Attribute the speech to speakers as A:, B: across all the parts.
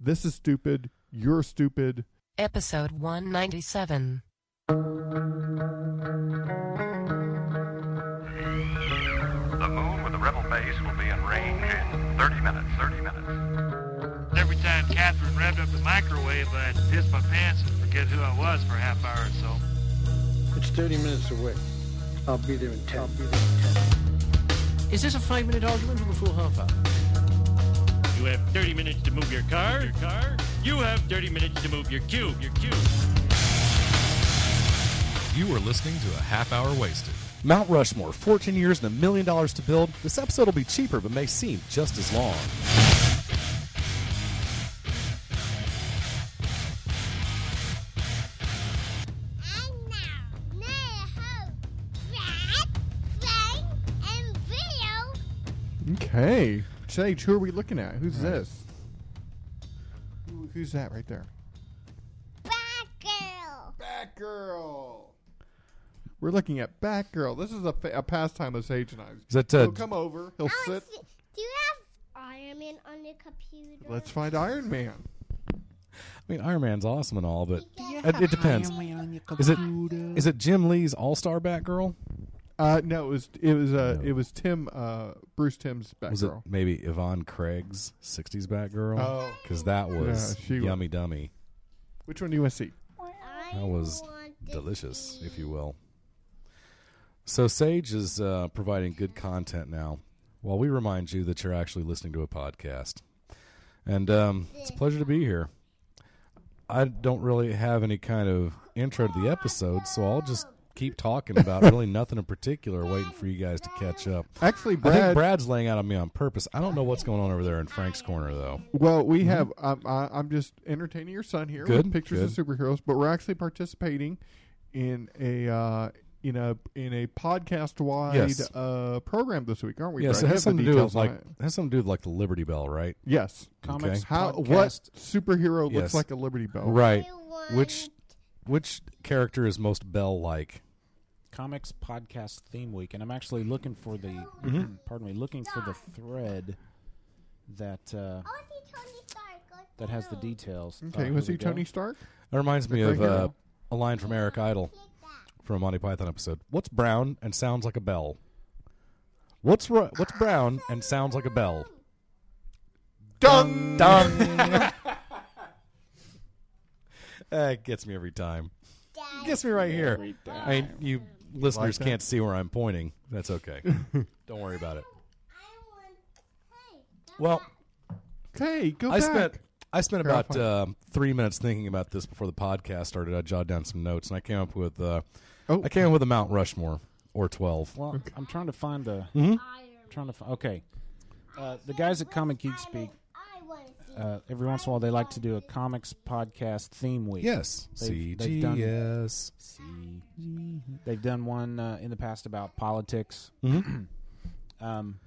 A: This is stupid. You're stupid.
B: Episode 197.
C: The moon with the rebel base will be in range in 30 minutes. 30 minutes.
D: Every time Catherine revved up the microwave, I'd piss my pants and forget who I was for a half hour or so.
E: It's 30 minutes away. I'll be there in 10.
F: Is this a five minute argument or a full half hour?
D: You have 30 minutes to move your car. Your car. You have 30 minutes to move your cube. Your cube.
G: You are listening to a half hour wasted.
H: Mount Rushmore, 14 years and a million dollars to build. This episode will be cheaper, but may seem just as long.
I: And now, Mayor Ho, Brad, Frank, and Video.
A: Okay. Sage, who are we looking at? Who's this? Who- Who's that right there?
I: Batgirl.
A: Batgirl. We're looking at Batgirl. This is a, fa- a pastime of Sage and I.
H: Is that, uh,
A: he'll Oh, come over. He'll
I: I
A: sit.
I: want to see- Do you have Iron Man on the computer?
A: Let's find Iron Man.
H: I mean, Iron Man's awesome and all, but
I: Yeah.
H: it, it depends. Is it is it Jim Lee's All Star Batgirl?
A: Uh, no, it was it was uh,
H: No.
A: it was Tim uh, Bruce Tim's
H: Was it
A: Batgirl.
H: maybe Yvonne Craig's '60s Batgirl?
A: Oh.
H: because that was
A: Yeah, she was-
H: yummy dummy.
A: Which one do you want to see?
I: I
H: That was
I: want to
H: delicious,
I: see-
H: if you will. So Sage is uh, providing good content now, while we remind you that you're actually listening to a podcast. And um, it's a pleasure to be here. I don't really have any kind of intro to the episode, so I'll just keep talking about really nothing in particular, waiting for you guys to catch up.
A: Actually,
H: I
A: Brad.
H: think Brad's laying out on me on purpose. I don't know what's going on over there in Frank's corner, though.
A: Well, we have. I'm, I- I'm just entertaining your son here with
H: Mm-hmm. Good,
A: pictures of superheroes, but we're actually participating in a uh, in a in a podcast wide
H: Yes.
A: uh, program this week, aren't we?
H: Yes,
A: Brad?
H: it
A: You
H: has
A: have the
H: something to do with
A: details on
H: like
A: it.
H: has something to do with like the Liberty Bell, right?
A: yes,
H: Comics
A: how what superhero looks
H: Yes.
A: like a Liberty Bell?
H: Right.
I: I want
H: Which which character is most Bell like?
F: Comics podcast theme week, and I'm actually looking for the
H: Mm-hmm.
F: pardon me, looking for the thread that uh,
I: Oh, I want to see Tony Stark. Go
F: that has the
I: through.
F: details. Uh,
A: Okay,
F: here
A: was he
F: we go.
A: Tony Stark?
H: That reminds me
A: The
H: of
A: great
H: uh,
A: hero.
H: a line from Eric Idle
I: Click that.
H: from a Monty Python episode. What's brown and sounds like a bell? What's ru- what's brown and sounds like a bell?
A: Dung dung.
H: Uh, it gets me every time.
I: Dad,
H: Gets me right here. I mean, you listeners
A: that?
H: can't see where I'm pointing. That's okay. Don't worry about it.
I: I want. Hey, go
H: Well,
I: back.
A: Okay, go
H: I
A: back.
H: spent I spent
A: Here, I'll
H: about
A: find it.
H: uh, three minutes thinking about this before the podcast started. I jotted down some notes and I came up with uh,
A: Oh.
H: I came up with a Mount Rushmore or twelve.
F: Well, I'm trying to find the
H: Mm-hmm.
I: Iron.
F: trying to fi- okay. Uh, the guys at Comic Geek Speak,
I: I want to see.
F: uh, every once in a while, they like to do a comics podcast theme week.
H: Yes,
F: They've-
H: CGS.
F: they've done- They've done one uh, in the past about politics.
H: Mm-hmm.
F: um,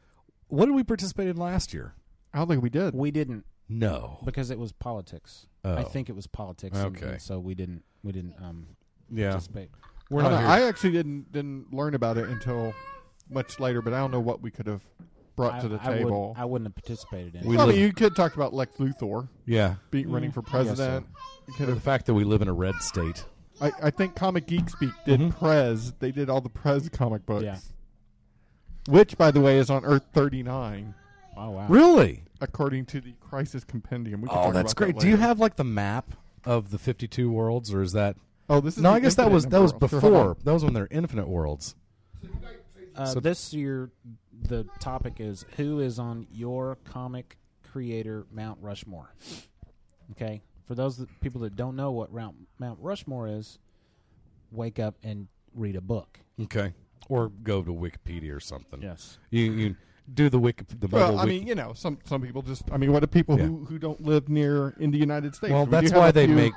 H: What did we participate in last year?
A: I don't think we did.
F: we didn't
H: No.
F: because it was politics. I
H: Oh.
F: think it was politics. and-
H: Okay.
F: and so we didn't we didn't um,
H: Yeah,
F: participate.
H: we're
A: I,
H: not
A: don't
H: here.
A: know, I actually didn't didn't learn about it until much later, but I don't know what we could have brought to the
F: I,
A: table.
F: I, would, I wouldn't have participated in.
H: We
F: it.
A: well, I
H: live-
A: mean, you could talk about Lex Luthor
H: yeah,
A: being running for president. You could
H: the
A: have-
H: fact that we live in a red state.
A: I, I think Comic Geek Speak did Prez. They did all the Prez comic books.
F: Yeah.
A: Which, by the way, is on Earth 39,
F: Oh wow!
H: Really?
A: according to the Crisis Compendium. Uh, We can
H: Oh,
A: talk
H: that's
A: about that
H: great. Do you
A: later.
H: have like the map of the fifty-two worlds, or is that?
A: Oh, this is
H: No,
A: the
H: I guess that
A: infinite
H: was that was
A: number. Sure, hold
H: before.
A: on.
H: That was when they're infinite worlds.
F: Uh, this year, the topic is who is on your comic creator Mount Rushmore. Okay, for those that, people that don't know what Mount Mount Rushmore is, wake up and read a book.
H: Okay, or go to Wikipedia or something.
F: Yes.
H: You you do the wiki the mobile
A: Well, I
H: wiki.
A: mean, you know, some some people just. I mean, what do people who, who don't live near in the United States?
H: well,
A: We do
H: that's
A: have
H: why
A: a
H: they
A: few-
H: make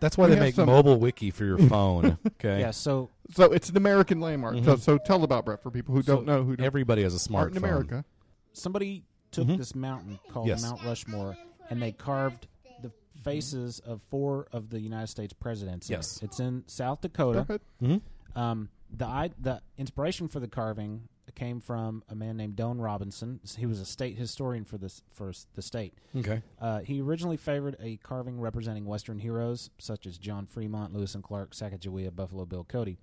H: that's why
A: we
H: they
A: have
H: make
A: some-
H: mobile wiki for your phone. Okay.
F: Yeah. So
A: So it's an American landmark. So, so tell about Brett for people who don't know who don't,
H: Everybody has a Mm-hmm. smartphone.
A: aren't in America.
F: somebody took this mountain called
H: Mm-hmm. Yes.
F: Mount Rushmore and they carved the faces of four of the United States presidents. in it.
H: Yes.
F: It's in South Dakota.
A: Go
H: Hmm?
A: ahead.
F: Um, the I, the inspiration for the carving came from a man named Doan Robinson. He was a state historian for this for s- the state.
H: Okay.
F: Uh, he originally favored a carving representing Western heroes such as John Fremont, Lewis and Clark, Sacagawea, Buffalo Bill, Cody.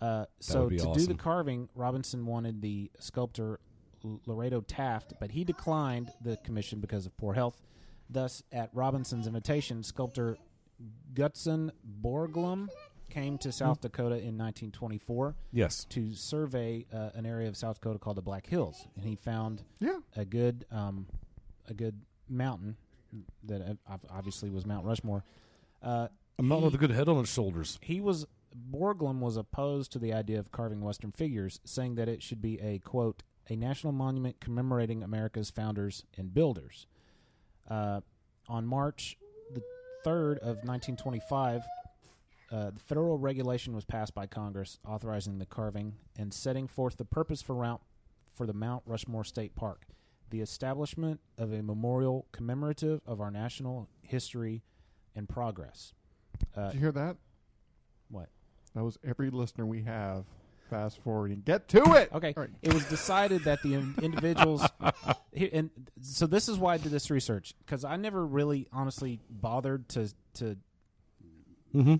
F: Uh, so
H: would
F: to
H: be
F: do the
H: awesome.
F: carving, Robinson wanted the sculptor L- Laredo Taft, but he declined the commission because of poor health. Thus, at Robinson's invitation, sculptor Gutzon Borglum came to South
H: Hmm.
F: Dakota in 1924
H: Yes.
F: to survey uh, an area of South Dakota called the Black Hills, and he found
A: Yeah.
F: a good um, a good mountain that ob- ob- obviously was Mount Rushmore. Uh,
H: A mountain with
F: he-
H: a good head on its shoulders.
F: he was Borglum was opposed to the idea of carving Western figures, saying that it should be a quote a national monument commemorating America's founders and builders. Uh, on March the third of 1925, uh, the federal regulation was passed by Congress authorizing the carving and setting forth the purpose for Mount for the Mount Rushmore State Park, the establishment of a memorial commemorative of our national history and progress. Uh,
A: Did you hear that?
F: what?
A: That was every listener we have. Fast forwarding. Get to it.
F: Okay.
A: All right.
F: It was decided that the in- individuals, here, and so this is why I did this research because I never really, honestly, bothered to to
H: Mm-hmm.
F: e-,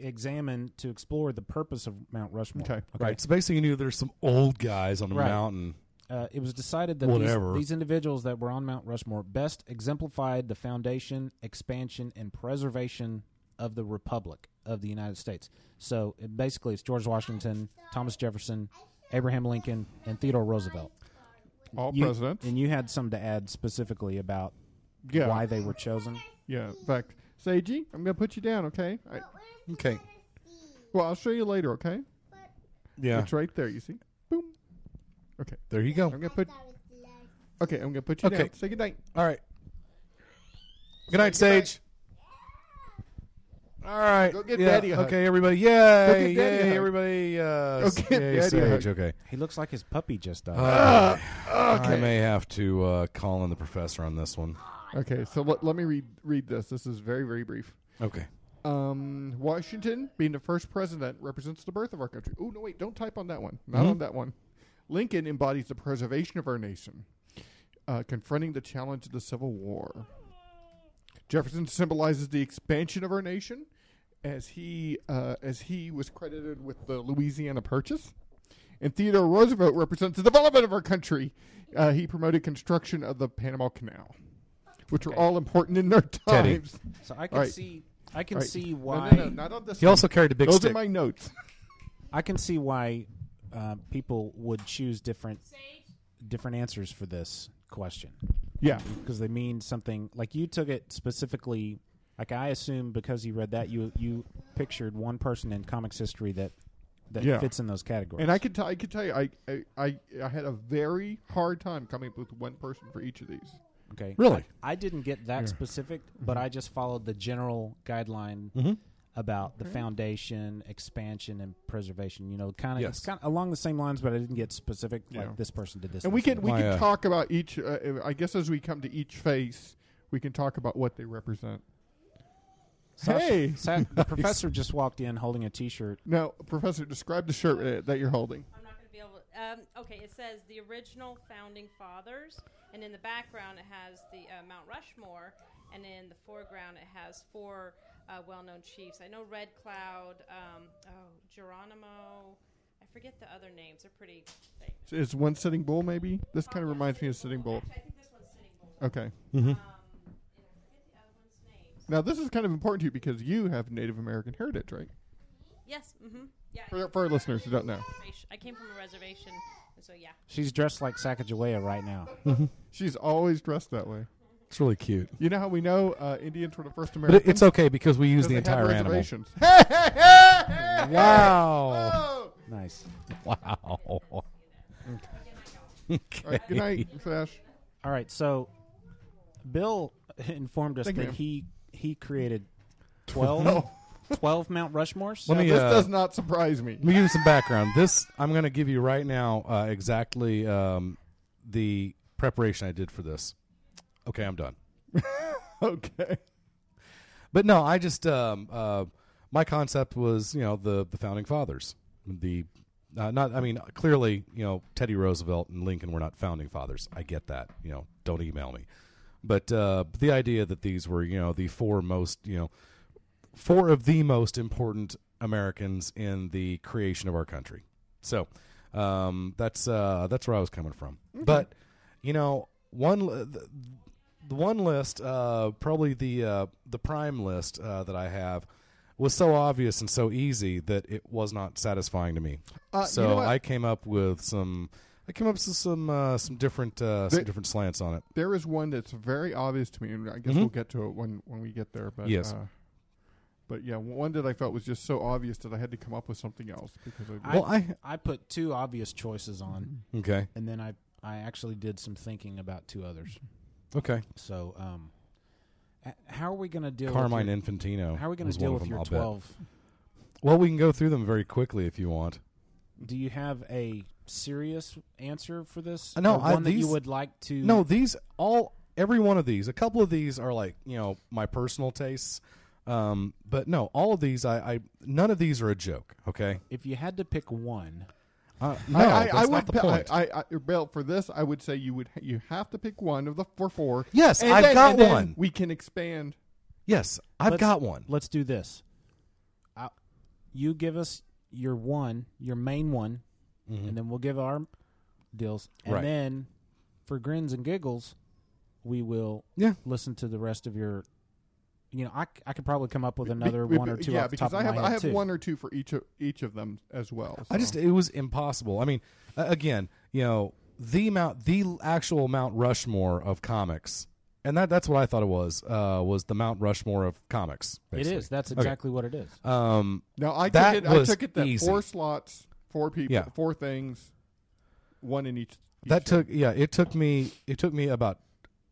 F: examine to explore the purpose of Mount Rushmore.
A: Okay.
H: Okay. So basically, you knew there's some old guys on a
F: Right.
H: mountain.
F: Uh, it was decided that these,
H: Whatever.
F: these individuals that were on Mount Rushmore best exemplified the foundation, expansion, and preservation of the Republic of the United States. So it, basically, it's George Washington, Thomas Jefferson, Abraham Lincoln, and Theodore Roosevelt.
A: All
F: You-
A: presidents.
F: And you had some to add specifically about
A: Yeah.
F: why they were chosen.
A: Yeah. In fact, Seiji, I'm going to put you down, okay? I,
H: Okay.
A: well, I'll show you later, okay?
H: Yeah.
A: It's right there, you see? Boom. Okay.
H: There you go.
A: I'm going to put Okay, I'm going to put you
H: Okay.
A: down. Say goodnight.
H: All right. Good night, Sage. All right.
A: Go get
H: Yeah,
A: Daddy a hug.
H: Okay, everybody. Yay.
A: Go get Daddy a
H: Yay,
A: hug.
H: everybody. Uh,
A: Go get
H: yay,
A: Daddy a
H: Sage.
A: hug.
H: Okay.
F: He looks like his puppy just died.
H: Uh, I may have to uh, call in the professor on this one.
A: Okay, so let, let me read read this. This is very very brief.
H: Okay.
A: Um, Washington, being the first president, represents the birth of our country. Oh no, wait, don't type on that one. Not on that one. Lincoln embodies the preservation of our nation, uh, confronting the challenge of the Civil War. Jefferson symbolizes the expansion of our nation, as he uh, as he was credited with the Louisiana Purchase. And Theodore Roosevelt represents the development of our country. Uh, he promoted construction of the Panama Canal, which were all important in their
H: Teddy.
A: times.
F: so I can
A: All right.
F: see, I can
A: All right.
F: see
A: No,
F: why,
A: No, no, not on this.
H: He
A: one.
H: also carried a big
A: Those
H: stick.
A: are my notes.
F: I can see why uh, people would choose different different answers for this question
A: yeah.
F: because they mean something. Like you took it specifically. Like I assume because you read that you you pictured one person in comics history that that
A: Yeah.
F: fits in those categories.
A: And I could, t- I could tell you, I, I, I, I had a very hard time coming up with one person for each of these.
F: Okay.
H: Really?
F: I, I didn't get that specific, but
A: Mm-hmm.
F: I just followed the general guideline about the foundation, expansion, and preservation. You know, kind of it's
H: Yes.
F: kind of along the same lines, but I didn't get specific.
A: Yeah.
F: Like this person did this,
A: And we
F: this,
A: can, we
H: My,
A: can
H: uh,
A: talk about each. Uh, I guess as we come to each face, we can talk about what they represent.
F: that.
A: hey!
F: Sa- the professor just walked in holding a T-shirt.
A: Now, Professor, describe the shirt uh, that you're holding.
J: I'm not going to be able. Um, okay, it says the original founding fathers, and in the background it has the uh, Mount Rushmore, and in the foreground it has four uh, well-known chiefs. I know Red Cloud, um, oh Geronimo. I forget the other names. They're pretty big.
A: Is one sitting bull maybe? This kind of reminds me of sitting bull.
J: Actually, I think this one's Sitting Bull.
A: Okay.
J: Um, and I forget the other one's names.
A: Now this is kind of important to you because you have Native American heritage, right?
J: Yes. Mm-hmm. Yeah. I
A: For,
J: came
A: for our
J: from a
A: listeners who don't know,
J: reservation- I came from a reservation, and so yeah.
F: She's dressed like Sacagawea right now.
A: she's always dressed that way.
H: It's really cute.
A: You know how we know uh, Indians were the first
H: But
A: Americans.
H: it- it's okay because we use the
A: Because they had
H: entire animal.
A: reservations. Hey, hey, hey, hey, hey.
H: Wow.
A: Oh.
F: nice.
H: Wow.
A: All right, good night, Sash.
F: All right, so Bill informed us
A: Thank you,
F: that
A: ma'am.
F: he he created 12, 12 Mount Rushmores.
H: Let
A: Now,
H: me,
A: this
H: uh,
A: does not surprise me.
H: Let me give you some background. This I'm going to give you right now uh, exactly um, the preparation I did for this. Okay, I'm done.
A: Okay.
H: But no, I just um, uh, my concept was you know the the founding fathers, the Uh, not, I mean, clearly, you know, Teddy Roosevelt and Lincoln were not founding fathers. I get that. You know, don't email me. But uh, the idea that these were, you know, the four most, you know, four of the most important Americans in the creation of our country. So um, that's uh, that's where I was coming from. But you know, one uh, li- the, the one list, uh, probably the uh, the prime list uh, that I have, was so obvious and so easy that it was not satisfying to me.
A: Uh, you
H: so
A: know what?
H: I came up with some. I came up with some uh, some different uh, some
A: Th-
H: different slants on it.
A: There is one that's very obvious to me, and I guess
H: Mhm.
A: we'll get to it when, when we get there. But
H: Yes.
A: uh, but yeah, one that I felt was just so obvious that I had to come up with something else because I,
H: Well, I-
F: I put two obvious choices on,
H: Okay,
F: and then I I actually did some thinking about two others.
H: Mm-hmm. okay.
F: So, um, h- how are we going to deal?
H: Carmine
F: with your,
H: Infantino.
F: How are we going
H: was
F: to deal
H: one of
F: with
H: them,
F: your
H: I'll bet.
F: twelve?
H: Well, we can go through them very quickly if you want.
F: Do you have a serious answer for this?
H: Uh, no,
F: Or
H: I-
F: one that you
H: these-
F: would like to.
H: No, these all every one of these, a couple of these are like you know my personal tastes, um, but no, all of these, I, I none of these are a joke. Okay,
F: if you had to pick one,
H: uh, no,
A: I, I,
H: that's
A: I
H: not
A: would
H: the
A: pe-
H: point.
A: I, I, I, Bill, for this, I would say you would you have to pick one of the four four.
H: Yes,
A: and
H: I've
A: then-
H: got
A: and then
H: one.
A: we can expand.
H: yes, I've
F: Let's-
H: got one.
F: Let's do this. I, you give us your one, your main one,
A: Mm-hmm.
F: and then we'll give our deals, and
H: Right.
F: then for grins and giggles, we will
H: Yeah.
F: listen to the rest of your. You know, I, c- I could probably come up with another
A: Be- be-
F: one or two.
A: Yeah,
F: off the
A: because
F: top of
A: I have
F: my
A: I
F: head,
A: have
F: too.
A: one or two for each of each of them as well.
H: I
A: so.
H: just it was impossible. I mean, a- again, you know, the Mount the actual Mount Rushmore of comics. And that, that's what I thought it was, uh, was the Mount Rushmore of comics.
F: It
H: basically.
F: is. That's
H: Okay.
F: exactly what it is.
H: Um,
A: no. I took
H: that
A: it. I
H: was
A: took it that
H: easy.
A: four slots, four people,
H: Yeah.
A: four things, one in each. each
H: that
A: show.
H: took yeah it took me it took me about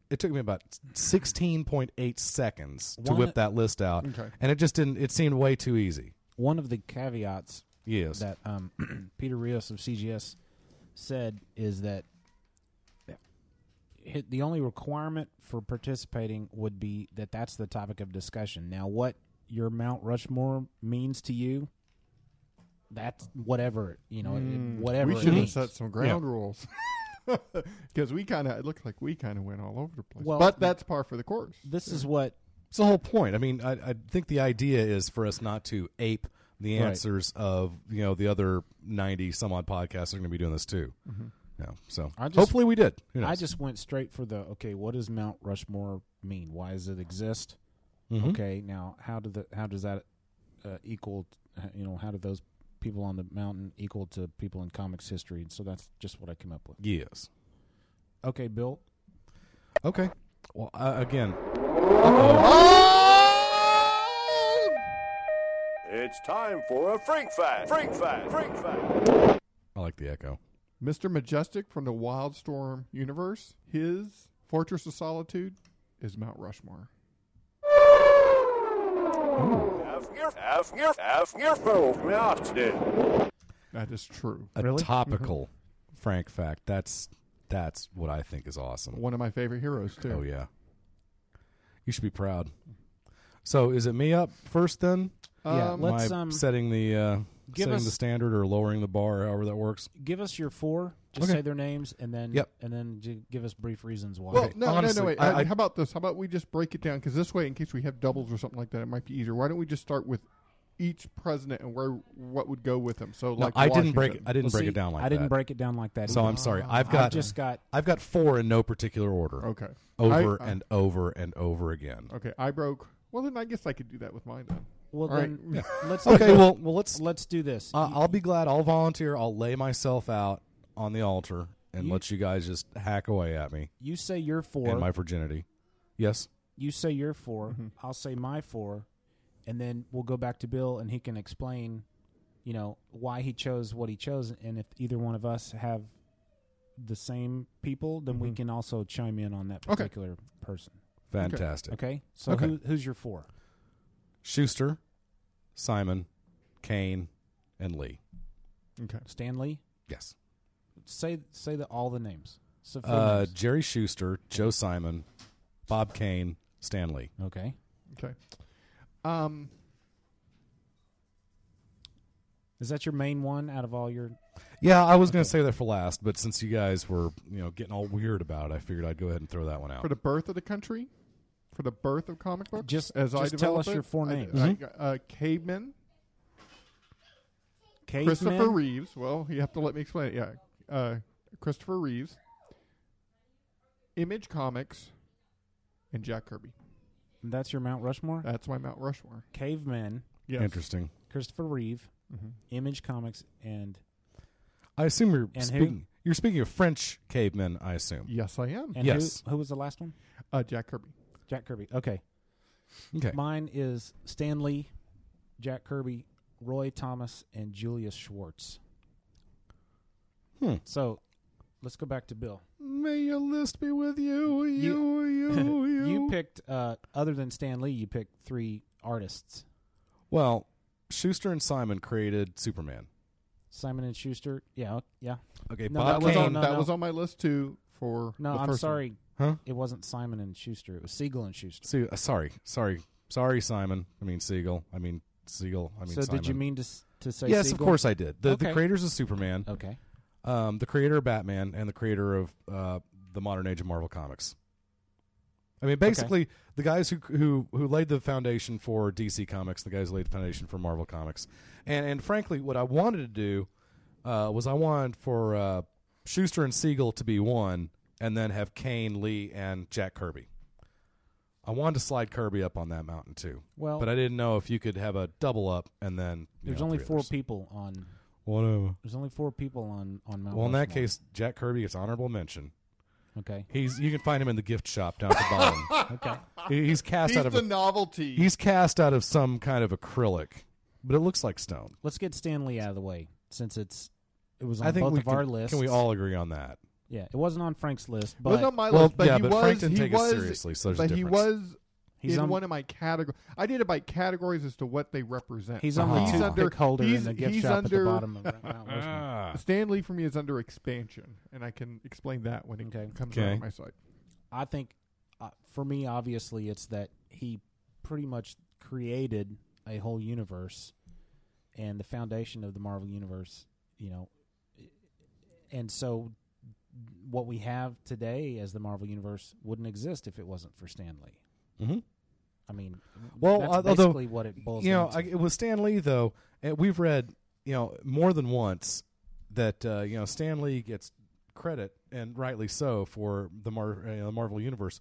H: it took me about 16.8 seconds to
F: One-
H: whip that list out
A: Okay.
H: and it just didn't it seemed way too easy
F: One of the caveats
H: yes
F: that um, Peter Rios of CGS said is that hit the only requirement for participating would be that that's the topic of discussion. Now, what your Mount Rushmore means to you, that's whatever you know, it-
A: Hmm.
F: whatever.
A: We
F: it
A: should have
F: means.
A: set some ground rules. Because we kind of, it looked like we kind of went all over the place.
F: Well,
A: but that's par for the course.
F: This is what
H: it's the whole point i mean I, I think the idea is for us not to ape the
F: Right.
H: answers of you know the other 90 some odd podcasts are going to be doing this too yeah so
F: Mm-hmm. I just-
H: hopefully we did Who
F: I
H: knows?
F: just went straight for the okay. What does Mount Rushmore mean? Why does it exist?
H: Mhm.
F: Okay, now how do the how does that uh, equal? uh, You know, how do those people on the mountain equal to people in comics history? And so that's just what I came up with.
H: yes
F: Okay, Bill.
H: okay well uh, again
K: It's time for a freak fact. Freak fact. Freak fact.
H: i like the echo
A: Mr. Majestic from the Wildstorm universe, his Fortress of Solitude is Mount Rushmore.
K: F your F your F your phone. Austin.
A: That is true.
H: a
F: Really? Mm-hmm.
H: topical frank fact that's that's what i think is awesome
A: Mm-hmm. One of my favorite heroes, too.
H: Oh yeah. You should be proud. So is it me up first then?
F: yeah,
A: Um,
F: let's
H: Am I
F: um
H: setting the uh,
F: give
H: setting
F: us-
H: the standard or lowering the bar, however that works.
F: give us your four. Just
H: Okay.
F: say their names and then
H: Yep.
F: and then ju- give us brief reasons why.
A: Well, no,
H: honestly,
A: no, no, wait.
H: I-
A: Uh,
H: I-
A: how about this? How about we just break it down? Because this way, in case we have doubles or something like that, it might be easier. Why don't we just start with each president and where what would go with them? So,
H: No,
A: like,
H: I didn't break it.
A: Washington.
H: I didn't
F: Well,
H: break
F: see,
H: it down like
F: I didn't
H: that.
F: break it down like that.
H: So
F: either.
H: I'm sorry. I've
F: I
H: got
F: just got
H: I've got four in no particular order.
A: Okay.
H: Over
A: I- I-
H: and over and over again.
A: Okay, I broke. Well, then I guess I could do that with mine then.
F: well.
A: All
F: Then
A: right.
F: let's
H: Okay, well, well let's
F: let's do this.
H: I- I'll be glad. I'll volunteer. I'll lay myself out on the altar and
F: You-
H: let you guys just hack away at me
F: you say your four.
H: and my virginity. Yes.
F: you say your 4
A: Mm-hmm.
F: i I'll say my four, and then we'll go back to Bill and he can explain, you know, why he chose what he chose, and if either one of us have the same people, then we can also chime in on that
A: Mm-hmm. Okay.
F: particular person.
H: Fantastic.
F: Okay, so
H: Okay.
F: Who, who's your four?
H: Schuster, Simon, Kane, and Lee.
A: Okay.
F: Stanley.
H: Yes.
F: Say say the all the names. So full
H: Uh,
F: names.
H: Jerry Schuster, Joe Simon, Bob Kane, Stan Lee.
F: okay.
A: Okay. Um,
F: Is that your main one out of all your?
H: Yeah, I was going to say that for last, but since you guys were, you know, getting all weird about it, I figured I'd go ahead and throw that one out.
A: for the birth of the country, for the birth of comic books.
F: Just-
A: as I
F: just tell
A: develop
F: us
A: it,
F: your four
A: I-
F: names.
A: I-
F: Mhm.
A: uh, cavemen,
F: Cavemen?
A: Christopher Reeves. Well, you have to let me explain it. Yeah, uh, Christopher Reeves, Image Comics, and Jack Kirby.
F: That's your Mount Rushmore.
A: That's my Mount Rushmore.
F: Cavemen.
A: Yes. Mm-hmm.
H: Interesting.
F: Christopher Reeve, Image Comics, and
H: I assume you're
F: And who-
H: speaking. You're speaking of French cavemen, I assume.
A: Yes, I am.
F: and
H: yes.
F: Who, who was the last one?
A: Uh, Jack Kirby.
F: Jack Kirby. Okay.
H: Okay.
F: Mine is Stan Lee, Jack Kirby, Roy Thomas, and Julius Schwartz.
H: Hmm.
F: So, let's go back to Bill.
H: May your list be with you. You,
F: You-
H: you, you.
F: you picked uh, other than Stan Lee, you picked three artists:
H: Well, Schuster and Simon created Superman.
F: Simon and Schuster. Yeah, yeah.
H: Okay,
F: No,
H: Bob
F: that was
H: Kane.
F: on- no,
A: that
F: no.
A: was on my list too. For
F: No,
A: the
F: I'm
A: first one.
F: sorry.
H: Huh?
F: It wasn't Simon and Schuster. It was Siegel and Schuster.
H: Su- uh, sorry, sorry, sorry, Simon. I mean Siegel. I mean Siegel. I mean.
F: so did you
H: Simon.
F: mean to s- to say?
H: Yes, of
F: Siegel?
H: course I did. The, the
F: Okay.
H: creators of Superman,
F: Okay.
H: um, the creator of Batman, and the creator of uh, the modern age of Marvel Comics. I mean, basically, the guys who who who laid the foundation for DC Comics, the guys who laid the foundation for Marvel Comics, and and frankly, what I wanted to do uh, was I wanted for uh, Schuster and Siegel to be one, and then have Kane, Lee, and Jack Kirby. I wanted to slide Kirby up on that mountain too.
F: Well-
H: but I didn't know if you could have a double up and then you
F: There's
H: know,
F: only
H: three
F: four
H: others.
F: people on.
H: Whatever.
F: There's only four people on on Mount.
H: Well, in that
F: Rushmore.
H: case, Jack Kirby gets honorable mention.
F: okay.
H: He's you can find him in the gift shop down at the bottom.
F: Okay.
H: He- he's cast
A: He's
H: out of
A: the
H: a-
A: novelty.
H: he's cast out of some kind of acrylic, but it looks like stone.
F: Let's get Stanley out of the way since it's it was on
H: I think
F: both
H: we
F: of our
H: can,
F: lists.
H: can we all agree on that?
F: Yeah, it wasn't on Frank's list, but
A: was on my
H: Well,
A: list, but
H: yeah,
A: he
H: but
A: was.
H: Frank didn't
A: he
H: take it
A: was,
H: seriously, so there's a
A: but he
H: difference.
A: was
F: He's
A: in
F: on-
A: one of my categories. I did it by categories as to what they represent.
F: he's on the
H: He's
F: two
A: under-
F: pick holder in
A: he's-
F: the gift
A: he's
F: shop at the
A: under-
F: bottom of Mount Rushmore.
H: Ah.
A: Stanley for me is under expansion, and I can explain that when it
F: Okay.
A: comes
H: Okay.
A: around my side.
F: I think uh, for me, obviously, it's that he pretty much created a whole universe and the foundation of the Marvel universe, you know. And so, what we have today as the Marvel universe wouldn't exist if it wasn't for Stan Lee.
H: Mhm.
F: I mean,
H: Well,
F: that's
H: uh, although,
F: basically what it boils
H: You know,
F: down to.
H: I, with Stan Lee though, and we've read you know more than once that uh, you know Stan Lee gets credit and rightly so for the Mar- you know, Marvel universe,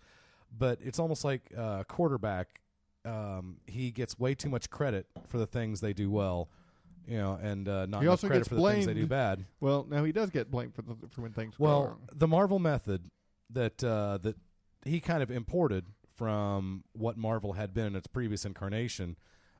H: but it's almost like uh, quarterback. Um, he gets way too much credit for the things they do well, you know, and uh, not
A: He
H: enough
A: also
H: credit
A: gets
H: for the things they do
A: blamed.
H: bad.
A: Well, now he does get blamed for the, for when things go
H: Well,
A: wrong.
H: the Marvel method that uh, that he kind of imported from what Marvel had been in its previous incarnation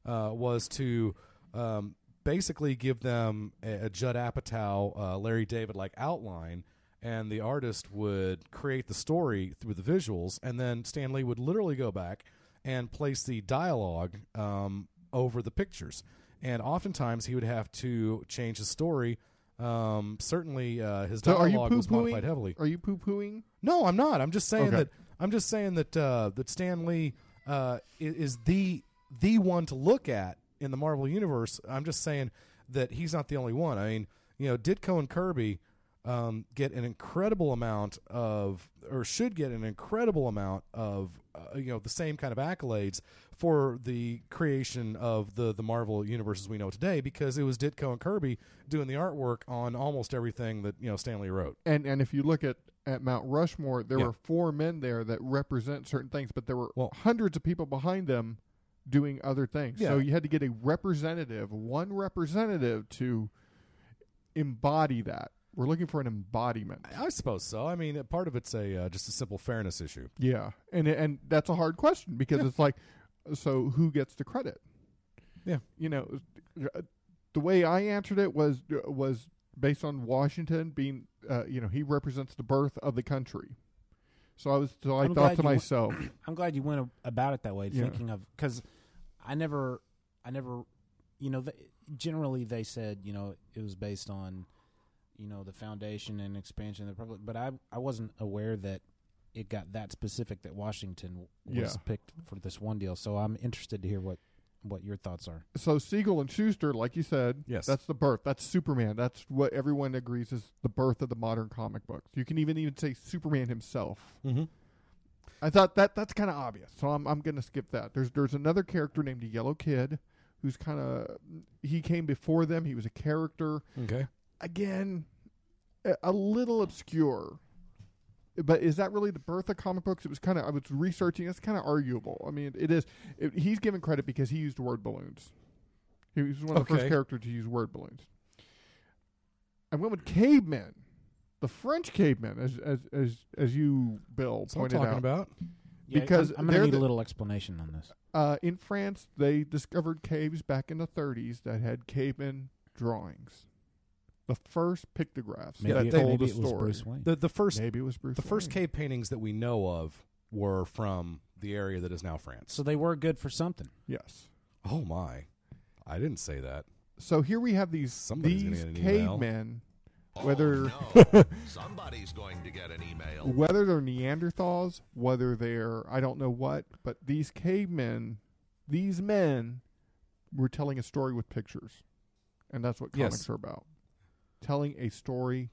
H: uh, was to um, basically give them a, a Judd Apatow, uh, Larry David like outline, and the artist would create the story through the visuals, and then Stanley would literally go back and place the dialogue um, over the pictures. And oftentimes he would have to change the story. Um, certainly, uh, his
A: So are
H: dialogue
A: you poo
H: was modified heavily.
A: pooing? Are you poo pooing?
H: No, I'm not. I'm just saying
A: Okay.
H: that. I'm just saying that uh, that Stan Lee uh, i- is the the one to look at in the Marvel universe. I'm just saying that he's not the only one. I mean, you know, Ditko and Kirby um, get an incredible amount of, or should get an incredible amount of, uh, you know, the same kind of accolades for the creation of the the Marvel universe as we know today, because it was Ditko and Kirby doing the artwork on almost everything that you know Stanley wrote.
A: And and if you look at at Mount Rushmore, there
H: Yeah.
A: were four men there that represent certain things, but there were
H: Well-
A: hundreds of people behind them doing other things. So
H: Yeah.
A: you had to get a representative, one representative to embody that. We're looking for an embodiment.
H: I suppose so. I mean, part of it's a uh, just a simple fairness issue.
A: Yeah, and and that's a hard question because
H: Yeah.
A: it's like, so who gets the credit?
H: Yeah.
A: you know, the way I answered it was was based on Washington being, uh, you know, he represents the birth of the country. So I was, so I
F: I'm glad
A: thought
F: you
A: to
F: wa-
A: myself,
F: I'm glad you went ab- about it that way,
A: Yeah.
F: thinking of because I never, I never, you know, th generally they said you know it was based on, you know, the foundation and expansion of the republic, but I I wasn't aware that it got that specific that Washington was
A: Yeah.
F: picked for this one deal. So I'm interested to hear what what your thoughts are.
A: So Siegel and Schuster, like you said,
F: Yes.
A: that's the birth. That's Superman. That's what everyone agrees is the birth of the modern comic books. You can even even say Superman himself.
H: Mhm.
A: I thought that that's kind of obvious, so I'm I'm gonna skip that. There's there's another character named the Yellow Kid, who's kind of he came before them. He was a character
H: Okay.
A: again, a, a little obscure. But is that really the birth of comic books? It was kind of I was researching. It's kind of arguable. I mean, it is. It, he's given credit because he used the word balloons. He was one of the
H: Okay.
A: first characters to use word balloons. I went with cavemen, the French cavemen, as as as, as you Bill
H: what I'm
A: pointed
H: talking
A: out.
H: about.
F: Yeah,
A: because
F: I'm, I'm gonna
A: they're
F: need
A: the-
F: a little explanation on this.
A: uh, in France, they discovered caves back in the 30s that had caveman drawings. The first pictographs
F: Maybe
A: that
F: it-
A: told
F: maybe
A: the
F: it was
A: story.
F: Bruce Wayne.
H: The the first
A: Maybe it was Bruce.
H: the first
A: Wayne.
H: cave paintings that we know of were from the area that is now France.
F: So they were good for something.
A: Yes.
H: Oh my. I didn't say that.
A: So here we have these
H: Somebody's gonna
A: these
H: get an email.
A: cavemen, whether
L: Oh, Somebody's going to get an email.
A: whether they're Neanderthals, whether they're I don't know what, but these cavemen, these men, were telling a story with pictures, and that's what
H: Yes.
A: comics are about: telling a story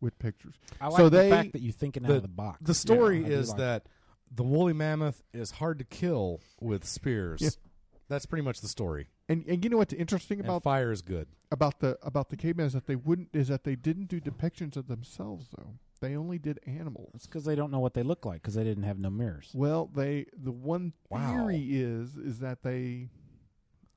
A: with pictures.
F: I like
A: so
F: the
A: they
F: fact that you're thinking out of the box.
H: The story
F: Yeah, I do
H: is
F: like
H: that the woolly mammoth is hard to kill with spears.
A: Yeah.
H: That's pretty much the story.
A: and and you know what's interesting
H: And
A: about
H: fire is good.
A: about the about the cavemen is that they wouldn't is that they didn't do depictions of themselves though. They only did animals.
F: It's because they don't know what they look like because they didn't have no mirrors.
A: Well, they the one
H: Wow.
A: theory is is that they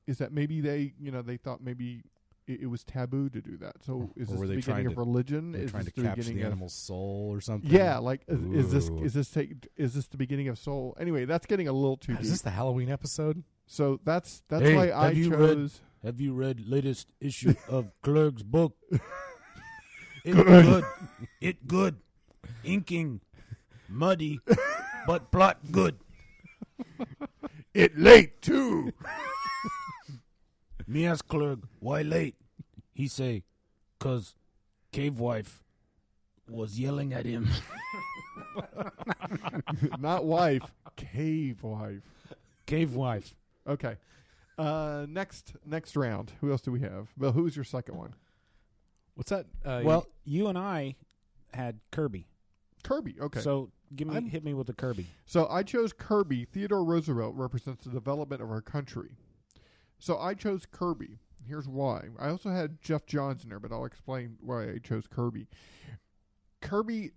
A: is that maybe they you know they thought maybe it, it was taboo to do that. So is this
H: Hmm. Or were
A: the
H: they
A: beginning
H: trying
A: of
H: to-
A: religion?
H: They're
A: Is
H: trying
A: this
H: to
A: the
H: capture
A: beginning
H: the
A: of-
H: animal's soul or something.
A: Yeah, like is, is this
H: Ooh.
A: is this take, is this the beginning of soul? Anyway, that's getting a little too
H: is
A: deep.
H: this the Halloween episode?
A: so that's that's
F: Hey,
A: why
F: have
A: I
F: you read-
A: chose.
F: Have you read latest issue of Clerg's book? It
A: good.
F: It good. Inking, muddy, but plot good.
A: It late too.
F: Me ask Clerg why late. He say, cause cave wife was yelling at him.
A: Not wife, cave wife.
F: cave wife.
A: Okay. Uh, next next round. Who else do we have? Well, who's your second one?
H: What's that? Uh,
F: Well, you and I had Kirby.
A: Kirby. Okay.
F: So give me
H: I'm-
F: hit me with the Kirby.
A: So I chose Kirby. Theodore Roosevelt represents the development of our country. So I chose Kirby. Here's why. I also had Jeff Johns in there, but I'll explain why I chose Kirby. Kirby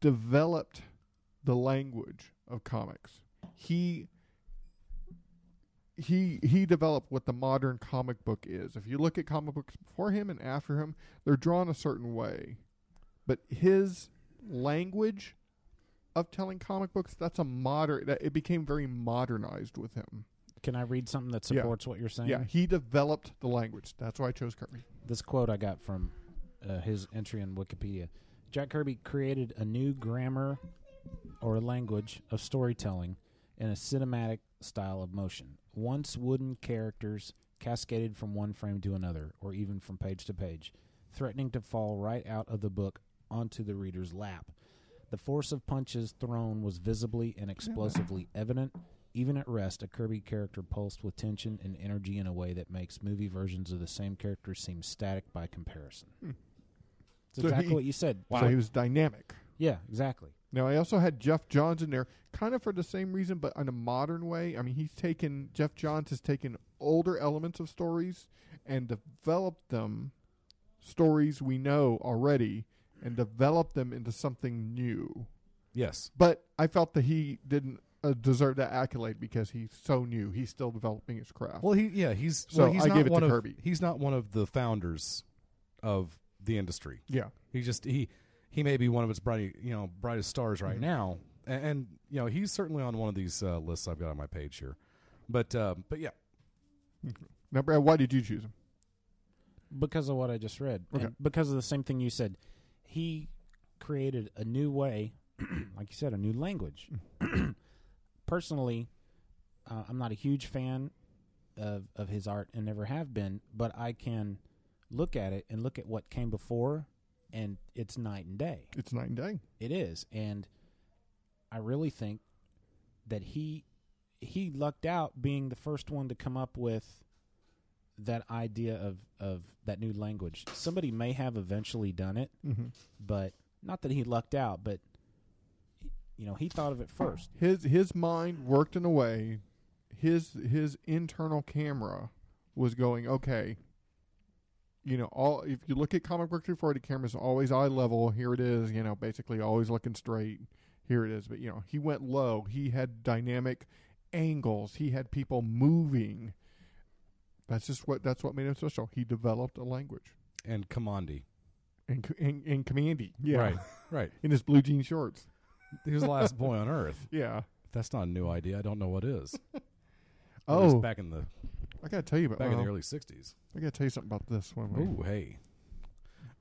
A: developed the language of comics. He he he developed what the modern comic book is. If you look at comic books before him and after him, they're drawn a certain way. But his language of telling comic books that's a modern that it became very modernized with him
F: Can I read something that
A: Yeah.
F: supports what you're saying?
A: yeah he developed the language that's why i chose kirby
F: This quote I got from uh, his entry in Wikipedia. Jack Kirby created a new grammar or language of storytelling in a cinematic style of motion. Once wooden characters cascaded from one frame to another, or even from page to page, threatening to fall right out of the book onto the reader's lap. The force of punches thrown was visibly and explosively evident. Even at rest, a Kirby character pulsed with tension and energy in a way that makes movie versions of the same character seem static by comparison. It's
A: Hmm. So
F: exactly
A: he-
F: what you said.
A: so he was dynamic
F: Yeah, exactly.
A: now i also had jeff johns in there kind of for the same reason but in a modern way i mean he's taken jeff johns has taken older elements of stories and developed them stories we know already and developed them into something new
H: yes.
A: But I felt that he didn't uh, deserve that accolade because he's so new. He's still developing his craft.
H: Well, he yeah he's
A: So
H: well, he's
A: I
H: not
A: gave it to
H: one of
A: Kirby.
H: he's not one of the founders of the industry.
A: yeah,
H: He just he he may be one of its bright you know brightest stars
A: Mm-hmm.
H: right now, A- and, you know he's certainly on one of these uh, lists I've got on my page here. But uh, but yeah,
A: now Brad, why did you choose him?
F: Because of what I just read.
A: Okay.
F: And because of the same thing you said. He created a new way, like you said, a new language. Personally, uh, I'm not a huge fan of, of his art and never have been, but I can look at it and look at what came before, and it's night and day.
A: It's night and day.
F: It is, and I really think that he he lucked out being the first one to come up with that idea of of that new language. Somebody may have eventually done it,
A: Mhm.
F: but not that he lucked out, but you know, he thought of it first.
A: His his mind worked in a way. His his internal camera was going okay. You know, all if you look at comic book 240 cameras, always eye level. Here it is. You know, basically always looking straight. Here it is. But you know, he went low. He had dynamic angles. He had people moving. That's just what that's what made him special. He developed a language.
H: And Commandi.
A: And c- and, and Commandy. Yeah.
H: Right, right.
A: in his blue jean shorts.
H: He was the last boy on Earth.
A: Yeah.
H: If That's not a new idea. I don't know what is. At least
A: Oh,
H: back in the
A: I gotta tell you about
H: back in
A: well,
H: the early '60s.
A: I gotta tell you something about this one.
H: Ooh, hey,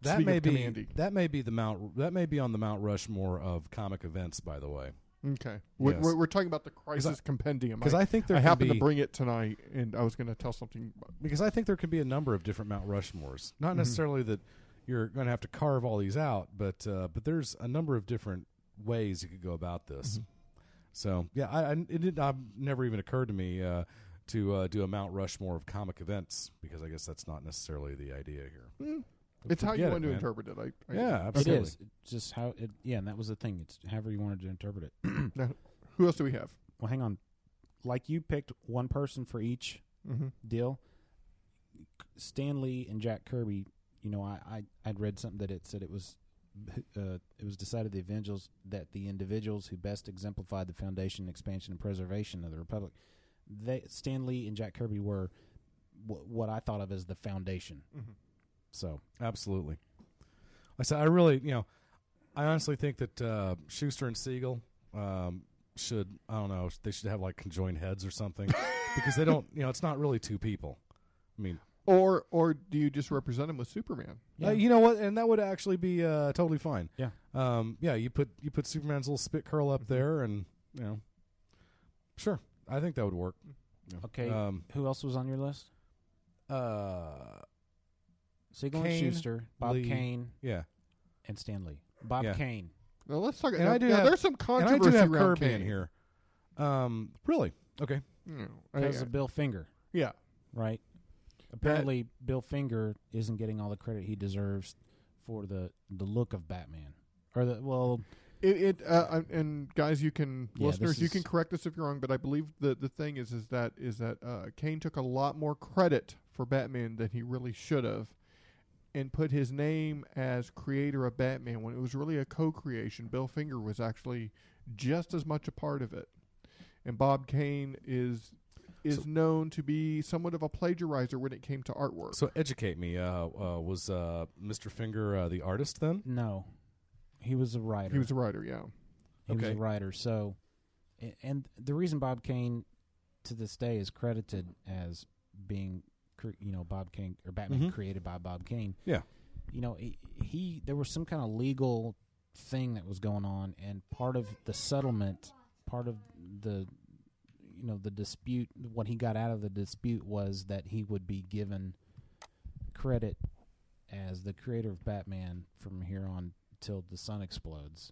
H: That
A: Speaking
H: may
A: of
H: be
A: Commandy.
H: that may be the Mount that may be on the Mount Rushmore of comic events. By the way,
A: Okay, we're,
H: Yes.
A: we're, we're talking about the
H: 'Cause I-
A: crisis compendium
H: 'cause I think there
A: I
H: can
A: happened
H: be-
A: to bring it tonight, and I was going to tell something. about-
H: because I think there can be a number of different Mount Rushmores. Not
A: Mhm.
H: necessarily that you're going to have to carve all these out, but uh, but there's a number of different ways you could go about
A: Mm-hmm.
H: this. So yeah, I, I it did, i never even occurred to me uh, to uh, do a Mount Rushmore of comic events because I guess that's not necessarily the idea here.
A: Mm.
H: But
A: It's how you
H: forget
A: want to
H: man.
A: interpret it. I, I
H: yeah,
F: It
H: absolutely.
F: is. It's just how it yeah, and that was the thing. It's however you wanted to interpret it.
A: Now, who else do we have?
F: well, hang on. Like you picked one person for each
H: Mm-hmm.
A: Mhm.
F: deal. Stanley and Jack Kirby. You know, I, I I'd read something that it said it was uh, it was decided the individuals that the individuals who best exemplified the foundation, expansion, and preservation of the republic. They Stanley and Jack Kirby were w- what I thought of as the foundation.
A: Mhm.
F: So
H: Absolutely. I said I really, you know, I honestly think that uh, Schuster and Siegel um, should, I don't know, they should have like conjoined heads or something because they don't, you know, it's not really two people. I mean,
A: Or or do you just represent him with Superman?
H: uh, you know what? And that would actually be uh, totally fine.
F: Yeah.
H: Um, yeah. You put you put Superman's little spit curl up there, and you know, sure, I think that would work. Yeah.
F: okay,
H: Um,
F: who else was on your list?
H: uh,
F: Siegel and
H: Kane,
F: Schuster, Bob
H: Lee-
F: Kane,
H: yeah.
F: and Stanley. Bob
H: Yeah.
F: Kane.
A: Now let's talk.
H: And
A: now,
H: I do
A: now
H: have,
A: there's some
H: and I
A: controversy
H: do have
A: around
H: Kirby in
A: Kane.
H: here. Um, really? Okay.
A: You know,
H: Oh,
A: I-
F: Because
A: I-
F: of Bill Finger,
A: Mm. yeah,
F: right? Apparently, Bill Finger isn't getting all the credit he deserves for the the look of Batman, or the well,
A: It, it uh, I- and guys, you can
F: Yeah,
A: listeners,
F: this
A: you
F: is-
A: can correct us if you're wrong, but I believe the the thing is is that is that uh, Kane took a lot more credit for Batman than he really should have, and put his name as creator of Batman when it was really a co-creation. Bill Finger was actually just as much a part of it, and Bob Kane is is
H: So-
A: known to be somewhat of a plagiarizer when it came to artwork.
H: So educate me. Uh, uh, was uh, Mr. Finger uh, the artist then?
F: no, he was a writer.
A: he was a writer, yeah.
F: He was
H: Okay.
F: a writer. So, a- and the reason Bob Kane to this day is credited as being, cre- you know, Bob Kane or Batman
H: Mhm.
F: created by Bob Kane.
H: Yeah.
F: You know, he, he there was some kind of legal thing that was going on, and part of the settlement, part of the, you know, the dispute, what he got out of the dispute was that he would be given credit as the creator of Batman from here on till the sun explodes,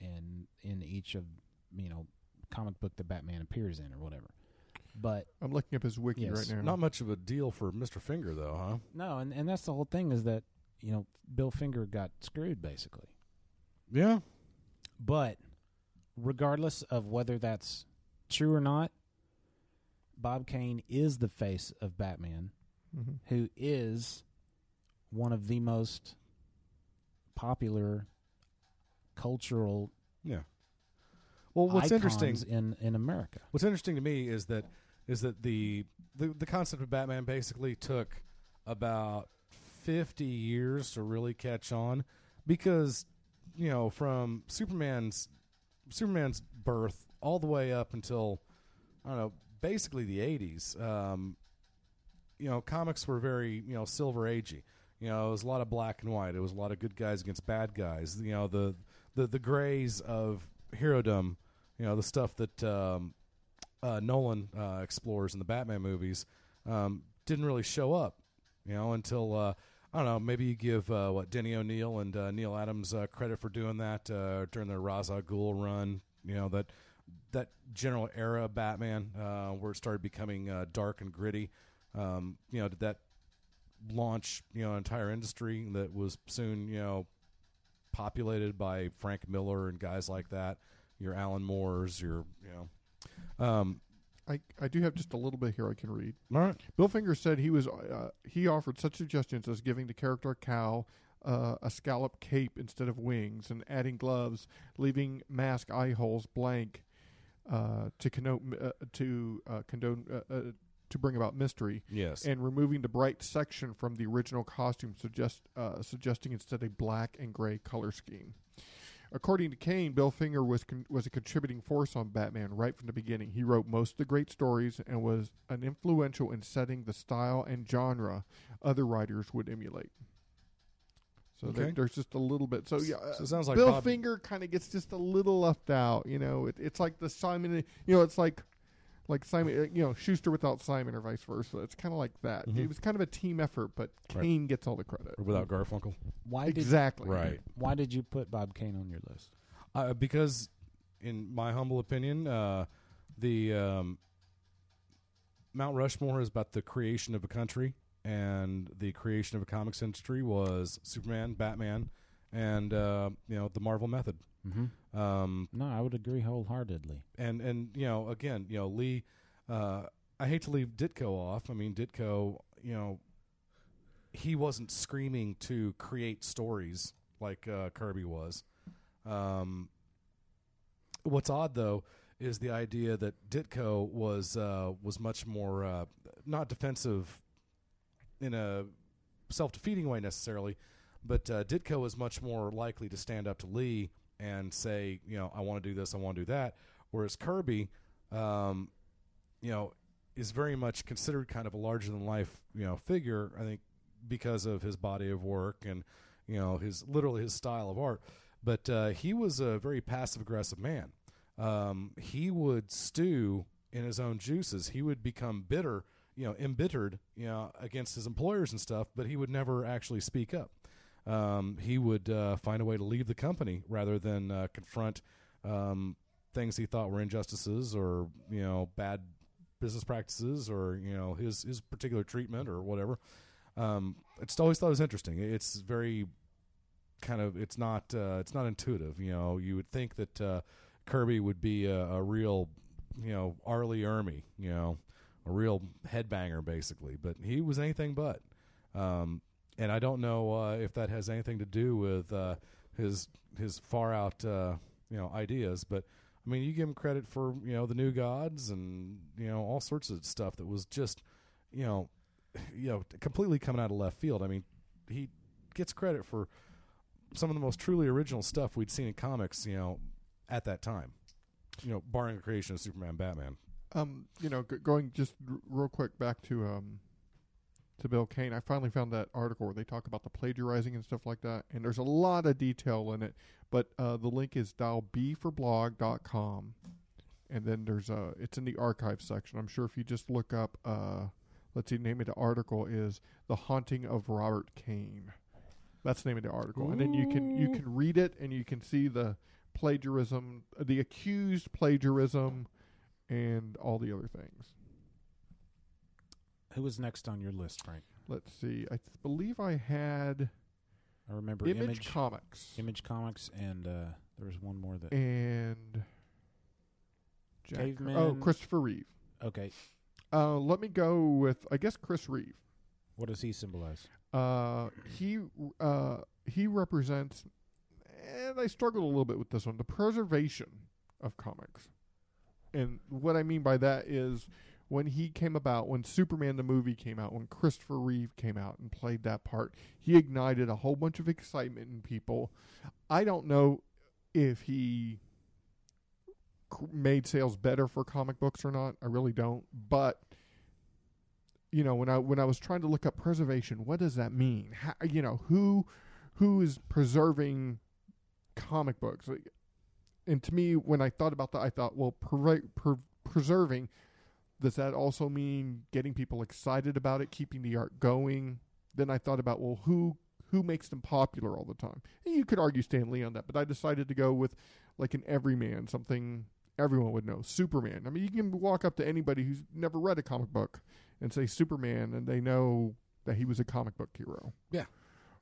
F: and in each of you know comic book that Batman appears in or whatever. But
A: I'm looking up his wiki
F: Yes.
A: right now.
H: Not much of a deal for Mr. Finger though, huh?
F: no, and and that's the whole thing is that you know Bill Finger got screwed basically.
H: Yeah.
F: But regardless of whether that's true or not, Bob Kane is the face of Batman,
H: Mm-hmm.
A: Mhm.
F: who is one of the most popular cultural
H: Yeah. Well, what's
F: icons
H: interesting
F: in in America.
H: what's interesting to me is that is that the the, the concept of Batman basically took about 50 years to really catch on because you know, from Superman's Superman's birth all the way up until I don't know, basically the 80s, um, you know, comics were very, you know, silver agey. You know, it was a lot of black and white. It was a lot of good guys against bad guys. You know, the the the grays of herodom. You know, the stuff that um, uh, Nolan uh, explores in the Batman movies um, didn't really show up. You know, until uh, I don't know. Maybe you give uh, what Denny O'Neil and uh, Neil Adams uh, credit for doing that uh, during their Raza Ghul run. You know that that general era of Batman uh, where it started becoming uh, dark and gritty. Um, you know, did that launch you know an entire industry that was soon you know populated by Frank Miller and guys like that? Your Alan Moores, your you know. Um,
A: I, I do have just a little bit here I can read.
H: All right.
A: Bill Finger said he was uh, he offered such suggestions as giving the character a cowl, uh, a scallop cape instead of wings, and adding gloves, leaving mask eye holes blank uh, to connote uh, to uh, condone uh, uh, to bring about mystery.
H: Yes.
A: And removing the bright section from the original costume, suggest uh, suggesting instead a black and gray color scheme. According to Kane, Bill Finger was con- was a contributing force on Batman right from the beginning. He wrote most of the great stories and was an influential in setting the style and genre other writers would emulate. So there-
H: Okay.
A: there's just a little bit. So yeah, uh,
H: So it sounds like
A: Bill
H: Bob-
A: Finger kind of gets just a little left out. You know, it, it's like the Simon. You know, it's like like Simon. uh, You know, Schuster without Simon or vice versa. It's kind of like that.
H: Mhm.
A: It was kind of a team effort, but
H: Right.
A: Kane gets all the credit.
H: or without Garfunkel.
F: Why did,
A: exactly
H: Right.
F: Why did you put Bob Kane on your list?
H: Uh, because, in my humble opinion, uh, the um, Mount Rushmore is about the creation of a country, and the creation of a comics industry was Superman, Batman, and uh, you know the Marvel method.
F: Mm-hmm.
H: Um,
F: No, I would agree wholeheartedly.
H: and and you know again you know Lee uh I hate to leave Ditko off I mean Ditko you know he wasn't screaming to create stories like uh Kirby was um what's odd though is the idea that Ditko was uh was much more uh not defensive in a self-defeating way necessarily but uh, Ditko is much more likely to stand up to Lee and say, you know, I want to do this, I want to do that. Whereas Kirby, um, you know, is very much considered kind of a larger than life, you know, figure. I think because of his body of work and you know his literally his style of art. But uh, he was a very passive aggressive man. Um, he would stew in his own juices. He would become bitter, you know, embittered, you know, against his employers and stuff. But he would never actually speak up um, he would uh, find a way to leave the company rather than uh, confront um, things he thought were injustices or you know bad business practices or you know his his particular treatment or whatever. Um, I just always thought it was interesting. It's very kind of it's not uh, it's not intuitive. You know, you would think that uh, Kirby would be a, a real you know Arlie Ermy, you know, a real headbanger basically, but he was anything but. Um, and I don't know uh, if that has anything to do with uh, his his far out uh, you know ideas, but I mean, you give him credit for you know the new gods and you know all sorts of stuff that was just you know you know completely coming out of left field. I mean, he gets credit for some of the most truly original stuff we'd seen in comics, you know, at that time. You know, barring the creation of Superman, Batman.
A: Um, you know, g- going just r- real quick back to um to Bill Kane, I finally found that article where they talk about the plagiarizing and stuff like that, and there's a lot of detail in it. But uh, the link is dialbforblog.com, and then there's uh it's in the archive section. I'm sure if you just look up uh let's see, the name of the article is "The Haunting of Robert Kane." That's the name of the article, and then you can you can read it and you can see the plagiarism, the accused plagiarism, and all the other things.
F: Who was next on your list, Frank?
A: Let's see. I th- believe I had
F: I remember
A: Image,
F: Image,
A: Comics
F: Image Comics, and uh, there was one more that.
A: and Jack-
F: Caveman.
A: Oh, Christopher Reeve.
F: Okay,
A: Uh, let me go with I guess Chris Reeve.
F: what does he symbolize?
A: Uh, he uh, he represents, and I struggled a little bit with this one: the preservation of comics. And what I mean by that is when he came about, when Superman the movie came out, when Christopher Reeve came out and played that part, he ignited a whole bunch of excitement in people. I don't know if he c- made sales better for comic books or not. I really don't, but you know when i when i was trying to look up preservation what does that mean How, you know who who is preserving comic books Like, and to me when i thought about that i thought well pre- pre- preserving does that also mean getting people excited about it keeping the art going then i thought about well who who makes them popular all the time and you could argue stan lee on that but i decided to go with like an everyman something Everyone would know Superman. I mean, you can walk up to anybody who's never read a comic book and say Superman, and they know that he was a comic book hero.
H: Yeah.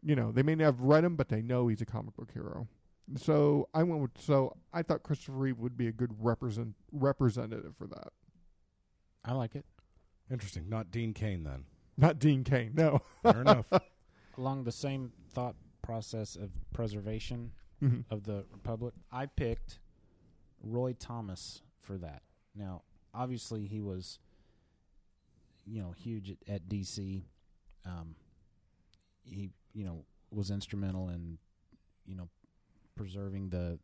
A: You know, they may not have read him, but they know he's a comic book hero. So I went with, so I thought Christopher Reeve would be a good represent representative for that.
F: I like it.
H: Interesting. Not Dean Kane then.
A: Not Dean Kane, no.
H: Fair enough.
F: Along the same thought process of preservation
A: Mhm.
F: of the Republic, I picked Roy Thomas for that. Now, obviously, he was, you know, huge at, at DC. Um, he, you know, was instrumental in, you know, preserving the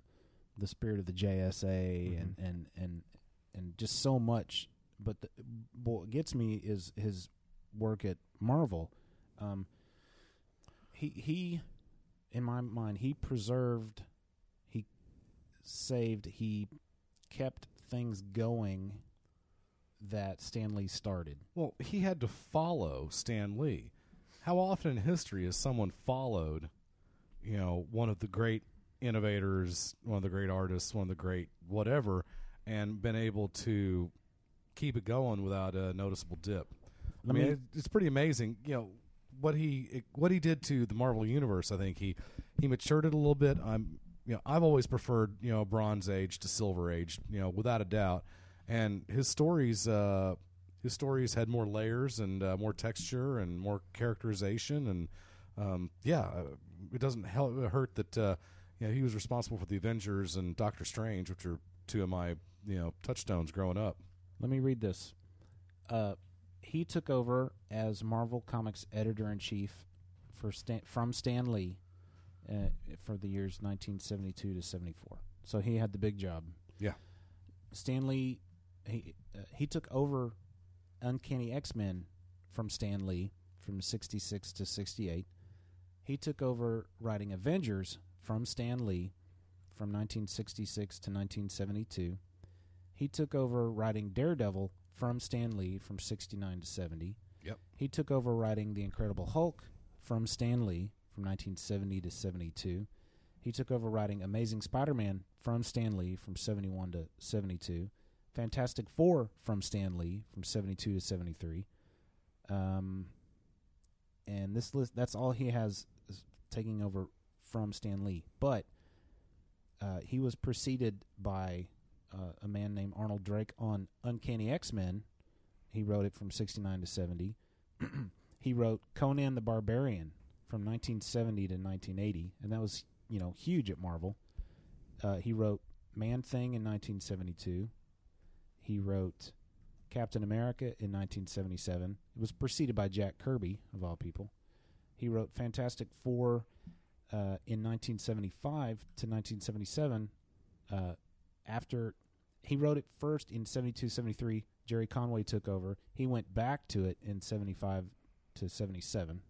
F: the spirit of the JSA and, and and and just so much. But the, what gets me is his work at Marvel. Um, he he, in my mind, he preserved, he saved, he kept things going that Stan Lee started.
H: Well, he had to follow Stan Lee. How often in history has someone followed, you know, one of the great innovators, one of the great artists, one of the great whatever, and been able to keep it going without a noticeable dip? I
F: Let
H: mean,
F: me-
H: it- it's pretty amazing, you know, what he it- what he did to the Marvel universe. I think he he matured it a little bit. I'm you know I've always preferred you know Bronze Age to Silver Age, you know, without a doubt. And his stories. uh his stories had more layers and uh, more texture and more characterization and um, yeah uh, it doesn't hel- hurt that uh, you know, he was responsible for the avengers and doctor strange which are two of my you know touchstones growing up
F: Let me read this. Uh, he took over as Marvel Comics editor in chief for Stan, from Stan Lee uh, for the years 1972 to 74. So he had the big job.
H: Yeah.
F: Stan Lee, he uh, he took over Uncanny X Men from Stan Lee from 66 to 68. He took over writing Avengers from Stan Lee from 1966 to 1972 he took over writing Daredevil from Stan Lee from 69 to 70.
H: Yep.
F: He took over writing The Incredible Hulk from Stan Lee from 1970 to 72. He took over writing Amazing Spider Man from Stan Lee from 71 to 72. Fantastic Four from Stan Lee from 72 to 73. Um, and this list, that's all he has is taking over from Stan Lee. But uh, he was preceded by uh, a man named Arnold Drake on Uncanny X Men. He wrote it from 69 to 70. he wrote Conan the Barbarian from 1970 to 1980, and that was, you know, huge at Marvel. Uh, he wrote Man Thing in 1972. He wrote Captain America in 1977. It was preceded by Jack Kirby, of all people. He wrote Fantastic Four uh, in 1975 to 1977. Uh, after he wrote it first in 72, 73, Jerry Conway took over. He went back to it in 75 to 77.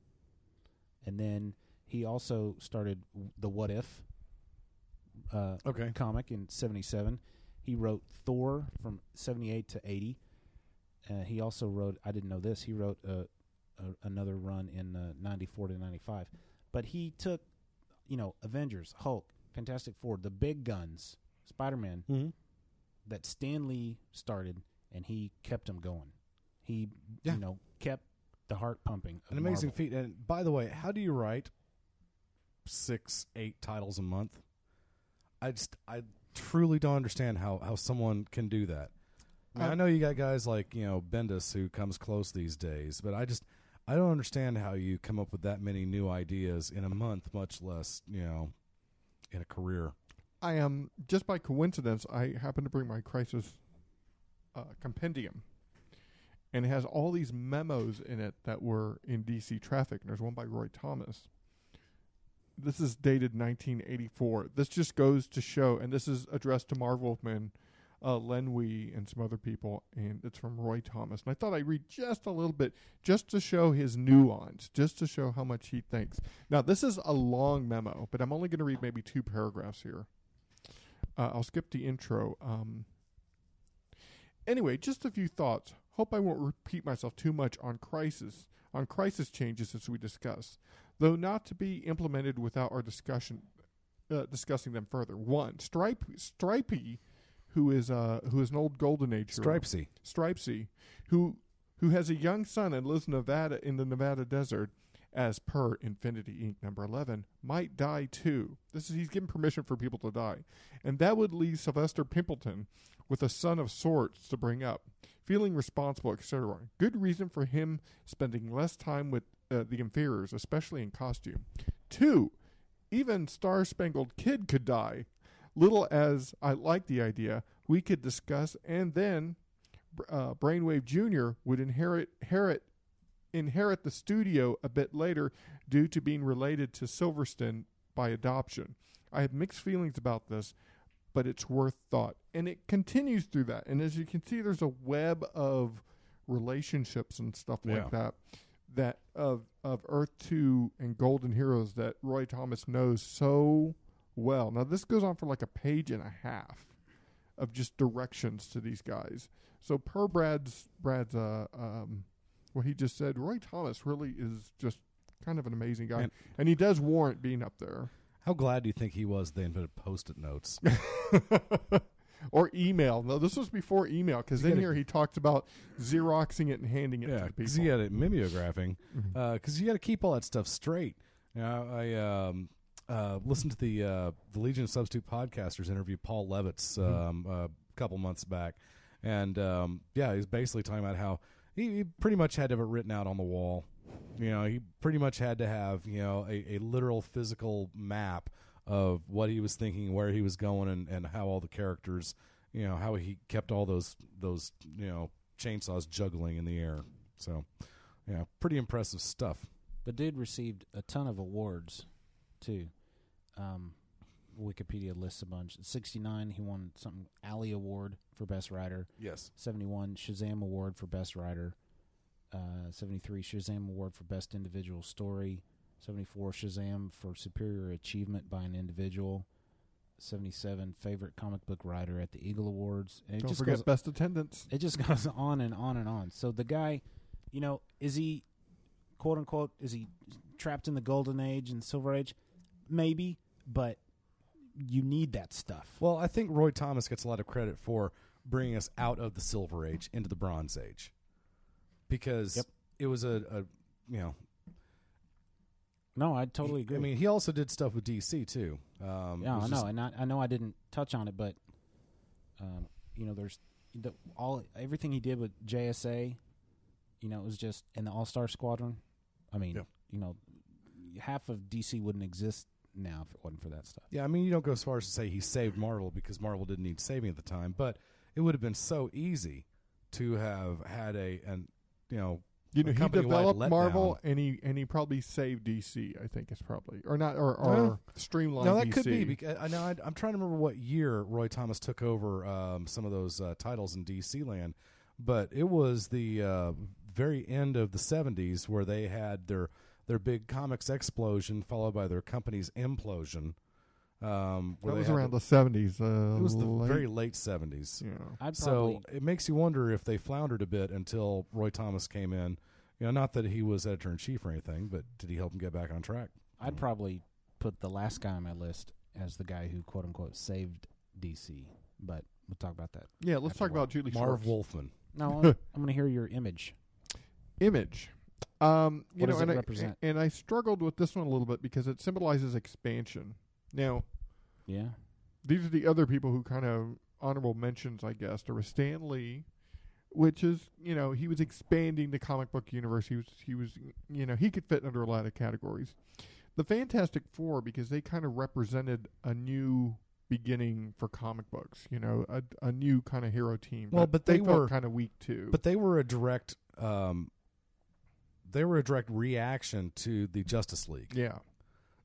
F: And then he also started w- the What If uh,
H: okay.
F: comic in 77. He wrote Thor from 78 to 80. Uh, he also wrote, I didn't know this, he wrote uh, a, another run in uh, 94 to 95. But he took, you know, Avengers, Hulk, Fantastic Four, the big guns, Spider Man,
H: Mhm.
F: that Stan Lee started, and he kept them going. He,
H: Yeah.
F: you know, kept the heart pumping. of
H: an amazing
F: Marvel.
H: feat and by the way how do you write six eight titles a month i just i truly don't understand how how someone can do that I, mean, I know you got guys like you know bendis who comes close these days but i just i don't understand how you come up with that many new ideas in a month much less you know in a career
A: I am just by coincidence. I happen to bring my crisis uh, compendium, and it has all these memos in it that were in DC traffic. And there's one by Roy Thomas. This is dated 1984. This just goes to show, and this is addressed to Marv Wolfman, uh, Len Wee, and some other people, and it's from Roy Thomas. And I thought I'd read just a little bit, just to show his nuance, just to show how much he thinks. Now, this is a long memo, but I'm only going to read maybe two paragraphs here. Uh, I'll skip the intro. Um, anyway, just a few thoughts. Hope I won't repeat myself too much on crisis on crisis changes as we discuss, though not to be implemented without our discussion uh, discussing them further. One, Stripe Stripey, who is uh, who is an old golden age hero.
H: Stripesy.
A: Stripesy, who who has a young son and lives in Nevada in the Nevada desert, as per Infinity Inc. number eleven, might die too. This is he's given permission for people to die, and that would leave Sylvester Pimpleton with a son of sorts to bring up, feeling responsible, etc. Good reason for him spending less time with uh, the inferiors, especially in costume. Two, even Star Spangled Kid could die. Little as I like the idea, we could discuss, and then uh, Brainwave Junior would inherit inherit inherit the studio a bit later due to being related to Silverston by adoption. I have mixed feelings about this, but it's worth thought, and it continues through that. And as you can see, there's a web of relationships and stuff
H: Yeah.
A: like that that of of Earth Two and Golden Heroes that Roy Thomas knows so well. Now this goes on for like a page and a half of just directions to these guys. So per Brad's Brad's uh, um, what he just said, Roy Thomas really is just kind of an amazing guy,
H: And-
A: and he does warrant being up there.
H: How glad do you think he was they invented post-it notes?
A: or email. No, this was before email because
H: You
A: in
H: gotta-
A: here he talked about xeroxing it and handing it
H: yeah,
A: to the people.
H: because he had it mimeographing. Because you got to keep all that stuff straight. You know, I um, uh, listened to the uh, the Legion of Substitute Podcasters interview Paul Levitz um, a couple months back, and um, yeah, he was basically talking about how he, he pretty much had to have it written out on the wall. You know, he pretty much had to have you know a, a literal physical map of what he was thinking, where he was going, and, and how all the characters, you know, how he kept all those those you know chainsaws juggling in the air. So, yeah, pretty impressive stuff.
F: The dude received a ton of awards, too. Um, Wikipedia lists a bunch. At 69, he won something Alley Award for Best Writer.
H: Yes.
F: 71, Shazam Award for Best Writer. Uh, 73, Shazam Award for Best Individual Story. 74, Shazam for Superior Achievement by an Individual. 77, Favorite Comic Book Writer at the Eagle Awards. And it
A: Don't
F: just
A: forget
F: goes-
A: best attendance.
F: It just goes on and on and on. So the guy, you know, is he quote unquote is he trapped in the golden age and silver age? Maybe, but you need that stuff.
H: Well, I think Roy Thomas gets a lot of credit for bringing us out of the Silver Age into the Bronze Age, because it was a, a you know.
F: No, I totally agree.
H: I mean, he also did stuff with DC too. Um,
F: yeah,
H: it was
F: I know,
H: just-
F: and I, I know I didn't touch on it, but um, you know, there's the, all everything he did with JSA. You know, it was just in the All Star Squadron. I mean, you know, half of DC wouldn't exist now if it wasn't for that stuff.
H: Yeah, I mean, you don't go as far as to say he saved Marvel because Marvel didn't need saving at the time, but it would have been so easy to have had a an you know
A: You know,
H: a
A: he
H: company-wide
A: developed
H: letdown.
A: Marvel, and he and he probably saved DC. I think is probably or not or, or
H: Well,
A: streamlined.
H: No, that
A: DC.
H: could be. Because, I know. I, I'm trying to remember what year Roy Thomas took over um, some of those uh, titles in DC land, but it was the uh, very end of the 70s where they had their their big comics explosion followed by their company's implosion. Um, where
A: that
H: they
A: was
H: had
A: around the seventies. Uh,
H: it was the
A: late-
H: very late 70s.
F: I'd
H: So it makes you wonder if they floundered a bit until Roy Thomas came in. You know, not that he was editor in chief or anything, but did he help him get back on track?
F: I'd probably put the last guy on my list as the guy who quote unquote saved DC, but we'll talk about that.
A: Yeah, let's talk about Julie
H: Marv
A: Schwartz.
H: Wolfman.
F: No, I'm, going to hear your image.
A: Image. Um, you
F: What
A: know,
F: does it
A: and
F: represent?
A: I, and I struggled with this one a little bit because it symbolizes expansion. Now,
F: Yeah.
A: these are the other people who kind of honorable mentions, I guess. There was Stan Lee, which is you know he was expanding the comic book universe. He was he was you know he could fit under a lot of categories. The Fantastic Four because they kind of represented a new beginning for comic books. You know, a, a new kind of hero team.
H: Well, but they
A: felt
H: were-
A: kind of weak too.
H: But they were a direct, um, they were a direct reaction to the Justice League.
A: Yeah.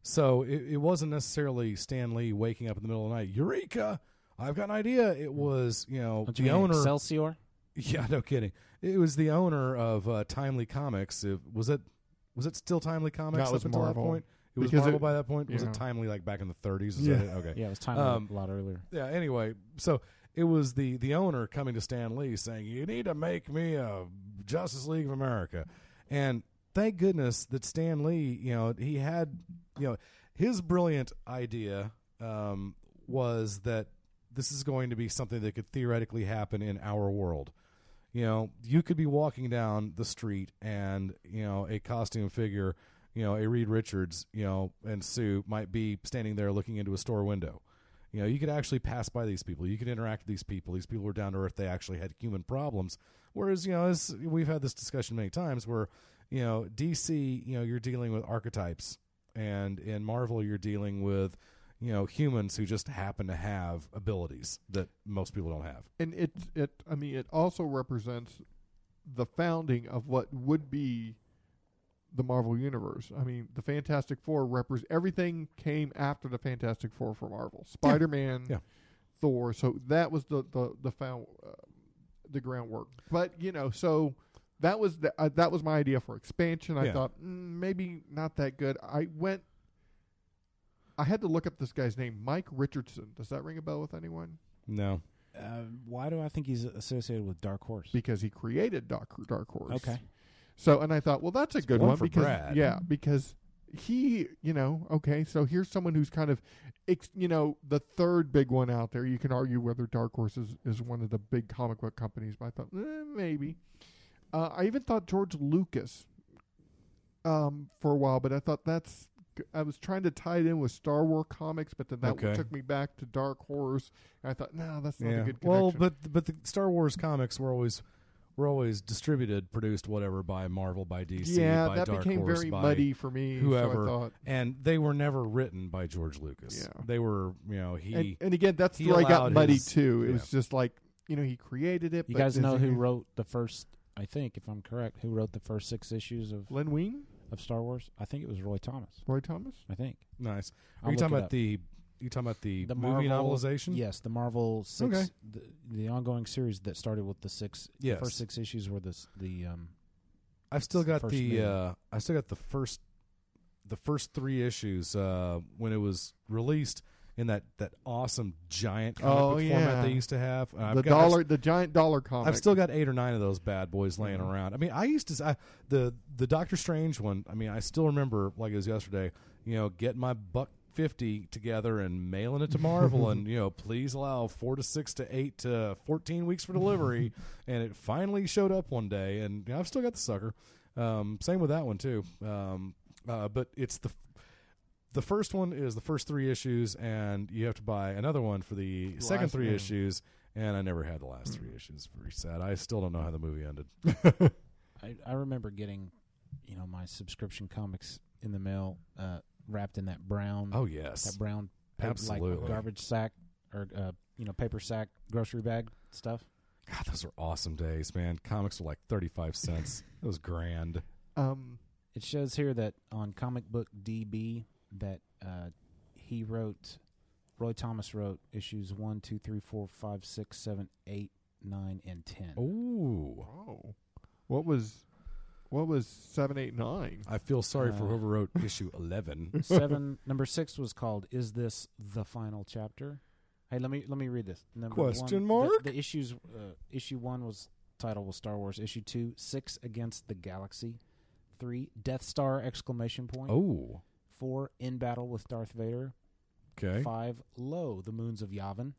H: So it, it wasn't necessarily Stan Lee waking up in the middle of the night, Eureka! I've got an idea. It was you know
F: Don't
H: the
F: you mean
H: owner
F: Excelsior?
H: Yeah, no kidding. It was the owner of uh, Timely Comics. It, was it was it still Timely Comics?
A: was
H: up until
A: Marvel.
H: That point? It was
A: Because
H: Marvel
A: it-
H: by that point. Was
A: yeah.
H: it Timely like back in the 30s? Is
A: Yeah.
H: That it? Okay.
F: Yeah, it was Timely a lot earlier.
H: Yeah. Anyway, so it was the the owner coming to Stan Lee saying, "You need to make me a Justice League of America," and thank goodness that Stan Lee, you know, he had, you know, his brilliant idea um, was that this is going to be something that could theoretically happen in our world. You know, you could be walking down the street and, you know, a costume figure, you know, a Reed Richards, you know, and Sue might be standing there looking into a store window. You know, you could actually pass by these people. You could interact with these people. These people were down to earth. They actually had human problems. Whereas, you know, as we've had this discussion many times where, you know, DC, you know, you're dealing with archetypes. And in Marvel, you're dealing with, you know, humans who just happen to have abilities that most people don't have.
A: and it it I mean it also represents the founding of what would be the Marvel universe. I mean, the Fantastic Four represent everything came after the Fantastic Four for Marvel. Spider-Man,
H: Yeah.
A: Thor, so that was the the the found uh, the groundwork. But, you know, so that was the, uh, that was my idea for expansion. I
H: Yeah.
A: thought mm, maybe not that good. I went I had to look up this guy's name, Mike Richardson. Does that ring a bell with anyone?
H: No.
F: Uh, why do I think he's associated with Dark Horse?
A: Because he created Dark, Dark Horse.
F: Okay.
A: So, and I thought, well, that's a good
F: one
A: one
F: for
A: because
F: Brad.
A: yeah, because he, you know, okay, so here's someone who's kind of, ex- you know, the third big one out there. You can argue whether Dark Horse is, is one of the big comic book companies, but I thought eh, maybe. Uh, I even thought George Lucas um, for a while, but I thought that's. I was trying to tie it in with Star Wars comics, but then that
H: Okay.
A: took me back to Dark Horse. And I thought, no, that's not a good connection.
H: Well, but but the Star Wars comics were always were always distributed, produced, whatever by Marvel, by DC,
A: Yeah,
H: by
A: that
H: Dark
A: became
H: Horse,
A: very
H: by
A: muddy for me, so I
H: Whoever,
A: thought-
H: and they were never written by George Lucas.
A: Yeah.
H: They were, you know, he
A: and, and again, that's
H: he
A: where I got
H: allowed
A: muddy
H: his-
A: too. It
H: yeah.
A: was just like you know he created it.
F: You
A: but
F: guys
A: is
F: know
A: he-
F: who wrote the first? I think, if I'm correct, who wrote the first six issues of
A: Len Wein
F: of Star Wars? I think it was Roy Thomas.
A: Roy Thomas.
F: I think.
H: nice. Are
F: I'll
H: you talking
F: look
H: about
F: it up.
H: the you talking about the,
F: the
H: movie
F: Marvel,
H: novelization?
F: Yes, the Marvel six,
H: Okay.
F: the, the ongoing series that started with the six.
H: Yes.
F: the first six issues were the s- the um,
H: I've still got
F: first
H: the
F: movie.
H: uh, I still got the first the first three issues uh, when it was released in that, that awesome giant comic
A: Oh
H: book
A: yeah,
H: format they used to have. And I've
A: the
H: got- I've
A: dollar, the giant dollar comic. Mm-hmm.
H: I've still got eight or nine of those bad boys laying around. I mean, I used to I, the the Doctor Strange one. I mean, I still remember like it was yesterday. You know, getting my buck fifty together and mailing it to Marvel, and you know, please allow four to six to eight to fourteen weeks for delivery. and it finally showed up one day, and you know, I've still got the sucker. Um, same with that one too. Um, uh, but it's the the first one is the first three issues, and you have to buy another one for the
A: The
H: second
A: last
H: three
A: one.
H: issues. And I never had the last three issues. Very sad. I still don't know how the movie ended.
F: I, I remember getting, you know, my subscription comics in the mail, uh, wrapped in that brown.
H: Oh, yes.
F: that brown,
H: Absolutely.
F: like garbage sack or uh, you know paper sack grocery bag stuff.
H: God, those were awesome days, man. Comics were like thirty-five cents. it was grand.
A: Um,
F: It shows here that on Comic Book DB that uh, he wrote, Roy Thomas wrote issues one, two, three, four, five, six, seven, eight, nine, and ten.
H: Ooh,
A: oh, what was, what was seven, eight, nine?
H: I feel sorry for
F: Uh,
H: whoever wrote issue eleven.
F: Seven number six was called "Is this the final chapter?" Hey, let me let me read this. Number
H: Question
F: one,
H: mark?
F: The, the issues uh, issue one was title was Star Wars. Issue two, Six Against the Galaxy. Three, Death Star exclamation point.
H: Oh,
F: Four, In Battle with Darth Vader.
H: okay.
F: Five, Lo, the Moons of Yavin!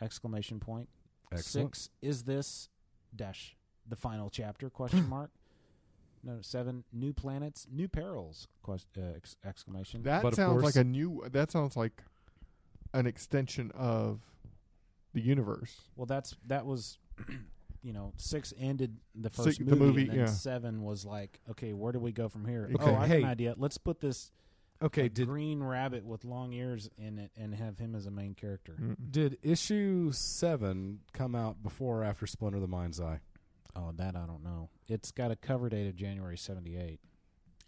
F: Exclamation point.
H: Excellent.
F: Six, is this dash the final chapter? Question mark. No, seven, new planets, new perils. Quest, uh, ex- exclamation.
A: That
H: But of
A: sounds like
H: course-
A: a new. That sounds like an extension of the universe.
F: Well, that's that was, you know, six ended the
A: Six-
F: first
A: the
F: movie,
A: movie,
F: and then
A: yeah.
F: seven was like, okay, where do we go from here?
H: Okay.
F: Oh, I have
H: Hey.
F: an idea. Let's put this
H: Okay,
F: uh,
H: did-
F: green rabbit with long ears in it and have him as a main character.
H: Mm. Did issue seven come out before or after Splinter of the Mind's Eye?
F: Oh, that I don't know. It's got a cover date of January seventy eight.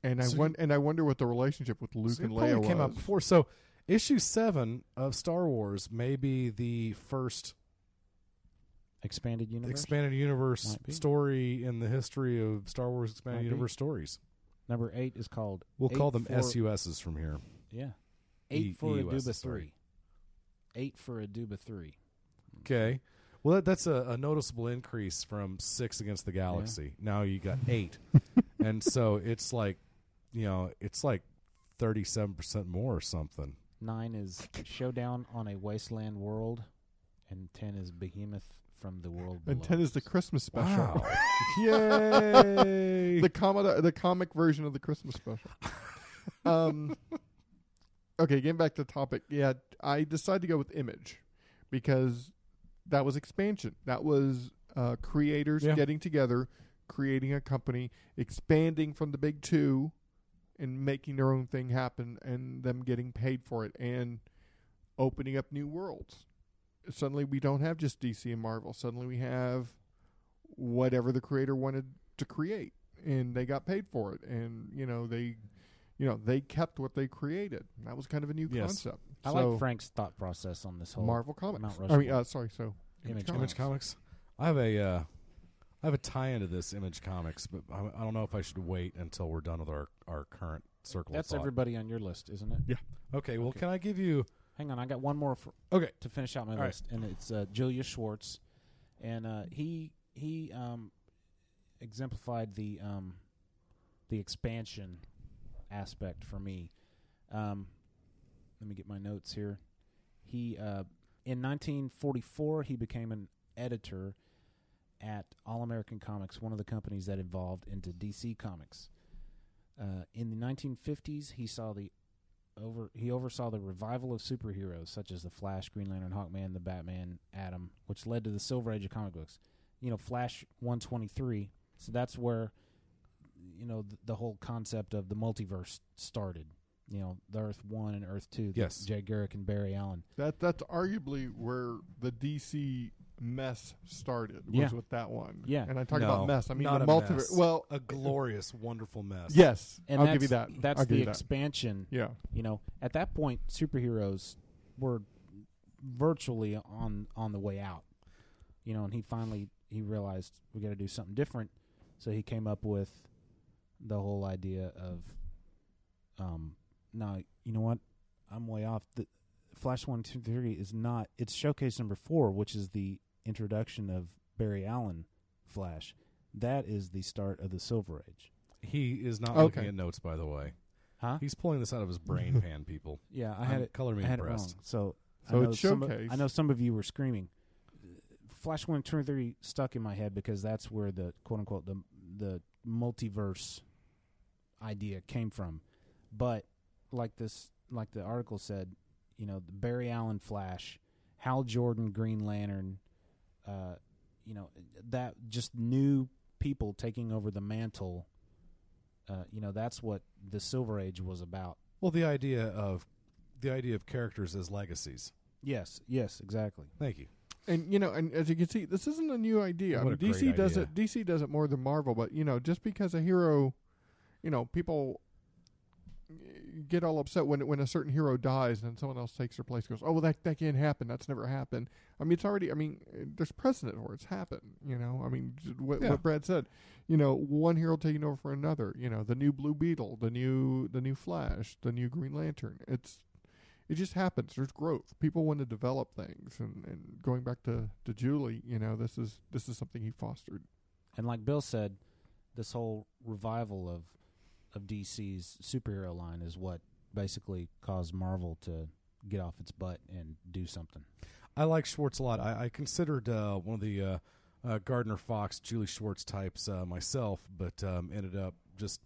A: And I
H: So
A: won- and I wonder what the relationship with Luke
H: So it
A: and
H: probably
A: Leia was.
H: came out before. So issue seven of Star Wars may be the first
F: Expanded universe.
H: expanded universe
F: Might be.
H: story in the history of Star Wars expanded
F: Might be.
H: universe stories.
F: Number eight is called.
H: We'll call
F: Eight
H: them
F: for-
H: SUSs from here.
F: Yeah.
H: E-
F: Eight for
H: EUS,
F: Aduba
H: sorry.
F: three. Eight for Aduba three.
H: Okay. Well, that, that's a, a noticeable increase from six against the galaxy. Now you got eight, and so it's like, you know, it's like thirty-seven percent more or something.
F: Nine is Showdown on a Wasteland World. and ten is Behemoth from the world.
A: And ten is the Christmas special.
F: Wow.
A: Yay! the comic, the comic version of the Christmas special. Um, okay, getting back to the topic. Yeah, I decided to go with Image because that was expansion. That was uh, creators
H: Yeah.
A: getting together, creating a company, expanding from the big two, and making their own thing happen, and them getting paid for it, and opening up new worlds. Suddenly, we don't have just DC and Marvel. Suddenly, we have whatever the creator wanted to create and they got paid for it and you know they you know they kept what they created that was kind of a new
H: Yes.
A: concept
F: I
A: So,
F: like Frank's thought process on this whole
A: marvel comics
F: Mount
A: i
F: Rushmore.
A: mean uh, sorry so
F: Image
H: Image Comics. I have a, uh, I have a tie into this Image Comics, but I, I don't know if I should wait until we're done with our, our current circle.
F: That's
H: of thought.
F: everybody on your list, isn't it?
H: Yeah. Okay. Well, can I give you?
F: Hang on, I got one more for
H: okay
F: to finish out my
H: All right.
F: list, and it's uh, Julia Schwartz, and uh, he he um, exemplified the um, the expansion aspect for me. Um, let me get my notes here. He uh, in 1944 he became an editor at All American Comics, one of the companies that evolved into DC Comics. Uh, in the 1950s, he saw the over he oversaw the revival of superheroes such as the Flash, Green Lantern, Hawkman, the Batman, Atom, which led to the Silver Age of comic books. You know, Flash 123. So that's where you know the, the whole concept of the multiverse started. You know, the Earth One and Earth Two. the
H: Yes.
F: Jay Garrick and Barry Allen.
A: that that's arguably where the dc mess started was
F: Yeah.
A: with that one
F: Yeah.
A: and i talk
H: No,
A: about mess i mean the
H: not a
A: multiverse
H: mess.
A: well
H: a glorious, wonderful mess.
A: yes
F: And
A: i'll
F: that's,
A: give you that
F: That's
A: I'll give
F: the
A: you that.
F: expansion.
A: Yeah.
F: You know, at that point, superheroes were virtually on on the way out. You know, and he finally he realized we got to do something different, so he came up with the whole idea of, um, no, you know what, I'm way off. The Flash One Two Three is not. It's showcase number four, which is the introduction of Barry Allen Flash. That is the start of the Silver Age.
H: He is not
F: Okay.
H: looking at notes, by the way.
F: Huh?
H: He's pulling this out of his brain pan, people.
F: Yeah, I
H: I'm-
F: had it.
H: Color me
F: I had it
H: impressed.
F: wrong. So,
A: So
F: I know
A: it's
F: some of-
A: showcase.
F: I know some of you were screaming. Flash One Two Three stuck in my head because that's where the quote unquote the the multiverse idea came from. But like this, like the article said, you know, the Barry Allen Flash, Hal Jordan Green Lantern, uh, you know, that just new people taking over the mantle. Uh, you know, that's what the Silver Age was about.
H: Well, the idea of the idea of characters as legacies.
F: Yes, yes, exactly.
H: Thank you.
A: and you know, and as you can see, this isn't a new idea. I
H: What
A: mean,
H: a great
A: DC does
H: idea.
A: it. DC does it more than Marvel, but you know, just because a hero, you know, people get all upset when when a certain hero dies and someone else takes their place. Goes, oh well, that that can't happen. That's never happened. I mean, it's already. I mean, there's precedent for it's happened. You know, I mean, j- what,
H: Yeah.
A: what Brad said. You know, one hero taking over for another. You know, the new Blue Beetle, the new the new Flash, the new Green Lantern. It's it just happens. There's growth. People want to develop things, and, and going back to, to Julie, you know, this is this is something he fostered.
F: And like Bill said, this whole revival of of DC's superhero line is what basically caused Marvel to get off its butt and do something.
H: I like Schwartz a lot. I, I considered uh, one of the uh, uh, Gardner Fox, Julie Schwartz types uh, myself, but um, ended up just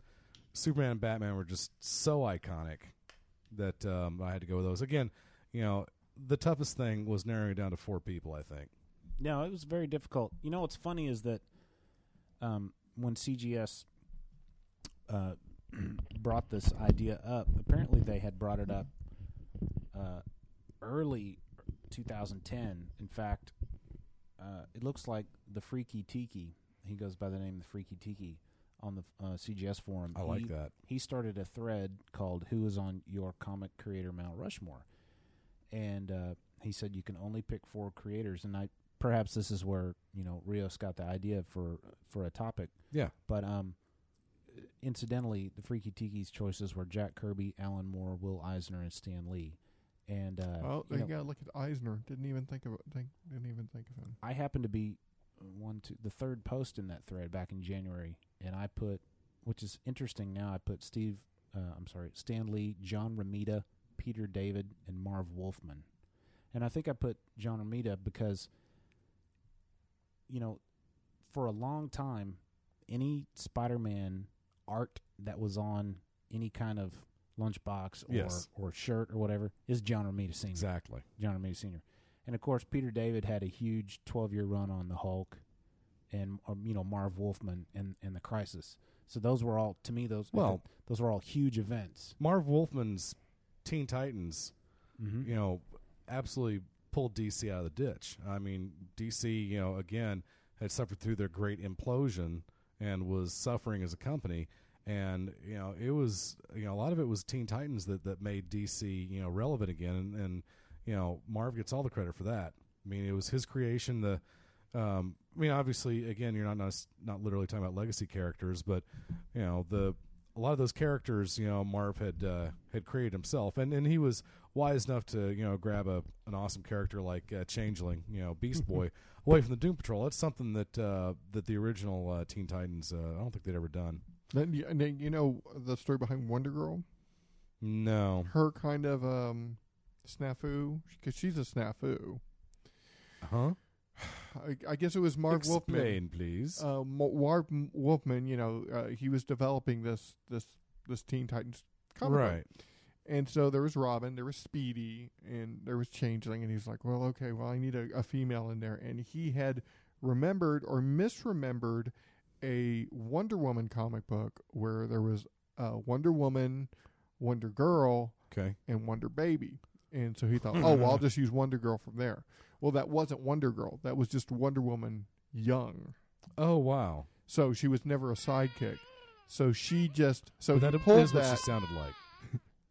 H: Superman and Batman were just so iconic that um, I had to go with those. Again, you know, the toughest thing was narrowing it down to four people. I think.
F: No, it was very difficult. You know what's funny is that um, when CGS uh, brought this idea up, apparently they had brought it up uh, early 2010. In fact, uh, it looks like the Freaky Tiki, he goes by the name of the Freaky Tiki on the uh, CGS forum.
H: I like
F: he-
H: that.
F: He started a thread called "Who is on your comic creator Mount Rushmore," and uh, he said you can only pick four creators. And I perhaps this is where you know Rios got the idea for for a topic.
H: Yeah.
F: But um, incidentally, the Freaky Tiki's choices were Jack Kirby, Alan Moore, Will Eisner, and Stan Lee. And uh,
A: well,
F: you
A: you,
F: know,
A: gotta look at Eisner. Didn't even think of it. Think, didn't even think of him.
F: I happened to be uh, one to the third post in that thread back in January, and I put, which is interesting now. I put Steve, uh, I'm sorry, Stan Lee, John Ramita, Peter David, and Marv Wolfman, and I think I put John Romita because, you know, for a long time, any Spider-Man art that was on any kind of lunchbox or
H: Yes.
F: or shirt or whatever is John Romita Senior.
H: Exactly,
F: John Romita Senior. And of course, Peter David had a huge twelve-year run on the Hulk, and um, you know Marv Wolfman and and the Crisis. So those were all to me those
H: Well-
F: those were all huge events.
H: Marv Wolfman's Teen Titans, you know, absolutely pulled DC out of the ditch. I mean, DC, you know, again, had suffered through their great implosion and was suffering as a company. And, you know, it was, you know, a lot of it was Teen Titans that, that made DC, you know, relevant again. And, and, you know, Marv gets all the credit for that. I mean, it was his creation. The, um, I mean, obviously, again, you're not, not not literally talking about legacy characters, but you know, the a lot of those characters, you know, Marv had uh, had created himself, and and he was wise enough to you know grab a an awesome character like uh, Changeling, you know, Beast
A: Mm-hmm.
H: Boy, away from the Doom Patrol. That's something that uh, that the original uh, Teen Titans, uh, I don't think they'd ever done.
A: Then you, and then you know the story behind Wonder Girl.
H: No,
A: Her kind of um, snafu because she's a snafu. Uh-huh.
H: huh?
A: I, I guess it was Marv Wolfman.
H: Explain, please.
A: Uh, Mo- Marv M- Wolfman, you know, uh, he was developing this this this Teen Titans comic, book.
H: Right.
A: And so there was Robin, there was Speedy, and there was Changeling, and he's like, "Well, okay, well, I need a, a female in there." And he had remembered or misremembered a Wonder Woman comic book where there was uh, Wonder Woman, Wonder Girl,
H: Okay.
A: and Wonder Baby. And so he thought, oh, well, I'll just use Wonder Girl from there. Well, that wasn't Wonder Girl. That was just Wonder Woman young.
H: Oh wow!
A: So she was never a sidekick. So she just so
H: But
A: he
H: that
A: pulled
H: is what she
A: that.
H: sounded like.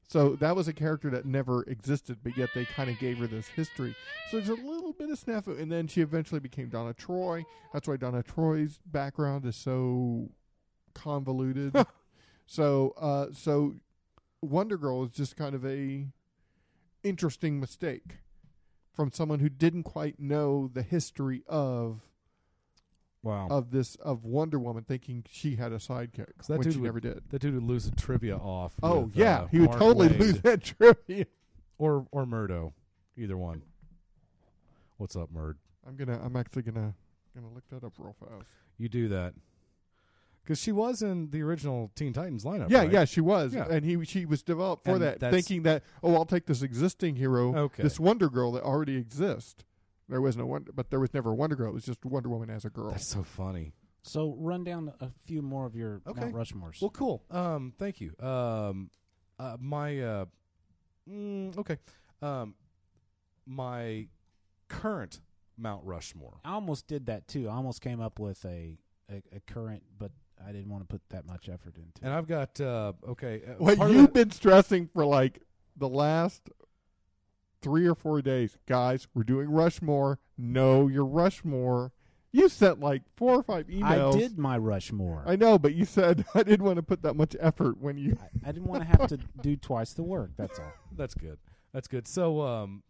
A: So that was a character that never existed, but yet they kind of gave her this history. So there's a little bit of snafu, and then she eventually became Donna Troy. That's why Donna Troy's background is so convoluted. so, uh, so Wonder Girl is just kind of a interesting mistake from someone who didn't quite know the history of
H: Wow.
A: of this of Wonder Woman, thinking she had a sidekick
H: So that
A: when
H: dude
A: she
H: would,
A: never did.
H: That dude would lose a trivia off.
A: Oh,
H: with,
A: yeah,
H: uh,
A: he would
H: Mark
A: totally
H: Wade.
A: lose that trivia.
H: Or or Murdo, either one. What's up, Murd?
A: I'm gonna. I'm actually gonna gonna look that up real fast.
H: You do that because she was in the original Teen Titans lineup.
A: Yeah,
H: right?
A: yeah, she was,
H: Yeah.
A: and he she was developed for
H: And
A: that,
H: that's-
A: thinking that oh, I'll take this existing hero,
H: Okay.
A: this Wonder Girl that already exists. There was no wonder, but there was never a Wonder Girl. It was just Wonder Woman as a girl.
H: That's so funny.
F: So run down a few more of your
H: Okay.
F: Mount Rushmores.
H: Well, cool. Um, thank you. Um, uh, my uh, mm, okay. Um, my current Mount Rushmore.
F: I almost did that too. I almost came up with a a, a current, but I didn't want to put that much effort into.
H: And I've got uh, okay. uh,
A: What
H: part of
A: you've
H: that-
A: been stressing for like the last three or four days, guys. We're doing Rushmore. No, you're Rushmore. You sent like four or five emails.
F: I did my Rushmore.
A: I know, but you said I didn't want to put that much effort when you.
F: I didn't want to have to do twice the work. That's all.
H: That's good. That's good. So, um,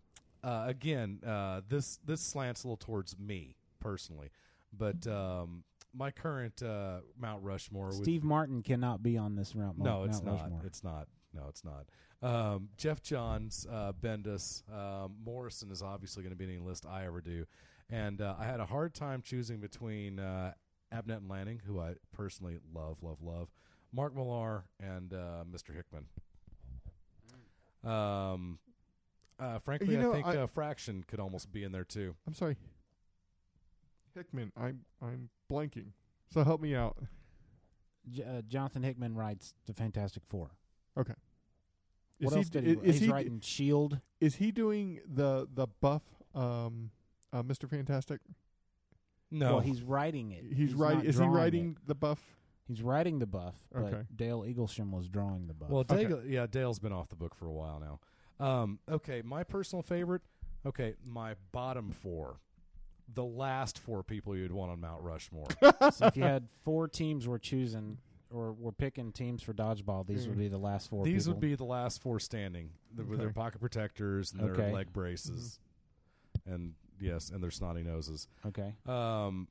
H: uh, again, uh, this this slants a little towards me personally, but um, my current uh, Mount Rushmore. would-
F: Steve Martin cannot be on this round.
H: no, it's
F: Mount
H: not.
F: Rushmore.
H: It's not. No, it's not. Um, Jeff Johns, uh, Bendis, um, Morrison is obviously going to be in any list I ever do, and uh, I had a hard time choosing between uh, Abnett and Lanning, who I personally love, love, love, Mark Millar, and uh, Mr. Hickman. Um, uh, frankly,
A: You know,
H: I think
A: I-
H: uh, Fraction could almost be in there too.
A: I'm sorry. Hickman, I'm I'm blanking. So help me out.
F: J- uh, Jonathan Hickman writes the Fantastic Four.
A: Okay.
F: What
A: Is he
F: else
A: d-
F: did he?
A: i- is
F: he's
A: he d-
F: writing Shield.
A: Is he doing the the buff um uh, Mr. Fantastic?
H: No,
F: well, he's writing it.
A: He's,
F: not
A: writing is he
F: drawing
A: writing
F: it.
A: the buff?
F: He's writing the buff, but
A: Okay.
F: Dale Eaglesham was drawing the buff.
H: Well, Dale, yeah, Dale's been off the book for a while now. Um, okay, my personal favorite. Okay, my bottom four, the last four people you'd want on Mount Rushmore.
F: so if you had four teams we're choosing or we're picking teams for dodgeball, these
A: Mm.
F: would be the last four.
H: These
F: people.
H: would be the last four standing the, with their
F: Okay.
H: pocket protectors and
F: Okay.
H: their leg braces, and yes, and their snotty noses.
F: okay.
H: Um,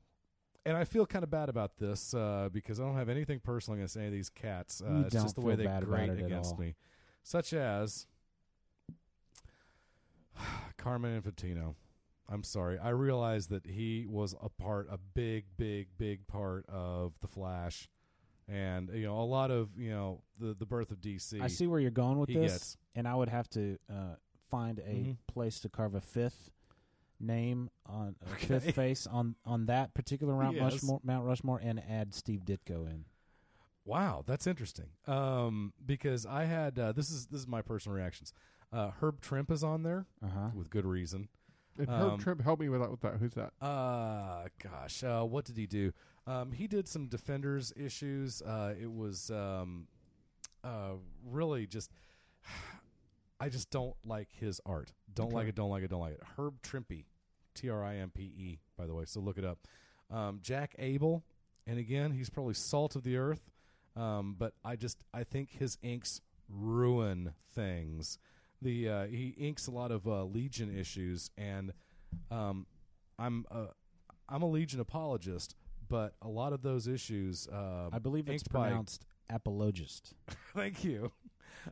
H: and I feel kind of bad about this uh, because I don't have anything personal against any of these cats. Uh,
F: You
H: it's
F: don't
H: just the way
F: feel
H: they
F: bad about
H: grate
F: it at
H: against
F: all.
H: me, such as Carmen Infantino. I'm sorry. I realize that he was a part, a big, big, big part of the Flash, and you know a lot of you know the the birth of DC.
F: I see where you're going with
H: he
F: this,
H: gets.
F: and I would have to uh, find a
A: Mm-hmm.
H: Mhm.
F: place to carve a fifth name on a
H: Okay.
F: fifth face on on that particular Mount,
H: Yes.
F: Rushmore, Mount Rushmore, and add Steve Ditko in.
H: Wow, that's interesting. Um, because I had uh, this is this is my personal reactions. Uh, Herb Trimp is on there
F: Uh-huh.
H: with good reason.
A: And
H: Um,
A: Herb Trimp, help me with that. With that. Who's that?
H: Uh gosh, uh, what did he do? Um, he did some defenders issues. Uh, it was um, uh, really just. I just don't like his art. Don't
G: Okay.
H: like it. Don't like it. Don't like it. Herb Trimpe, T R I M P E, by the way. So look it up. Um, Jack Abel, and again, he's probably salt of the earth. Um, but I just I think his inks ruin things. The uh, he inks a lot of uh, Legion issues, and um, I'm a, I'm a Legion apologist, but a lot of those issues, um,
F: I believe it's
H: inked by-
F: pronounced apologist.
H: Thank you.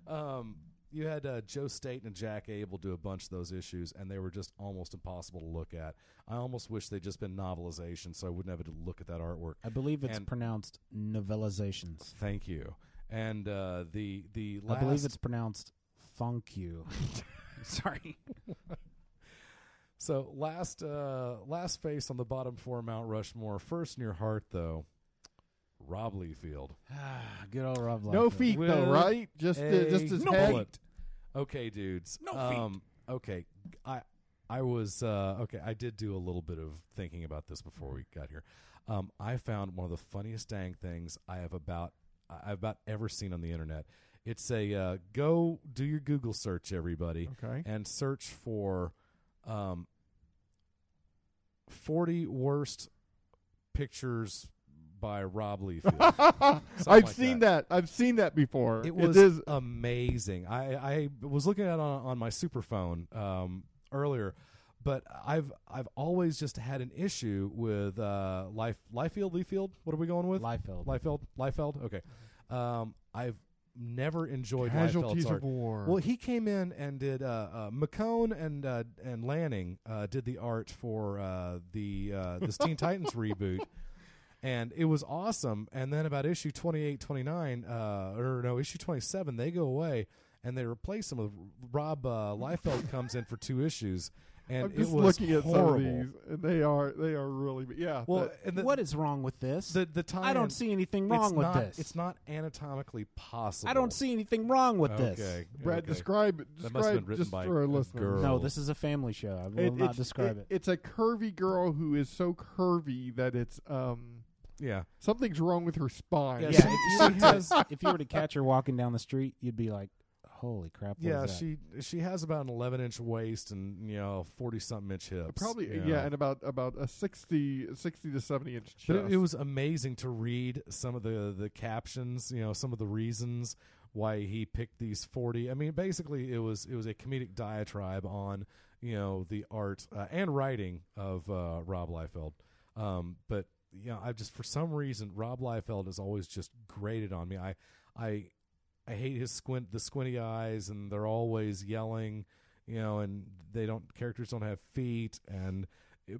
H: Um, you had uh, Joe Staten and Jack Abel do a bunch of those issues, and they were just almost impossible to look at. I almost wish they'd just been novelization, so I wouldn't have to look at that artwork.
F: I believe it's
H: And-
F: pronounced novelizations.
H: Thank you. And uh, the the last
F: I believe it's pronounced funk you. Sorry.
H: So last uh last face on the bottom four of Mount Rushmore, first in your heart though, Rob Liefeld.
F: Ah, Good old Rob.
A: No
F: Liefeld.
A: feet, though, right? Just the- just his
H: no
A: head.
H: bullet. Okay, dudes.
A: No
H: Um, okay, I I was uh, okay. I did do a little bit of thinking about this before we got here. Um, I found one of the funniest dang things I have about I've about ever seen on the internet. It's a uh, go do your Google search, everybody,
A: Okay.
H: and search for um, forty worst pictures by Rob Liefeld. Something
A: I've
H: like
A: seen that. I've seen that before.
H: it was
A: It is
H: amazing. I, I was looking at it on, on my super phone um, earlier, but I've I've always just had an issue with uh, Life Lifefield Leafield. What are we going with?
F: Liefeld.
H: Liefeld. Liefeld. Okay. Um, I've never enjoyed
A: Casualties
H: Liefeld's
A: of
H: art.
A: war.
H: Well, he came in and did uh, uh, McCone and uh, and Lanning uh, did the art for uh, the uh, the Teen Titans reboot. And it was awesome. And then about issue 28, 29, uh, or no, issue 27, they go away and they replace them with Rob uh, Liefeld comes in for two issues. And
A: I'm just
H: it was
A: looking at
H: horrible.
A: some of these. and They are they are really yeah.
H: Well,
A: that-
H: and the,
F: Uh, what is wrong with this?
H: the, the time
F: I don't see anything wrong
H: it's
F: with
H: not-
F: this.
H: It's not anatomically possible.
F: I don't see anything wrong with this.
H: Okay,
A: Brad,
H: okay.
A: describe
H: that must have been
A: describe
H: written
A: just
H: by
A: for our
H: a
A: listeners.
H: girl.
F: No, this is a family show. I will
A: It-
F: not
A: it's-
F: describe it.
A: It's a curvy girl who is so curvy that it's um
H: Yeah.
A: something's wrong with her spine.
F: Yeah, if, you were to, if you were to catch her walking down the street, you'd be like, "Holy crap!" what
H: Yeah,
F: is that?
H: she she has about an eleven inch waist and you know forty something inch hips.
A: probably
H: you
A: yeah.
H: know.
A: and about about a 60, 60 to seventy inch chest.
H: But it, it was amazing to read some of the the captions. You know, some of the reasons why he picked these forty. I mean, basically, it was it was a comedic diatribe on you know the art uh, and writing of uh, Rob Liefeld. Um, but you know, I just for some reason Rob Liefeld has always just grated on me. I I I hate his squint, the squinty eyes, and they're always yelling, you know, and they don't characters don't have feet, and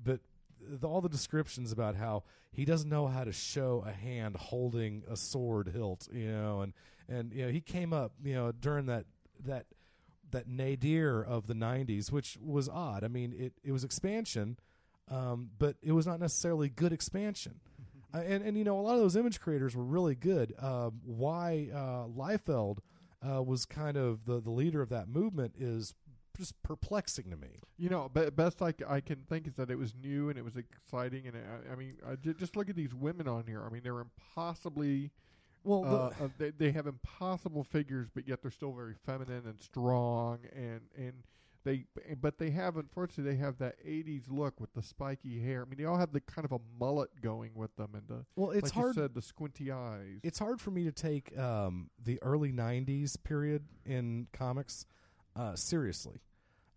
H: but the, all the descriptions about how he doesn't know how to show a hand holding a sword hilt, you know, and and you know he came up, you know, during that that that nadir of the '90s, which was odd. I mean, it it was expansion, um, but it was not necessarily good expansion.
A: Mm-hmm.
H: Uh, and and you know a lot of those image creators were really good. Um, why uh, Liefeld uh, was kind of the the leader of that movement is just perplexing to me.
A: You know, but best I, c- I can think is that it was new and it was exciting. And uh, I, I mean, I ju- just look at these women on here. I mean, they're impossibly.
H: Well,
A: uh,
H: the-
A: uh, they, they have impossible figures, but yet they're still very feminine and strong. And and they, but they have unfortunately they have that '80s look with the spiky hair. I mean, they all have the kind of a mullet going with them, and the
H: Well, it's
A: like
H: hard-
A: You said the squinty eyes.
H: It's hard for me to take um, the early '90s period in comics uh, seriously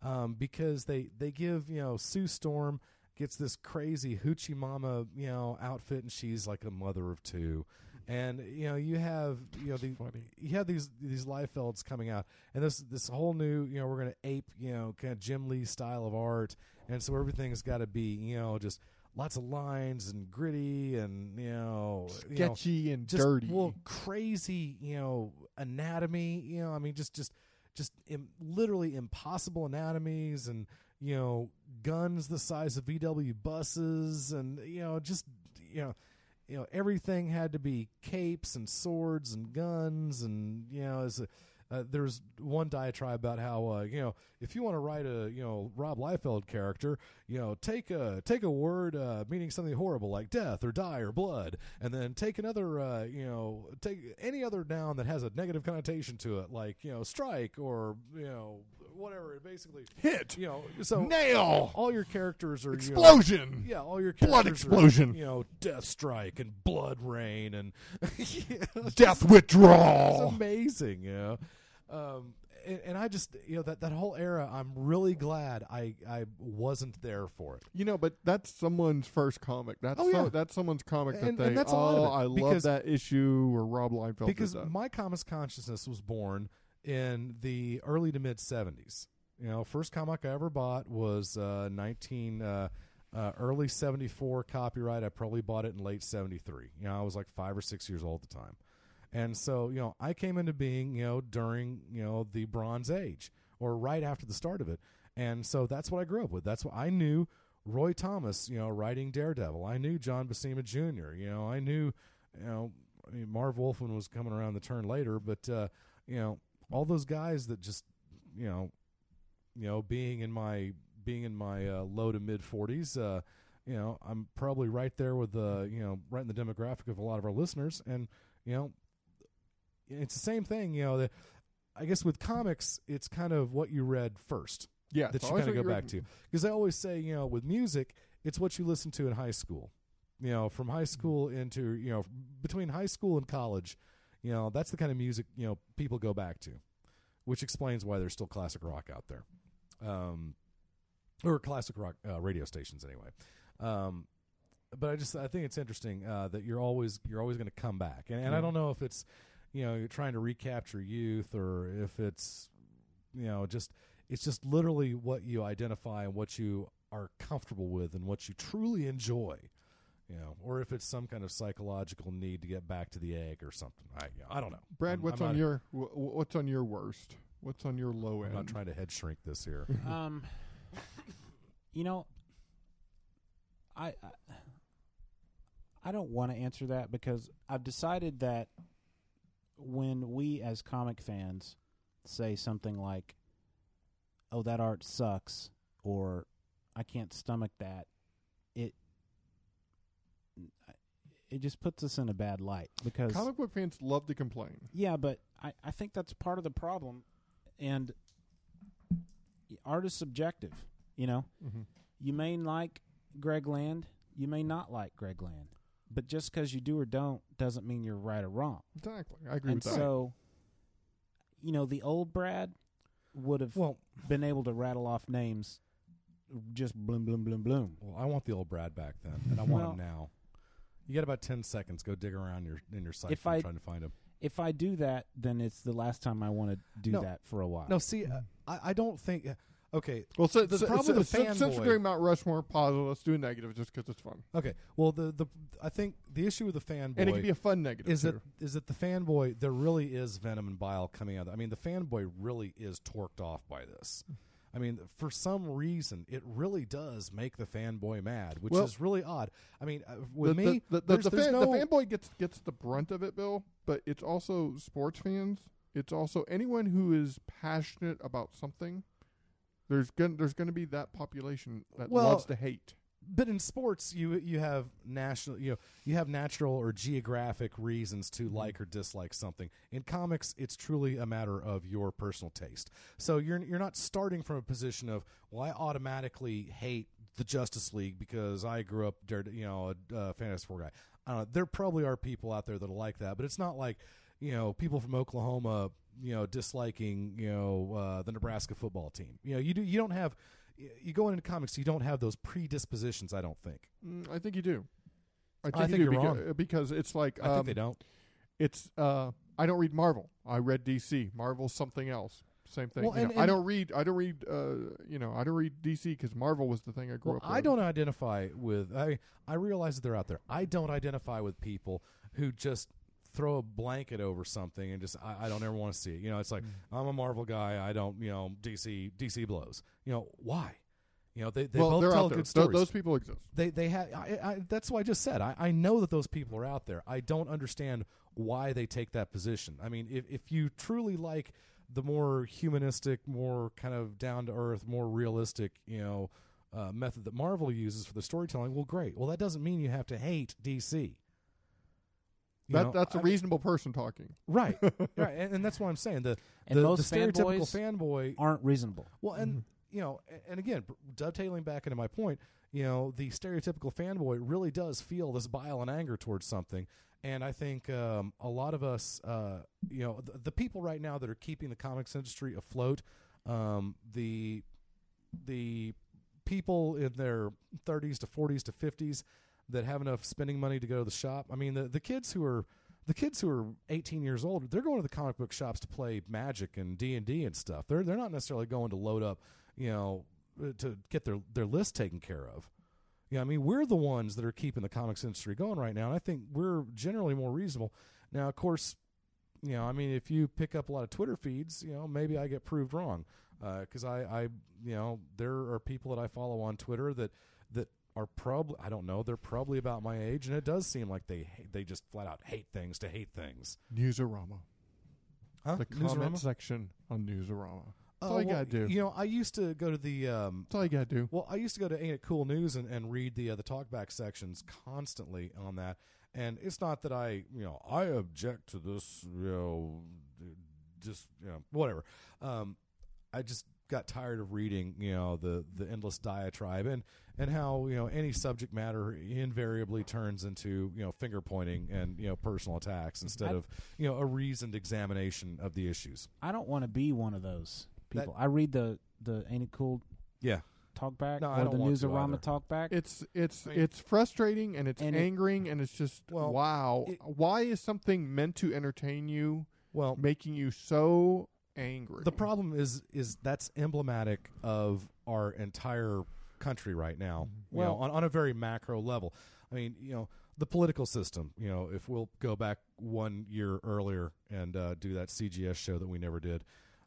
H: um, because they they give you know Sue Storm gets this crazy hoochie mama you know outfit and she's like a mother of two, and you know you have you know the, you have these these Liefelds coming out, and this this whole new you know we're going to ape you know kind of Jim Lee style of art, and so everything's got to be you know just lots of lines and gritty and you know you know,
A: Sketchy and
H: just,
A: dirty.
H: Well, crazy you know anatomy. You know I mean just just just Im- literally impossible anatomies and you know guns the size of VW buses and you know just you know you know everything had to be capes and swords and guns and you know as a, uh, there's one diatribe about how uh, you know if you want to write a you know Rob Liefeld character you know take a take a word uh, meaning something horrible like death or die or blood and then take another uh, you know take any other noun that has a negative connotation to it like you know strike or you know whatever it basically
A: hit
H: you know so
A: Nail!
H: all your characters are you know-
A: Explosion!
H: yeah all your
A: Blood
H: characters are,
A: explosion!
H: you know death strike and blood rain and you know, it's
A: Death
H: just-
A: withdrawal.
H: it's amazing you know um and, and i just you know that that whole era i'm really glad i i wasn't there for it
A: You know, but that's someone's first comic. That's
H: Oh,
A: so,
H: yeah.
A: that's someone's comic
H: And-
A: that they.
H: and that's a
A: oh,
H: lot of it,
A: I love
H: because-
A: that issue or Rob Liefeld
H: because
A: did that.
H: my comics consciousness was born in the early to mid 70s you know first comic i ever bought was uh 19 uh uh, early 74 copyright i probably bought it in late 73 you know i was like five or six years old at the time and so you know i came into being you know during you know the bronze age or right after the start of it and so that's what i grew up with that's what i knew roy thomas you know writing daredevil i knew john basima jr you know i knew you know I mean, Marv Wolfman was coming around the turn later, but uh, you know, all those guys that just you know, you know, being in my being in my uh, low to mid forties, uh, you know, I'm probably right there with the you know, right in the demographic of a lot of our listeners, and you know, it's the same thing. You know, that I guess with comics, it's kind of what you read first.
A: Yeah,
H: that
A: it's
H: you
A: always
H: kind of
A: what
H: go
A: you
H: back
A: read.
H: to because I always say, you know, with music, it's what you listen to in high school. You know, from
A: Mm-hmm.
H: high school into you know between high school and college, you know that's the kind of music you know people go back to, which explains why there's still classic rock out there, um, or classic rock uh, radio stations anyway. Um, but I just I think it's interesting uh, that you're always you're always going to come back, and, and I
A: Yeah.
H: don't know if it's you know you're trying to recapture youth or if it's you know just it's just literally what you identify and what you are comfortable with and what you truly enjoy you know or if it's some kind of psychological need to get back to the egg or something i i don't know
A: Brad,
H: I'm-
A: what's
H: I'm
A: on
H: not-
A: your wh- wh- what's on your worst? What's on your low end?
H: i'm not trying to head shrink this here
F: um, you know, I I, I don't want to answer that because I've decided that when we as comic fans say something like, "Oh, that art sucks," or "I can't stomach that," it it just puts us in a bad light because
A: Comic book fans love to complain.
F: yeah, but I, I think that's part of the problem. And art is subjective, you know?
H: Mm-hmm.
A: Mhm.
F: You may like Greg Land, you may not like Greg Land. But just because you do or don't doesn't mean you're right or wrong.
A: Exactly, I agree
F: and
A: with that.
F: So, you know, the old Brad would have
H: well,
F: been able to rattle off names just bloom, bloom, bloom, bloom.
H: well i want the old brad back then and i want
F: Well-
H: him now you got about 10 seconds go dig around your in your site
F: If I-
H: trying to find him
F: If I do that, then it's the last time I want to do
H: No.
F: that for a while.
H: no see uh, i i don't think uh, okay
A: Well, so,
H: the
A: so-
H: problem
A: so-
H: with the
A: since- since
H: fanboy-
A: we're doing Mount Rushmore, positive. Let's do a negative just because it's fun.
H: Okay. Well, the the I think the issue with the fanboy
A: And it can be a fun negative,
H: Is
A: too.
H: that is that the fanboy there really is venom and bile coming out. of- I mean, the fanboy really is torqued off by this. I mean, for some reason, it really does make the fanboy mad, which
A: Well-
H: is really odd. I mean, uh, with
A: the,
H: me,
A: the, the,
H: there's,
A: the
H: there's
A: fan-
H: no
A: the fanboy gets gets the brunt of it, Bill. But it's also sports fans. It's also anyone who is passionate about something. There's gonna there's gonna be that population that
H: Well,
A: loves to hate.
H: but in sports you you have national you know you have natural or geographic reasons to like or dislike something in comics it's truly a matter of your personal taste so you're you're not starting from a position of well i automatically hate the justice league because i grew up dare you know a uh, fantasy four guy i don't know there probably are people out there that are like that but it's not like you know people from oklahoma you know disliking you know uh, the nebraska football team you know you do you don't have you go into comics, you don't have those predispositions. I don't think.
A: Mm, I think you do. I
H: I
A: think,
H: think
A: you do
H: you're
A: becau-
H: wrong.
A: uh, because it's like
H: I think
A: um,
H: they don't.
A: It's uh, I don't read Marvel. I read DC. Marvel's something else. Same thing.
H: Well,
A: you
H: and-
A: know, I
H: and-
A: don't read. I don't read. Uh, you know, I don't read DC because Marvel was the thing I grew
H: Well,
A: up.
H: I
A: with.
H: don't identify with. I I realize that they're out there. I don't identify with people who just throw a blanket over something and just I, I don't ever want to see it. You know, it's like I'm a Marvel guy. I don't. You know, DC DC blows. You know why? You know, they, they
A: Well,
H: both
A: they're out
H: tell
A: there.
H: good
A: Tho-
H: stories.
A: those people exist.
H: They they have. I, I, that's why I just said. I, I know that those people are out there. I don't understand why they take that position. I mean, if if you truly like the more humanistic, more kind of down to earth, more realistic, you know, uh, method that Marvel uses for the storytelling, well, great. Well, that doesn't mean you have to hate DC. You
A: That,
H: know,
A: that's a
H: I-
A: reasonable person talking.
H: Right, right, and, and that's what I'm saying. The
F: And
H: the,
F: most
H: the stereotypical
F: fanboys
H: fanboy
F: aren't reasonable.
H: Well, and you know, a- and again, b- dovetailing back into my point, you know, the stereotypical fanboy really does feel this bile and anger towards something, and I think um, a lot of us, uh, you know, the, the people right now that are keeping the comics industry afloat, um, the the people in their 30s to 40s to 50s that have enough spending money to go to the shop. I mean, the, the kids who are the kids who are 18 years old, they're going to the comic book shops to play Magic and D and D and stuff. They're they're not necessarily going to load up, you know, uh, to get their their list taken care of. Yeah, I mean, we're the ones that are keeping the comics industry going right now, and I think we're generally more reasonable. Now, of course, you know, I mean, if you pick up a lot of Twitter feeds, you know, maybe I get proved wrong because I, I, you know, there are people that I follow on Twitter that that are probably I don't know, they're probably about my age, and it does seem like they ha- they just flat out hate things to hate things.
A: Newsarama.
H: Huh?
A: The
H: Newsarama?
A: comment section on Newsarama. That's all
H: Oh,
A: you
H: well,
A: gotta do.
H: You know, I used to go to the. Um,
A: That's all you gotta do.
H: Well, I used to go to Ain't It Cool News and, and read the uh, the talkback sections constantly on that. And it's not that I, you know, I object to this, you know, just you know, whatever. Um, I just got tired of reading, you know, the the endless diatribe and and how you know any subject matter invariably turns into you know finger pointing and you know personal attacks instead
F: I-
H: of you know a reasoned examination of the issues.
F: I don't want to be one of those
H: That-
F: people. I read the the ain't it cool
H: Yeah.
F: talk back
H: No, I
F: or
H: don't
F: the
H: want to either.
F: Newsarama talk back.
A: It's it's
F: I mean-
A: it's frustrating and it's
F: And it-
A: angering and it's just
F: Well,
A: wow. Why is something meant to entertain you?
H: Well,
A: making you so angry.
H: The problem is is that's emblematic of our entire country right now. Well,
A: Well-
H: on, on a very macro level. I mean, you know, the political system. You know, if we'll go back one year earlier and uh, do that CGS show that we never did,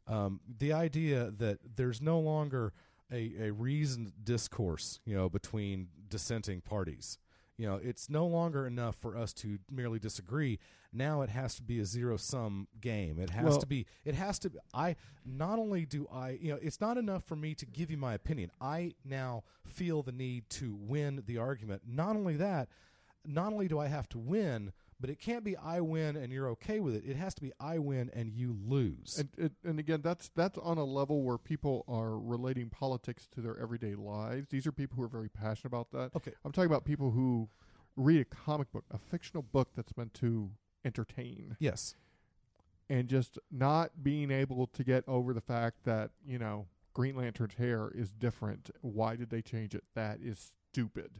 H: um, the idea that there's no longer a, a reasoned discourse, you know, between dissenting parties. You know, it's no longer enough for us to merely disagree. Now it has to be a zero sum game. It has
A: Well-
H: to be. It has to. Be, I not only do I, you know, it's not enough for me to give you my opinion. I now feel the need to win the argument. Not only that, not only do I have to win, but it can't be I win and you're okay with it. It has to be I win and you lose.
A: And, and, and again, that's that's on a level where people are relating politics to their everyday lives. These are people who are very passionate about that.
H: Okay.
A: I'm talking about people who read a comic book, a fictional book that's meant to entertain.
H: Yes.
A: And just not being able to get over the fact that, you know, Green Lantern's hair is different. Why did they change it? That is stupid.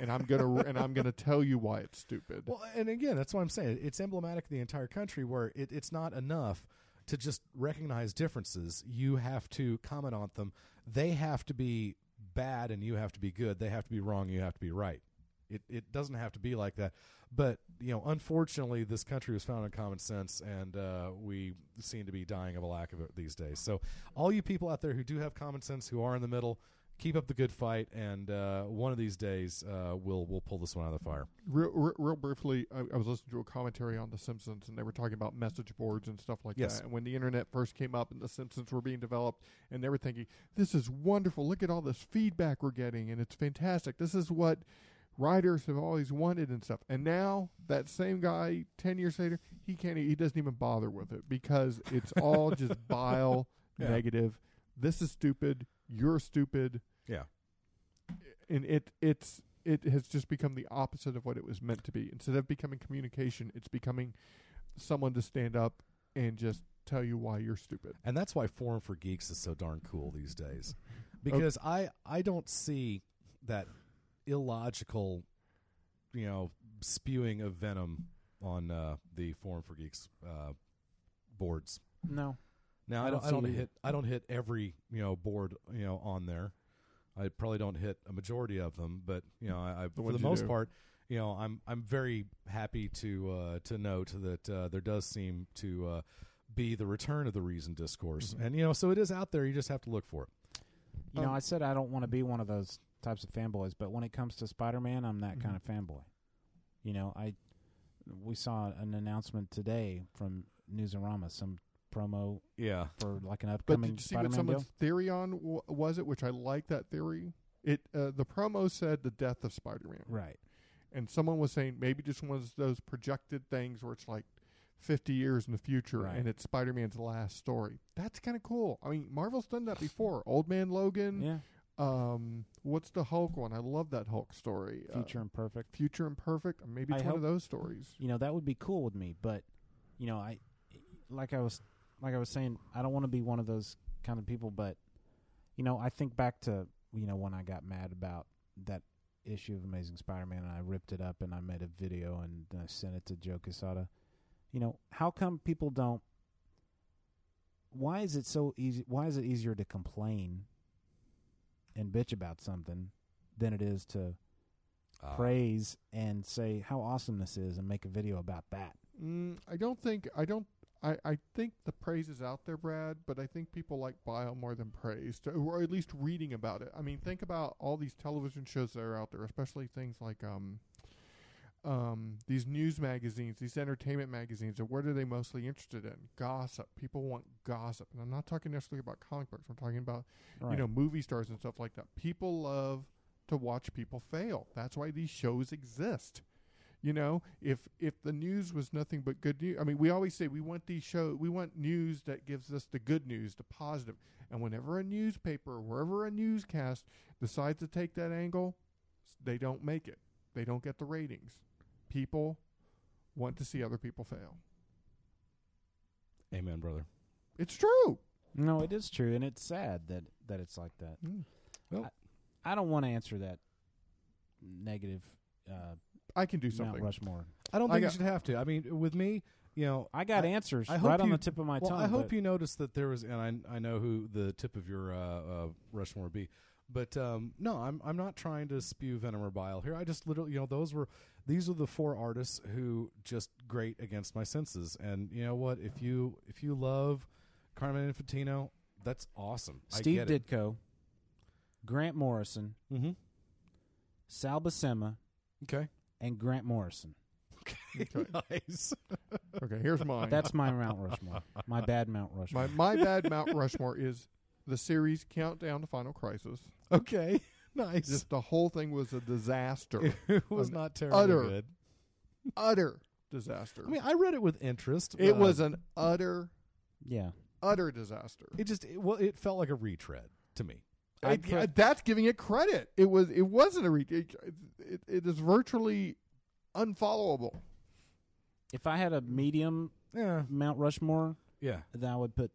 A: and I'm going to and I'm going to tell you why it's stupid.
H: Well, and again, that's what I'm saying. It's emblematic of the entire country where it, it's not enough to just recognize differences. You have to comment on them. They have to be bad and you have to be good. They have to be wrong. You have to be right. It, it doesn't have to be like that. But, you know, unfortunately, this country was founded on common sense and uh, we seem to be dying of a lack of it these days. So, all you people out there who do have common sense, who are in the middle, keep up the good fight. And uh, one of these days, uh, we'll, we'll pull this one out of the fire.
A: Real, real, real briefly, I, I was listening to a commentary on The Simpsons, and they were talking about message boards and stuff like
H: Yes.
A: that. And when the internet first came up, and The Simpsons were being developed, and they were thinking, "This is wonderful! Look at all this feedback we're getting, and it's fantastic. This is what writers have always wanted and stuff." And now that same guy, ten years later, he can't. e- He doesn't even bother with it because it's all just bile,
H: Yeah.
A: negative. This is stupid. You're stupid
H: Yeah.
A: and it it's it has just become the opposite of what it was meant to be. Instead of becoming communication, it's becoming someone to stand up and just tell you why you're stupid.
H: And that's why Forum for Geeks is so darn cool these days. Because I, I don't see that illogical, you know, spewing of venom on uh, the Forum for Geeks uh, boards.
F: No.
H: Now
M: I
H: I don't.
M: don't
H: I don't
M: see either.
H: hit. I don't hit every you know board you know on there. I probably don't hit a majority of them, but you know, I, I for
M: ones
H: the
M: you
H: most
M: do.
H: part, you know, I'm I'm very happy to uh, to note that uh, there does seem to uh, be the return of the reason discourse,
F: Mhm.
H: and you know, so it is out there. You just have to look for it.
F: You
A: Um,
F: know, I said I don't want to be one of those types of fanboys, but when it comes to Spider-Man, I'm that
A: Mm-hmm.
F: kind of fanboy. You know, I we saw an announcement today from Newsarama, some promo,
H: Yeah.
F: for like an
A: But did
F: upcoming
A: you see what
F: Spider-Man
A: someone's
F: deal.
A: theory on w- was it? Which I like that theory. It uh, the promo said the death of Spider-Man.
F: Right.
A: And someone was saying maybe just one of those projected things where it's like 50 years in the future
F: Right.
A: and it's Spider-Man's last story. That's kind of cool. I mean, Marvel's done that before. Old Man Logan.
F: Yeah.
A: Um, what's the Hulk one? I love that Hulk story. Um,
F: Future Imperfect.
A: Future Imperfect. Maybe
F: I
A: it's one
F: hope-
A: of those stories.
F: You know, that would be cool with me, but you know, I like I was like I was saying, I don't want to be one of those kind of people, but you know, I think back to you know when I got mad about that issue of Amazing Spider-Man and I ripped it up and I made a video and I sent it to Joe Quesada. You know, how come people don't why is it so easy why is it easier to complain and bitch about something than it is to
H: Ah.
F: praise and say how awesome this is and make a video about that.
A: Mm, I don't think I don't. I, I think the praise is out there, Brad, but I think people like bio more than praise, to- or at least reading about it. I mean, think about all these television shows that are out there, especially things like um, um, these news magazines, these entertainment magazines. And what are they mostly interested in? Gossip. People want gossip, and I'm not talking necessarily about comic books. I'm talking about
F: Right.
A: you know movie stars and stuff like that. People love to watch people fail. That's why these shows exist. You know, if if the news was nothing but good news, I mean, we always say we want these show, we want news that gives us the good news, the positive. And whenever a newspaper, or wherever a newscast decides to take that angle, s- they don't make it. They don't get the ratings. People want to see other people fail.
H: Amen, brother.
A: It's true.
F: No, it is true, and it's sad that that it's like that.
A: Mm.
H: Well-
F: I, I don't want to answer that negative. Uh,
A: I can do
F: Mount
A: something.
F: Rushmore.
H: I don't think you
F: got-
H: should have to. I mean, with me, you know,
F: I got answers right on the tip of my
H: well,
F: tongue,
H: I hope
F: but-
H: you noticed that there was, and I, I know who the tip of your uh, uh, Rushmore would be, but um, no, I'm I'm not trying to spew venom or bile here. I just literally, you know, those were these were the four artists who just grate against my senses, and you know what? If you if you love Carmen Infantino, that's awesome.
F: Steve
H: I get it.
F: Ditko, Grant Morrison,
H: mm-hmm.
F: Sal Buscema,
H: okay,
F: and Grant Morrison.
H: nice.
A: okay, here's mine.
F: That's my Mount Rushmore. My bad Mount Rushmore.
A: My my bad Mount Rushmore is the series Countdown to Final Crisis.
H: Okay, nice.
A: Just the whole thing was a disaster.
H: It was
A: An
H: not terribly
A: utter,
H: good.
A: Utter disaster.
H: I mean, I read it with interest.
A: it
H: Uh,
A: was an utter,
F: yeah.
A: utter disaster.
H: It just it, well, it felt like a retread to me.
A: It- uh, that's giving it credit. It was. It wasn't a. Re- it, it, it is virtually unfollowable.
F: If I had a medium Mount Rushmore,
H: Yeah.
F: then I would put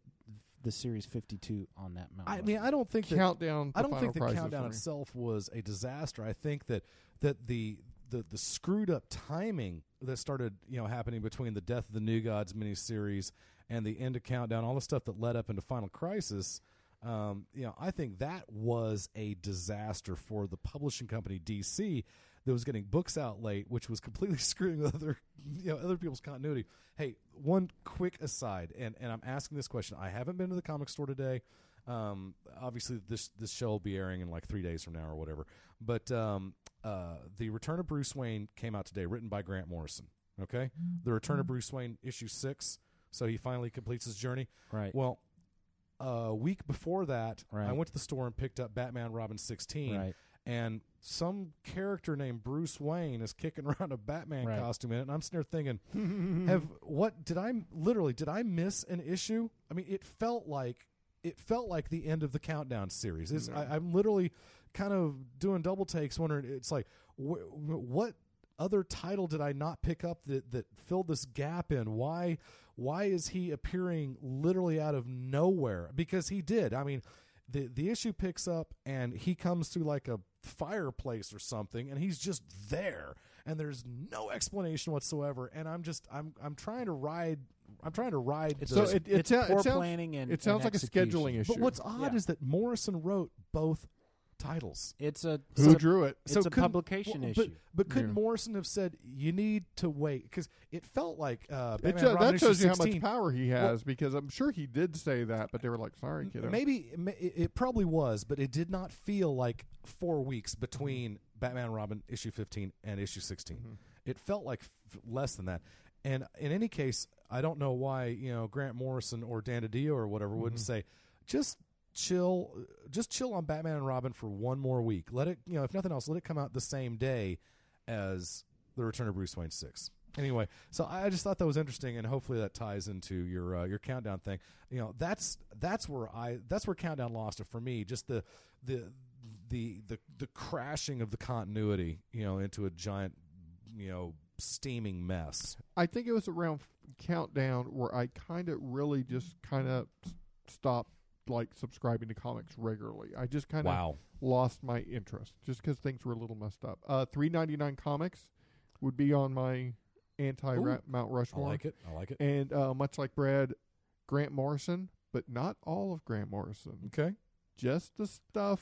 F: the series 52 on that Mount
H: I
F: Rushmore.
H: mean, I don't think that,
A: Countdown to
H: I don't
A: Final
H: think the
A: Crisis
H: countdown
A: for me.
H: itself was a disaster. I think that that the the the screwed up timing that started you know happening between the Death of the New Gods miniseries and the end of Countdown, all the stuff that led up into Final Crisis. Um, you know, I think that was a disaster for the publishing company DC that was getting books out late, which was completely screwing other you know other people's continuity. Hey, one quick aside, and and I'm asking this question. I haven't been to the comic store today. Um, obviously this this show will be airing in like three days from now or whatever. But um, uh, the Return of Bruce Wayne came out today, written by Grant Morrison. Okay, the Return of Bruce Wayne issue six. So he finally completes his journey.
F: Right.
H: Well, a week before that, I
F: Right.
H: went to the store and picked up Batman Robin sixteen.
F: Right.
H: And some character named Bruce Wayne is kicking around a Batman
F: Right.
H: costume in it, and I'm sitting there thinking, "Have what did I literally did I miss an issue? I mean, it felt like it felt like the end of the countdown series. It's, I, I'm literally kind of doing double takes, wondering it's like wh- wh- what other title did I not pick up that that filled this gap in? Why why is he appearing literally out of nowhere? Because he did. I mean, the the issue picks up and he comes through like a fireplace or something, and he's just there. and there's no explanation whatsoever. And I'm just I'm I'm trying to ride. I'm trying to ride.
F: It's
H: the-
F: just- So it- it it's sou- poor it sounds- planning and-
A: it sounds and like a execution. scheduling
H: But
A: issue.
H: what's odd
F: Yeah.
H: is that Morrison wrote both titles.
F: It's a
A: Who it's a- drew it?
F: it's a
H: couldn't-
F: publication
H: but,
F: issue.
H: But could
F: Yeah.
H: not Morrison have said you need to wait because it felt like uh,
A: It
H: Batman
A: show-
H: and Robin
A: that
H: issue
A: shows you how much
H: 16
A: power he
H: Well,
A: has because I'm sure he did say that, but they were like, "Sorry, kiddo."
H: Maybe it- it it probably was, but it did not feel like four weeks between Batman and Robin issue 15 and issue 16.
A: Mm-hmm.
H: It felt like f- less than that. And in any case, I don't know why you know Grant Morrison or Dan DiDio or whatever wouldn't
A: Mm-hmm.
H: say, just chill, just chill on Batman and Robin for one more week. Let it, you know, if nothing else, let it come out the same day as the Return of Bruce Wayne six. Anyway, so I I just thought that was interesting, and hopefully that ties into your uh, your countdown thing. You know, that's that's where I that's where countdown lost it for me. Just the the the the the crashing of the continuity, you know, into a giant you know steaming mess.
A: I think it was around countdown where I kind of really just kind of stopped like subscribing to comics regularly. I just kind of
H: Wow.
A: lost my interest just because things were a little messed up. Uh, Three ninety nine comics would be on my anti
H: Ooh.
A: Mount Rushmore.
H: I like it. I like it.
A: And uh, much like Brad, Grant Morrison, but not all of Grant Morrison.
H: Okay.
A: Just the stuff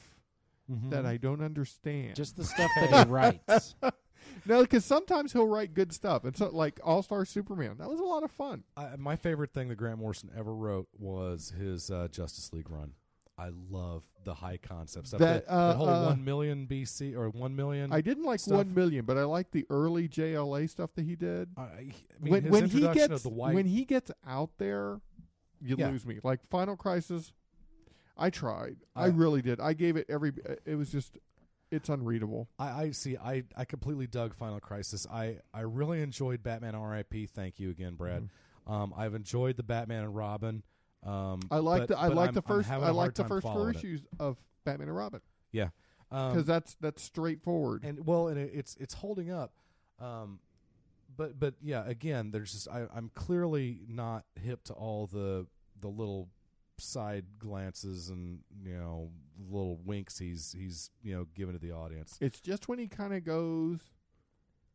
H: Mm-hmm.
A: that I don't understand.
F: Just the stuff that he writes.
A: No, because sometimes he'll write good stuff. It's so, like All Star Superman. That was a lot of fun.
H: I, my favorite thing that Grant Morrison ever wrote was his uh, Justice League run. I love the high concept stuff.
A: That,
H: That,
A: uh,
H: that whole
A: uh,
H: one million BC or one million.
A: I didn't like
H: stuff.
A: one million, but I liked the early JLA stuff that he did.
H: I mean, his introduction
A: he
H: of
A: gets
H: the white-
A: when he gets out there, you
H: Yeah.
A: lose me. Like Final Crisis, I tried. I
H: Uh,
A: really did. I gave it every. uh, It was just, it's unreadable.
H: I, I see. I, I completely dug Final Crisis. I, I really enjoyed Batman R.I.P. Thank you again, Brad. Um, I've enjoyed the Batman and Robin. Um,
A: Mm-hmm. I liked.
H: but-
A: the, I
H: but
A: liked
H: I'm-
A: the
H: I'm
A: first.
H: having
A: I
H: a hard
A: liked the
H: time
A: first four
H: following it.
A: issues of Batman and Robin
H: Yeah,
A: because
H: Um,
A: that's that's straightforward.
H: and well, and it, it's it's holding up. Um, but but yeah, again, there's just I, I'm clearly not hip to all the the little side glances and you know little winks he's he's you know giving to the audience.
A: It's just when he kind of goes.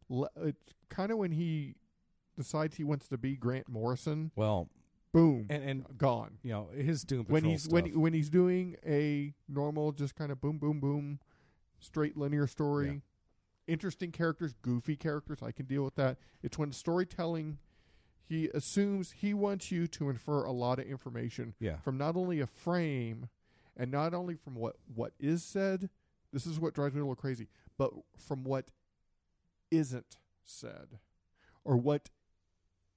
A: le- It's kind of when he decides he wants to be Grant Morrison.
H: Well,
A: Boom
H: and and
A: gone.
H: You know his Doom Patrol
A: when he's
H: stuff.
A: when when he's doing a normal, just kind of boom, boom, boom, straight linear story. Interesting characters, goofy characters. I can deal with that. It's when storytelling. He assumes he wants you to infer a lot of information
H: Yeah.
A: from not only a frame, and not only from what what is said. This is what drives me a little crazy, but from what isn't said, or what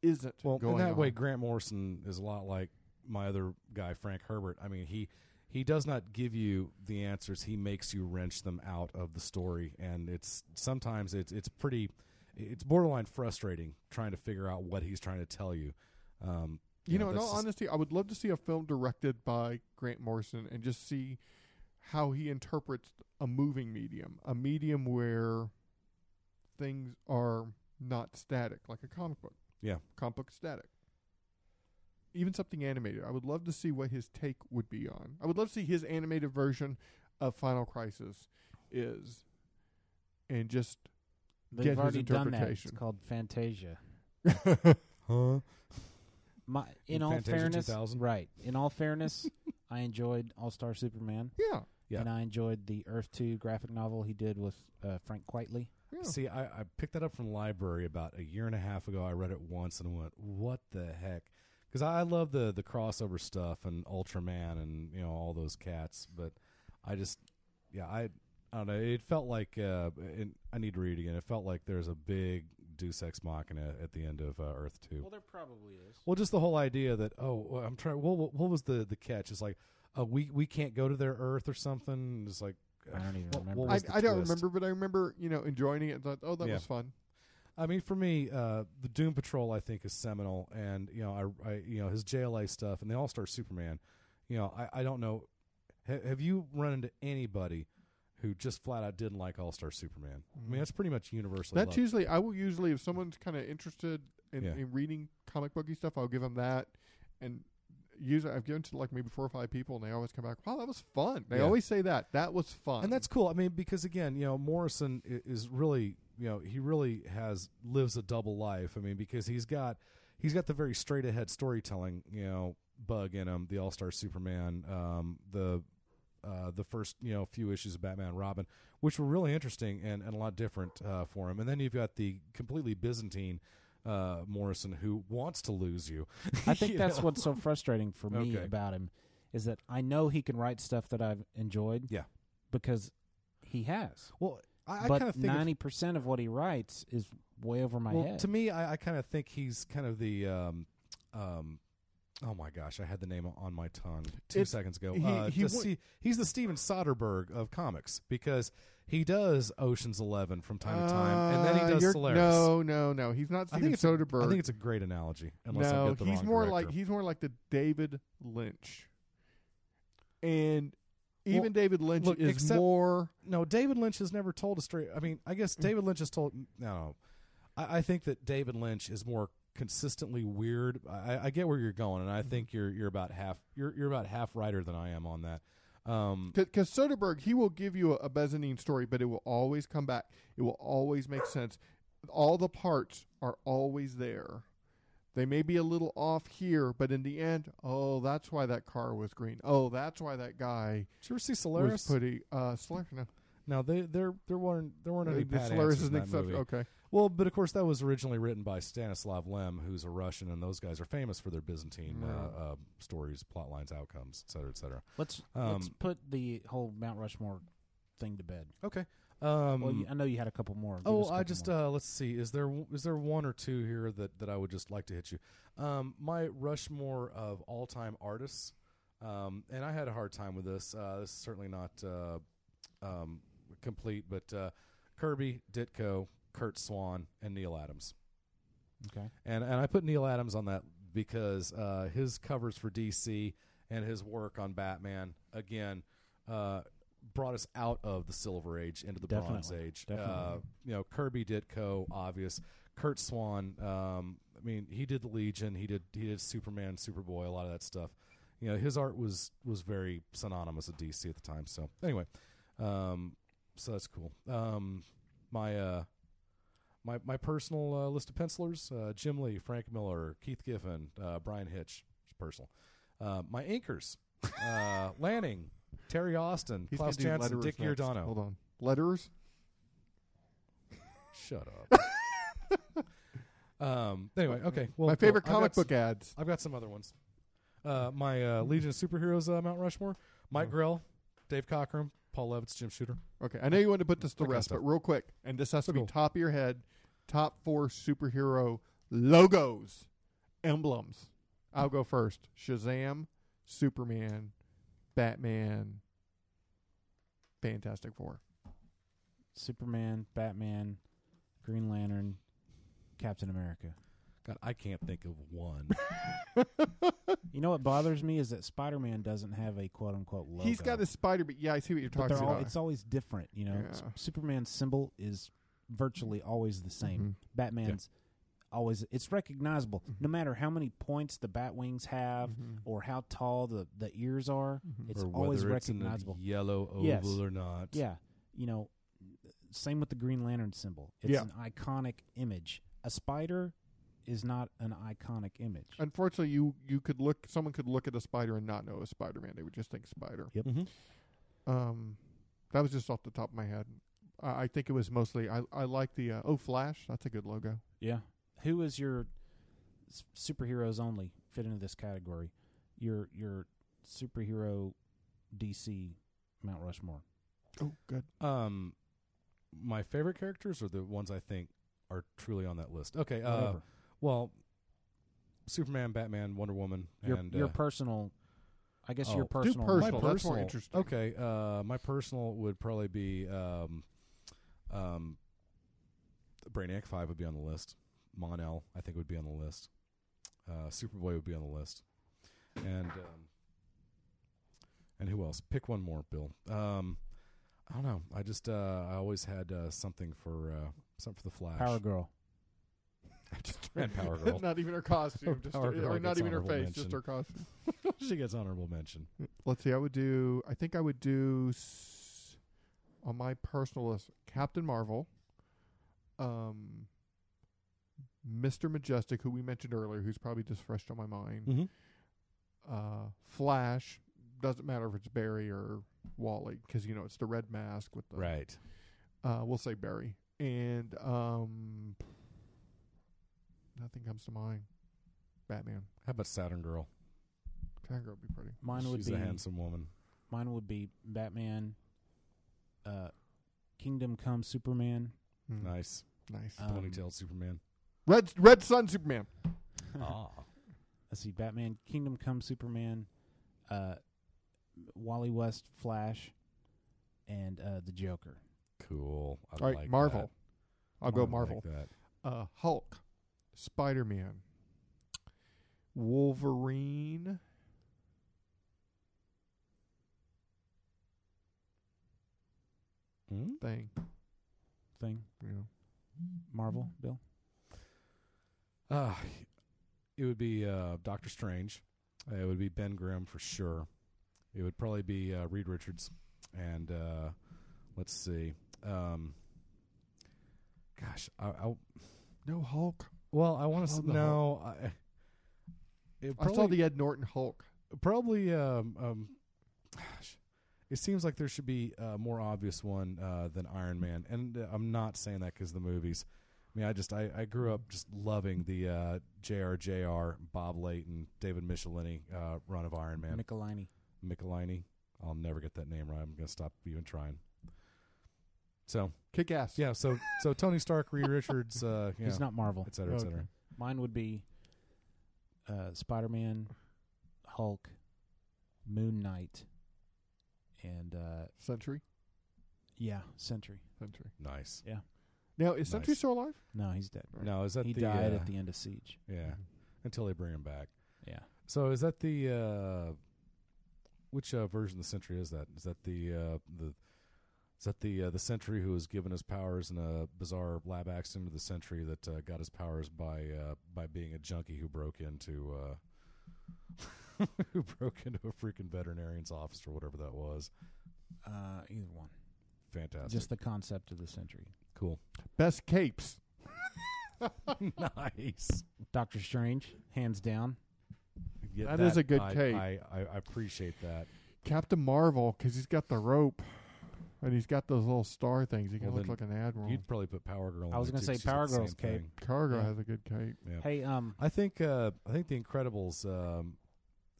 A: isn't
H: well,
A: going
H: in that
A: on.
H: way, Grant Morrison is a lot like my other guy, Frank Herbert. I mean, he he does not give you the answers; he makes you wrench them out of the story, and it's sometimes it's it's pretty, it's borderline frustrating trying to figure out what he's trying to tell you. Um,
A: You know, in
H: that's
A: all
H: just-
A: honesty, I would love to see a film directed by Grant Morrison and just see how he interprets a moving medium, a medium where things are not static, like a comic book.
H: yeah,
A: Comic book static. Even something animated. I would love to see what his take would be on. I would love to see his animated version of Final Crisis is and just
F: They've
A: get his
F: already done that. It's
A: interpretation.
F: called Fantasia.
H: huh?
F: My, in
H: In
F: all
H: Fantasia
F: fairness,
H: 2000?
F: right? In all fairness, I enjoyed All Star Superman.
A: Yeah.
H: Yeah.
F: and I enjoyed the Earth Two graphic novel he did with uh, Frank Quitely.
A: Yeah.
H: See, I, I picked that up from the library about a year and a half ago. I read it once and went, "What the heck?" Because I love the the crossover stuff and Ultraman and you know all those cats, but I just, yeah, I, I don't know. It felt like, uh, and I need to read it again. It felt like there's a big Deus Ex Machina at the end of uh, Earth Two.
F: there probably is.
H: Well, just the whole idea that oh, well, I'm trying. Well, what, what was the the catch? It's like, uh, we we can't go to their Earth or something. It's like
F: I don't even
H: what-
F: remember.
H: what
A: I,
H: was the
A: I don't
H: twist?
A: remember, but I remember, you know, enjoying it and thought, oh, that
H: Yeah.
A: was fun.
H: I mean, for me, uh, the Doom Patrol I think is seminal, and you know, I, I you know his JLA stuff and the All Star Superman. You know, I, I don't know. Ha- have you run into anybody who just flat out didn't like All Star Superman? I mean, that's pretty much universally.
A: That's
H: loved.
A: usually I will usually if someone's kind of interested in,
H: Yeah.
A: in reading comic booky stuff, I'll give them that. And usually I've given to like maybe four or five people, and they always come back, "Wow, that was fun." They
H: Yeah.
A: always say that that was fun.
H: and that's cool. I mean, because again, you know, Morrison i- is really you know, he really has lives a double life. I mean, because he's got he's got the very straight ahead storytelling, you know, bug in him. The All Star Superman, um, the uh, the first you know few issues of Batman and Robin, which were really interesting and, and a lot different uh, for him. And then you've got the completely Byzantine uh, Morrison who wants to lose you.
F: I think
H: You
F: that's
H: know?
F: what's so frustrating for me
H: Okay.
F: about him is that I know he can write stuff that I've enjoyed.
H: Yeah.
F: Because he has.
H: Well, I- I
F: but
H: kinda think if-
F: ninety percent of what he writes is way over my
H: well,
F: head.
H: To me, I, I kind of think he's kind of the. Um, um, oh my gosh, I had the name on my tongue two
N: It-
H: seconds ago.
N: he-
H: uh,
N: he
H: the
N: wa-
H: Ste- he's the Steven Soderbergh of comics because he does Ocean's Eleven from time to time, and then
A: Uh,
H: he does
A: you're-
H: Solaris.
A: No, no, no. He's not
H: I
A: Steven
H: think it's
A: Soderbergh.
H: A, I think it's a great analogy. Unless
A: no,
H: I get the
A: he's
H: wrong
A: more
H: director.
A: like he's more like the David Lynch, and even David Lynch
H: look,
A: is
H: except-
A: more.
H: No, David Lynch has never told a straight. I mean, I guess
A: Mm.
H: David Lynch has told. No, I, I think that David Lynch is more consistently weird. I, I get where you're going, and I
A: Mm-hmm.
H: think you're you're about half you're you're about half righter than I am on that. Um,
A: Because Soderbergh, he will give you a, a mezzanine story, but it will always come back. It will always make sense. All the parts are always there. They may be a little off here, but in the end, oh, that's why that car was green. Oh, that's why that guy.
H: Did you ever see Solaris?
A: Was pretty. Uh, Solaris, no.
H: No, they there there weren't there weren't
A: Uh,
H: any
A: the
H: pat
A: slurs
H: answers
A: is
H: in
A: an
H: that
A: exception. Oh.
H: movie.
A: Okay.
H: Well, but of course that was originally written by Stanislav Lem, who's a Russian, and those guys are famous for their Byzantine
F: Right.
H: uh, uh, stories, plot lines, outcomes, et cetera, et cetera.
F: Let's let's
H: um,
F: put the whole Mount Rushmore thing to bed.
H: Okay. Um,
F: well, you, I know you had a couple more. Give us
H: Oh,
F: a
H: I
F: couple
H: just
F: more.
H: uh, let's see. Is there is there one or two here that, that I would just like to hit you? Um, my Rushmore of all time artists, um, and I had a hard time with this. Uh, this is certainly not uh, um, complete, but uh, Kirby, Ditko, Kurt Swan, and Neil Adams.
F: Okay.
H: And and I put Neil Adams on that because uh, his covers for DC and his work on Batman again uh, brought us out of the Silver Age into the Bronze
F: Definitely.
H: Age. Uh,
F: Definitely.
H: you know, Kirby Ditko, obvious. Kurt Swan. Um, I mean, he did the Legion. He did he did Superman, Superboy, a lot of that stuff. You know, his art was was very synonymous with DC at the time. So anyway, um, so that's cool. Um, my uh, my my personal uh, list of pencilers: uh, Jim Lee, Frank Miller, Keith Giffen, uh, Brian Hitch. it's Personal. Uh, my inkers: uh, Lanning, Terry Austin,
A: He's
H: Klaus
A: gonna do
H: Janson,
A: letterers
H: Dick
A: next.
H: Giordano.
A: Hold on. Letterers?
H: Shut up. um. Anyway, okay. Well,
A: My favorite
H: well,
A: comic
H: I've got s-
A: book ads.
H: I've got some other ones. Uh, my uh, Legion of Superheroes uh, Mount Rushmore:
A: Uh-huh.
H: Mike Grell, Dave Cockrum, Paul Levitz, Jim Shooter.
A: Okay, I know you wanted to put this to
H: That kinda
A: rest,
H: stuff.
A: but real quick, and this has to be top of your head, top four superhero logos, emblems. I'll go first. Shazam, Superman, Batman, Fantastic Four.
F: Superman, Batman, Green Lantern, Captain America.
H: God, I can't think of one.
F: you know what bothers me is that Spider Man doesn't have a quote unquote logo.
A: He's got his spider. But yeah, I see what you're
F: but
A: talking
F: they're all,
A: about.
F: it's always different. You know, S-
A: Yeah.
F: Superman's symbol is virtually always the same.
A: Mm-hmm.
H: Mm-hmm.
F: Batman's always it's recognizable, no matter how many points the bat wings have
A: Mm-hmm.
H: Mm-hmm.
F: or how tall the the ears are. It's
H: Or
F: always
H: whether it's in a
F: recognizable.
H: yellow
F: Yes.
H: oval or not.
F: Yeah, you know, same with the Green Lantern symbol. It's
A: Yeah.
F: an iconic image. A spider is not an iconic image.
A: Uh, Unfortunately, you you could look. Someone could look at a spider and not know a Spider Man. They would just think spider.
F: Yep.
H: Mm-hmm.
A: Um, that was just off the top of my head. I, I think it was mostly. I I like the uh, oh Flash. That's a good logo.
F: Yeah. Who is your s- superheroes only fit into this category? Your your superhero DC Mount Rushmore.
A: Oh, good.
H: Um, my favorite characters are the ones I think are truly on that list. Okay. Uh,
F: Whatever.
H: well, Superman, Batman, Wonder Woman,
F: Your
H: and
F: your
H: uh,
F: personal I guess
H: oh,
F: your personal
A: personal, that's more interesting.
H: Okay. Uh, my personal would probably be um, um, Brainiac Five would be on the list. Mon El, I think, would be on the list. Uh, Superboy would be on the list, and um, and who else? Pick one more, Bill. Um, I don't know. I just uh, I always had uh, something for uh, something for the Flash.
F: Power Girl.
H: and Power Girl. Oh,
A: not even her costume, just
H: Power
A: her,
H: Girl
A: or not
H: gets
A: even her
H: honorable
A: face, just
H: mention.
A: her costume.
H: she gets honorable mention.
A: Let's see. I would do. I think I would do s- on my personal list: Captain Marvel, um, Mr. Majestic, who we mentioned earlier, who's probably just fresh on my mind.
F: Mm-hmm.
M: Mhm.
A: Uh, Flash doesn't matter if it's Barry or Wally because you know it's the red mask with the
H: Right.
A: Uh, we'll say Barry, and um, nothing comes to mind. Batman,
H: How about Saturn Girl?
A: Tango would be pretty.
F: Mine would
H: She's
F: be
H: a handsome woman.
F: Mine would be Batman, uh, Kingdom Come Superman. Mm-hmm.
H: Nice.
A: Hmm. Nice.
F: Um,
H: Ponytail Superman.
A: Red Red Sun Superman.
H: Ah.
F: Let's see, Batman, Kingdom Come Superman, uh, Wally West, Flash, and uh, the Joker.
H: Cool. I
A: All right,
H: like
A: Marvel.
H: that.
A: I'll go
H: I like
A: Marvel.
H: that.
A: Uh, Hulk, Spider Man, Wolverine.
H: Hmm?
A: Thing.
F: Thing.
A: Yeah.
F: Marvel, Bill.
H: Uh, it would be uh, Doctor Strange. Uh, it would be Ben Grimm for sure. It would probably be uh, Reed Richards. And uh, let's see. Um, gosh, I, I
A: no Hulk.
M: Well, I want
A: love
M: to
A: the
M: no. I, it
A: I saw
M: probably-
A: the Ed Norton Hulk.
M: probably um, um gosh, it seems like there should be a more obvious one uh, than Iron Man, and uh, I'm not saying that because the movies. I mean, I just I, I grew up just loving the uh, J.R.J.R. Bob Layton, David Michelini uh, run of Iron Man.
F: Michelini.
H: Michelini. I'll never get that name right. I'm gonna stop even trying. So
A: kick ass.
M: Yeah. So so Tony Stark, Reed Richards. Uh, you
F: He's
M: know,
F: not Marvel.
M: et cetera, et cetera.
F: Mine would be uh, Spider Man, Hulk, Moon Knight, and uh,
A: Sentry.
F: yeah, Sentry.
A: Sentry.
H: Nice.
F: Yeah.
A: Now is Sentry
F: Nice.
A: still alive?
F: No, he's dead.
H: No, is that
F: he
H: the,
F: died
H: uh,
F: at the end of Siege?
H: Yeah. Until they bring him back.
F: Yeah.
H: So is that the uh which uh, version of the Sentry is that? Is that the uh the is that the uh, the Sentry who was given his powers in a bizarre lab accident of the Sentry that uh, got his powers by uh by being a junkie who broke into uh who broke into a freaking veterinarian's office or whatever that was.
F: Uh, either one.
H: Fantastic.
F: Just the concept of the Sentry.
H: cool.
A: Best capes.
H: nice.
F: Doctor Strange, hands down.
H: Yeah,
A: That is a good
H: I,
A: cape.
H: I, I, I appreciate that.
A: Captain Marvel because he's got the rope and he's got those little star things. He can
H: Well,
A: look
H: then
A: like an admiral.
H: You'd probably put Power Girl.
F: I was
H: going
F: gonna
H: to
F: say Power Girl's cape.
A: Cargo
F: Yeah.
A: has a good cape.
H: Yeah.
F: Hey, um,
H: I think uh, I think The Incredibles. Um,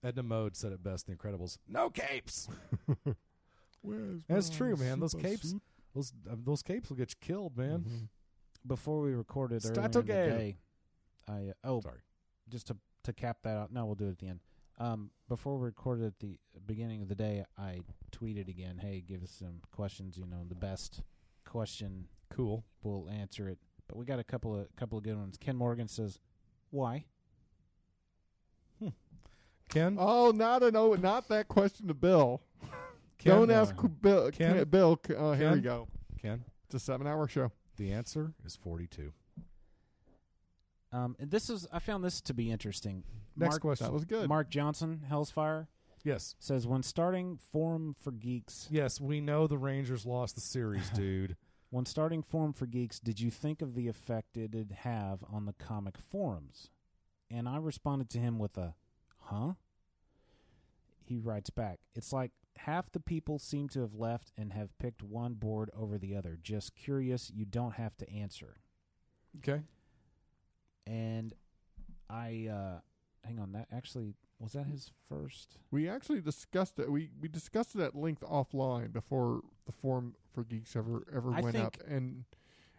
H: Edna Mode said it best. in The Incredibles. No capes. That's true, man. Those capes. Those uh, those capes will get you killed, man.
A: Mm-hmm.
H: Mm-hmm.
F: before we recorded earlier in
H: Stato
F: the
H: Gale.
F: day, I uh, oh
H: Sorry.
F: just to to cap that out. No, we'll do it at the end. Um, before we recorded at the beginning of the day, I tweeted again, "Hey, give us some questions. You know, the best question.
H: Cool.
F: We'll answer it." But we got a couple of couple of good ones. Ken Morgan says, "Why?"
H: Uh,
M: Ken.
A: Oh, not an oh, not that question to Bill.
M: Ken,
A: Don't
H: e-
M: uh,
A: ask Bill.
M: Ken?
A: Bill, uh, here we
M: Ken?
A: go.
H: Ken.
A: It's a seven-hour show.
H: The answer is forty-two.
F: Um, and this is I found this to be interesting.
H: Next
F: Mark,
H: question.
A: That was good.
F: Mark Johnson, Hellsfire
H: Yes.
F: says, "When starting Forum for Geeks,
H: Yes. We know the Rangers lost the series, dude.
F: When starting Forum for Geeks, did you think of the effect it'd have on the comic forums? And I responded to him with a, huh? He writes back, it's like half the people seem to have left and have picked one board over the other. Just curious, you don't have to answer.
H: okay.
F: And I, uh, hang on, that actually, was that his first?
A: We actually discussed it. We we discussed it at length offline before the forum for geeks ever ever
F: I
A: went up, and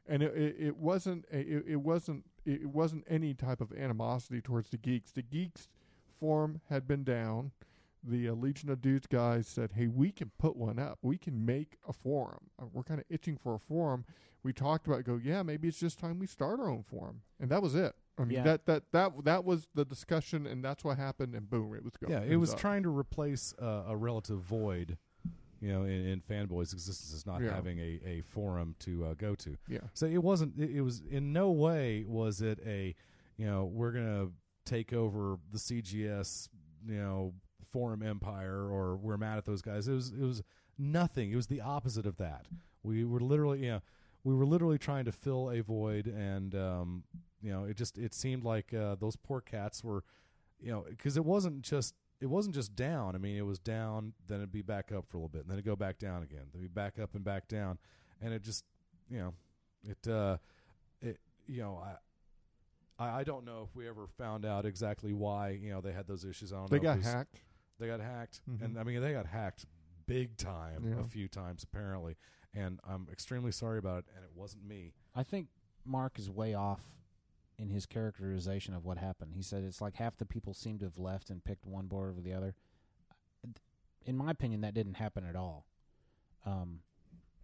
A: and it, it, it wasn't a, it, it wasn't it wasn't any type of animosity towards the geeks. The geeks forum had been down. The uh, Legion of Dudes guys said, "Hey, we can put one up. We can make a forum. Uh, We're kind of itching for a forum." We talked about, it, go, yeah, maybe it's just time we start our own forum, and that was it. I mean,
F: Yeah.
A: that, that that that was the discussion, and that's what happened, and boom, it was gone.
H: Yeah, it was
A: up.
H: trying to replace uh, a relative void, you know, in, in fanboys' existence as not
A: Yeah.
H: having a, a forum to uh, go to.
A: Yeah.
H: So it wasn't. It, it was in no way was it a, you know, we're gonna take over the CGS, you know, forum empire, or we're mad at those guys. It was. It was nothing. It was the opposite of that. We were literally, you know. we- we were literally trying to fill a void, and um, you know, it just it seemed like uh, those poor cats were, you know, because it wasn't just it wasn't just down. I mean, it was down, then it'd be back up for a little bit, and then it'd go back down again, then it'd be back up and back down, and it just, you know, it uh, it you know, I. I I don't know if we ever found out exactly why you know they had those issues. I don't
A: They
H: know.
A: got
H: if it was-
A: hacked.
H: They got hacked,
A: Mhm.
H: and I mean they got hacked big time
A: Yeah.
H: a few times apparently, and I'm extremely sorry about it. And it wasn't me.
F: I think Mark is way off in his characterization of what happened. He said it's like half the people seem to have left and picked one board over the other. In my opinion, that didn't happen at all. Um,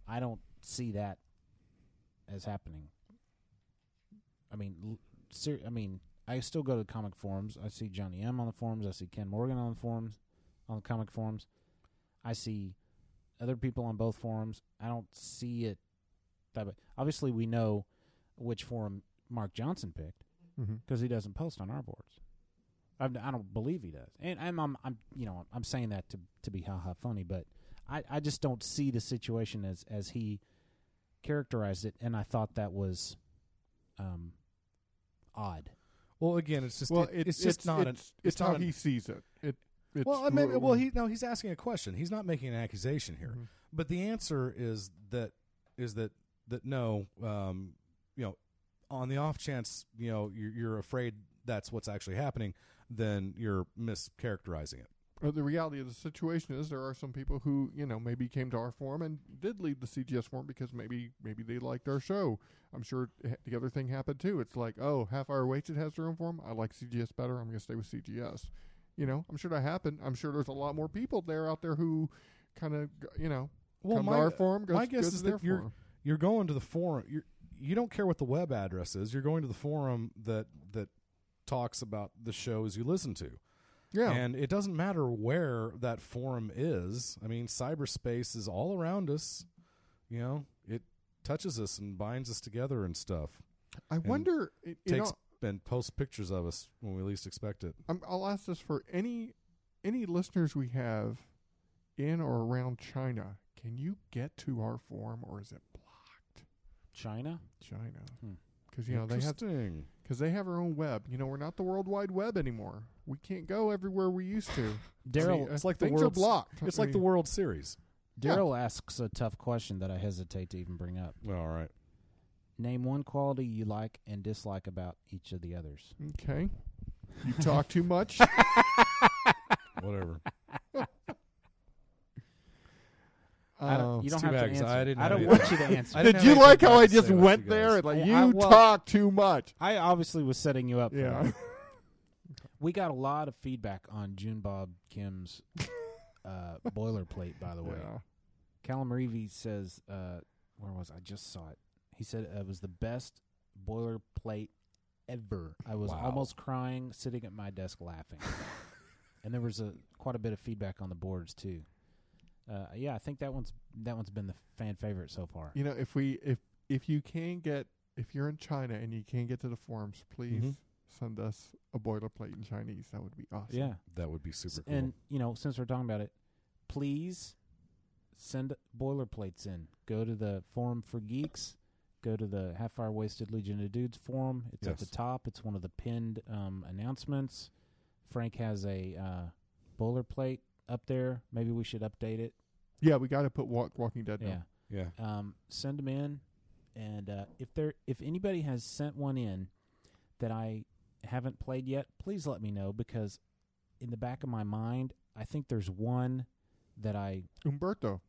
F: I don't see that as happening. I mean, l- ser- I mean, I still go to comic forums. I see Johnny M on the forums. I see Ken Morgan on the forums, on the comic forums. I see other people on both forums. I don't see it that way. Obviously, we know which forum Mark Johnson picked
A: Mhm.
F: because he doesn't post on our boards. I, I don't believe he does, and, and I'm, I'm, you know, I'm saying that to to be ha ha funny, but I, I just don't see the situation as as he characterized it, and I thought that was, um, odd.
H: Well, again, it's just
A: well,
H: it- it's, just not an,
A: it's, it's
H: not
A: how
H: an-
A: he sees it. It Mm-hmm. it's
H: well, I mean,
A: wh-
H: well, he no, he's asking a question. He's not making an accusation here. But the answer is that is that that no, um, you know, on the off chance you know you're, you're afraid that's what's actually happening, then you're mischaracterizing it.
A: Uh, the reality of the situation is there are some people who you know maybe came to our forum and did leave the CGS forum because maybe maybe they liked our show. I'm sure h- the other thing happened too. It's like oh, half hour wasted has their own forum. I like CGS better. I'm going to stay with CGS. You know, I'm sure that happened. I'm sure there's a lot more people there out there who kind of you know come to our forum. Goes,
H: my guess
A: goes
H: is
A: to their
H: that you're
A: forum.
H: you're going to the forum. You're, you don't care what the web address is. You're going to the forum that that talks about the shows you listen to.
A: Yeah.
H: and it doesn't matter where that forum is. I mean, cyberspace is all around us. You know, it touches us and binds us together and stuff.
A: I wonder, i- you
H: takes
A: know-
H: and posts pictures of us when we least expect it.
A: I'm, I'll ask this for any any listeners we have in or around China. Can you get to our forum, or is it
F: China,
A: China,
H: Hmm.
A: because you know they have
H: Interesting.
A: because they have our own web. You know, we're not the World Wide Web anymore. We can't go everywhere we used to.
F: Daryl,
A: See, uh, things are blocked. I mean,
H: World Series.
F: Daryl asks a tough question that I hesitate to even bring up.
H: All right.
F: Name one quality you like and dislike about each of the others.
A: Okay. You talk too much.
H: Whatever.
F: I don't, you
H: Oh, it's
F: don't
H: too
F: have
H: bad,
F: to
H: 'cause
F: answer.
H: I
F: I,
H: didn't have
F: don't
H: any-
F: want you to answer.
A: Uh,
H: I didn't
A: Did
H: have
A: you
H: anything
A: like
H: bad
A: how
H: to
A: I
H: say
A: just
H: about you
A: went
H: guys.
A: there? Like
F: I-
A: you
F: I- well-
A: talk too much.
F: I obviously was setting you up. for
A: Yeah.
F: that. we got a lot of feedback on June Bob Kim's uh, boilerplate. By the way,
A: Yeah.
F: Callum Reeve says, uh, "Where was I? I Just saw it." He said it was the best boilerplate ever. I was
H: Wow.
F: almost crying sitting at my desk laughing, and there was a quite a bit of feedback on the boards too. Uh, yeah, I think that one's that one's been the fan favorite so far.
A: You know, if we if if you can get if you're in China and you can get to the forums, please
F: Mhm.
A: send us a boilerplate in Chinese. That would be awesome.
F: Yeah,
H: That would be super
F: S-
H: cool.
F: And you know, since we're talking about it, please send boilerplates in. Go to the forum for geeks. Go to the Half Hour Wasted Legion of Dudes forum. It's at
H: Yes.
F: the top. It's one of the pinned um, announcements. Frank has a uh, boilerplate up there. Maybe we should update it.
A: Yeah, we got to put walk, Walking Dead.
F: Yeah.
A: down.
H: Yeah.
F: Um, send them in, and uh, if there, if anybody has sent one in that I haven't played yet, please let me know because in the back of my mind, I think there's one that I
A: Umberto.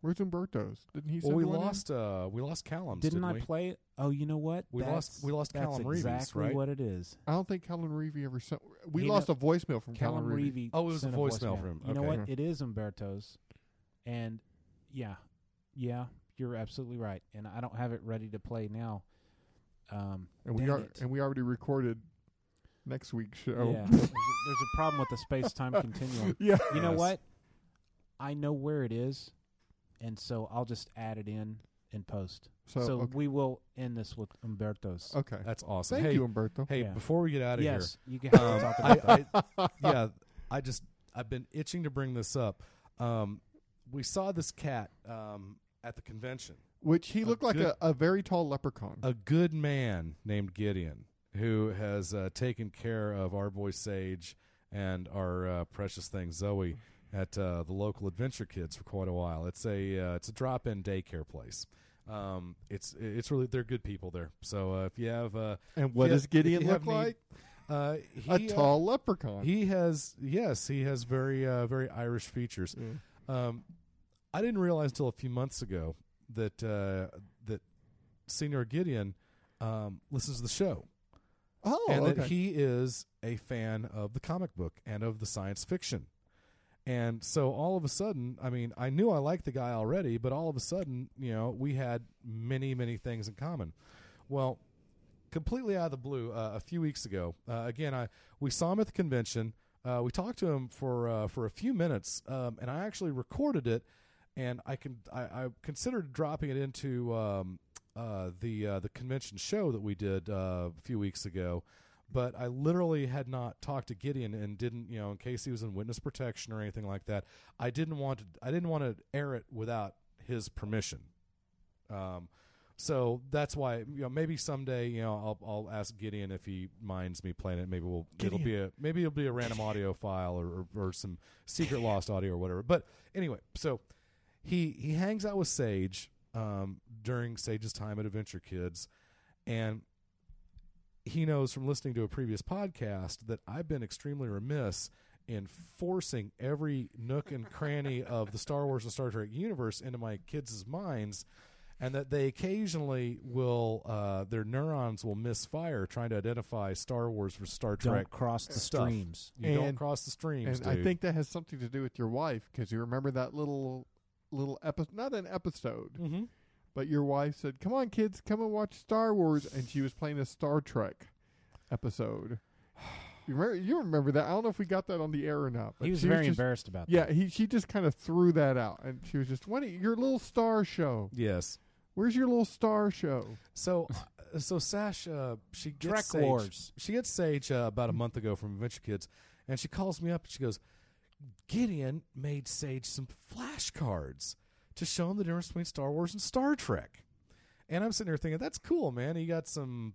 A: Where's Umberto's? Didn't he?
F: Well,
A: send
F: we
A: one in?
H: lost uh we lost Callum.
F: didn't,
H: didn't
F: I
H: we?
F: play it. Oh, you know what?
H: We lost- we lost
F: that's
H: Callum Reeves,
F: exactly
H: right?
F: what it is.
A: I don't think Colin Reeve ever sent. We
F: You
A: lost
F: know-
A: a voicemail from
F: Callum
A: Colin Reeve.
F: Reeve
H: Oh, it was
F: sent
H: a voicemail from-
F: You know
H: okay.
F: what? It is Umberto's, and yeah, yeah, you're absolutely right. And I don't have it ready to play now. Um,
A: and we
F: dang
A: are
F: it.
A: and we already recorded next week's show.
F: Yeah, there's, a, there's a problem with the space time continuum.
A: Yeah.
F: you know
A: Yes.
F: what? I know where it is, and so I'll just add it in and post.
A: So,
F: So, uh,
A: okay.
F: we will end this with Umberto's.
A: Okay.
H: That's awesome.
A: Thank
H: hey,
A: you, Umberto.
H: Hey,
F: Yeah.
H: before we get out of
F: Yes,
H: here,
F: you can have to talk about
H: I, I,
F: that.
H: yeah, I just I've been itching to bring this up. Um, we saw this cat um, at the convention.
A: which he looked like
H: good-
A: a, a very tall leprechaun.
H: a good man named Gideon who has uh, taken care of our boy Sage and our uh, precious thing Zoe at uh, the local Adventure Kids for quite a while. It's a uh, it's a drop in daycare place. Um, it's it's really they're good people there. So uh, if you have uh,
A: And
H: if
A: what
H: you-
A: does
H: if
A: Gideon
H: you have
A: look
H: need-
A: like?
H: Uh,
A: A
H: he, uh,
A: tall leprechaun.
H: He has yes, he has very uh, very Irish features. Um, I didn't realize until a few months ago that uh, that Senior Gideon um, listens to the show.
A: Oh,
H: and that
A: okay.
H: he is a fan of the comic book and of the science fiction. And so all of a sudden, I mean, I knew I liked the guy already, but all of a sudden, you know, we had many, many things in common. Well, completely out of the blue, uh, a few weeks ago, uh, again, I we saw him at the convention. Uh, we talked to him for uh, for a few minutes, um, and I actually recorded it, and I can I, I considered dropping it into um, uh, the uh, the convention show that we did uh, a few weeks ago but I literally had not talked to Gideon and didn't, you know, in case he was in witness protection or anything like that. I didn't want to, I didn't want to air it without his permission. Um, so that's why, you know, maybe someday, you know, I'll, I'll ask Gideon if he minds me playing it. Maybe we'll, it'll be a, maybe it'll be a random audio file or, or, or some secret lost audio or whatever. But anyway, so he, he hangs out with Sage, um, during Sage's time at Adventure Kids and he knows from listening to a previous podcast that I've been extremely remiss in forcing every nook and cranny of the Star Wars and Star Trek universe into my kids' minds, and that they occasionally will uh, their neurons will misfire trying to identify Star Wars versus Star
F: Don't
H: Trek.
F: cross the
H: stuff.
F: streams.
H: You don't
A: And-
H: cross the streams.
A: And I
H: dude.
A: think that has something to do with your wife because you remember that little little episode, not an episode,
H: Mm-hmm.
A: but your wife said, "Come on, kids, come and watch Star Wars," and she was playing a Star Trek episode. You remember, you remember that? I don't know if we got that on the air or not. But
F: He was
A: she
F: very
A: just-
F: embarrassed about
A: Yeah, he she just kind of threw that out, and she was just, "What are- your little star show?
H: Yes.
A: Where's your little star show?"
H: So, uh, so Sash, uh, she gets
F: Trek
H: Sage,
F: Wars.
H: She gets Sage uh, about a month ago from Adventure Kids, and she calls me up and she goes, "Gideon made Sage some flashcards to show him the difference between Star Wars and Star Trek." And I'm sitting there thinking, "That's cool, man. He got some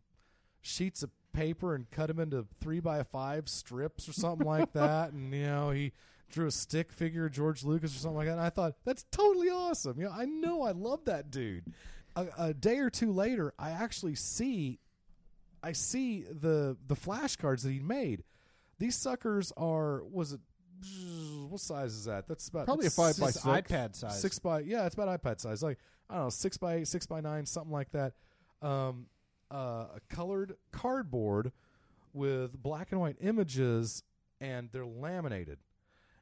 H: sheets of paper and cut them into three by five strips or something like that, and you know he." Drew a stick figure of George Lucas or something like that, and I thought that's totally awesome. You know, I know I love that dude. A, a day or two later, I actually see I see the the flashcards that he made. These suckers are was it what size is that? That's about
A: Probably a
H: it's
A: five by
H: six-
A: six.
F: iPad size.
H: six by yeah, it's about iPad size. Like I don't know, six by eight, six by nine, something like that. Um, uh, a colored cardboard with black and white images, and they're laminated,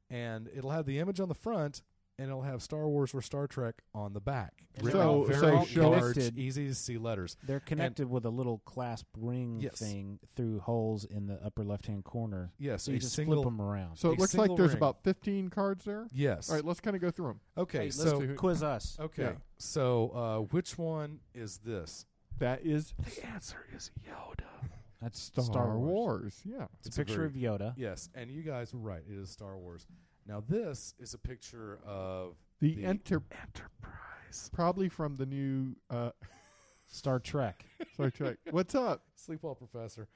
H: and it'll have the image on the front. And it'll have Star Wars or Star Trek on the back.
F: And they're
H: Very
F: all- they're all
H: large,
F: connected.
H: easy to see letters.
F: They're
H: And-
F: connected with a little clasp ring
H: Yes.
F: thing through holes in the upper left hand corner.
H: Yes,
F: so you
H: a
F: just
H: single-
F: flip them around.
A: So
H: A
A: it looks like
H: single
A: there's
H: ring.
A: about 15 cards there.
H: Yes.
A: All right, let's kind of go through them.
H: Okay,
F: Hey, let's
H: so
F: do- quiz us.
H: Okay,
A: Yeah.
H: so uh, which one is this?
A: That is
H: The answer is Yoda.
F: That's
A: Star, Wars. Yeah.
F: It's, a picture of Yoda.
H: Yes, and you guys were right. It is Star Wars. Now this is a picture of
A: The, enter
H: Enterprise.
A: probably from the new uh
F: Star Trek.
A: Star Trek. What's up?
H: Sleepwell Professor.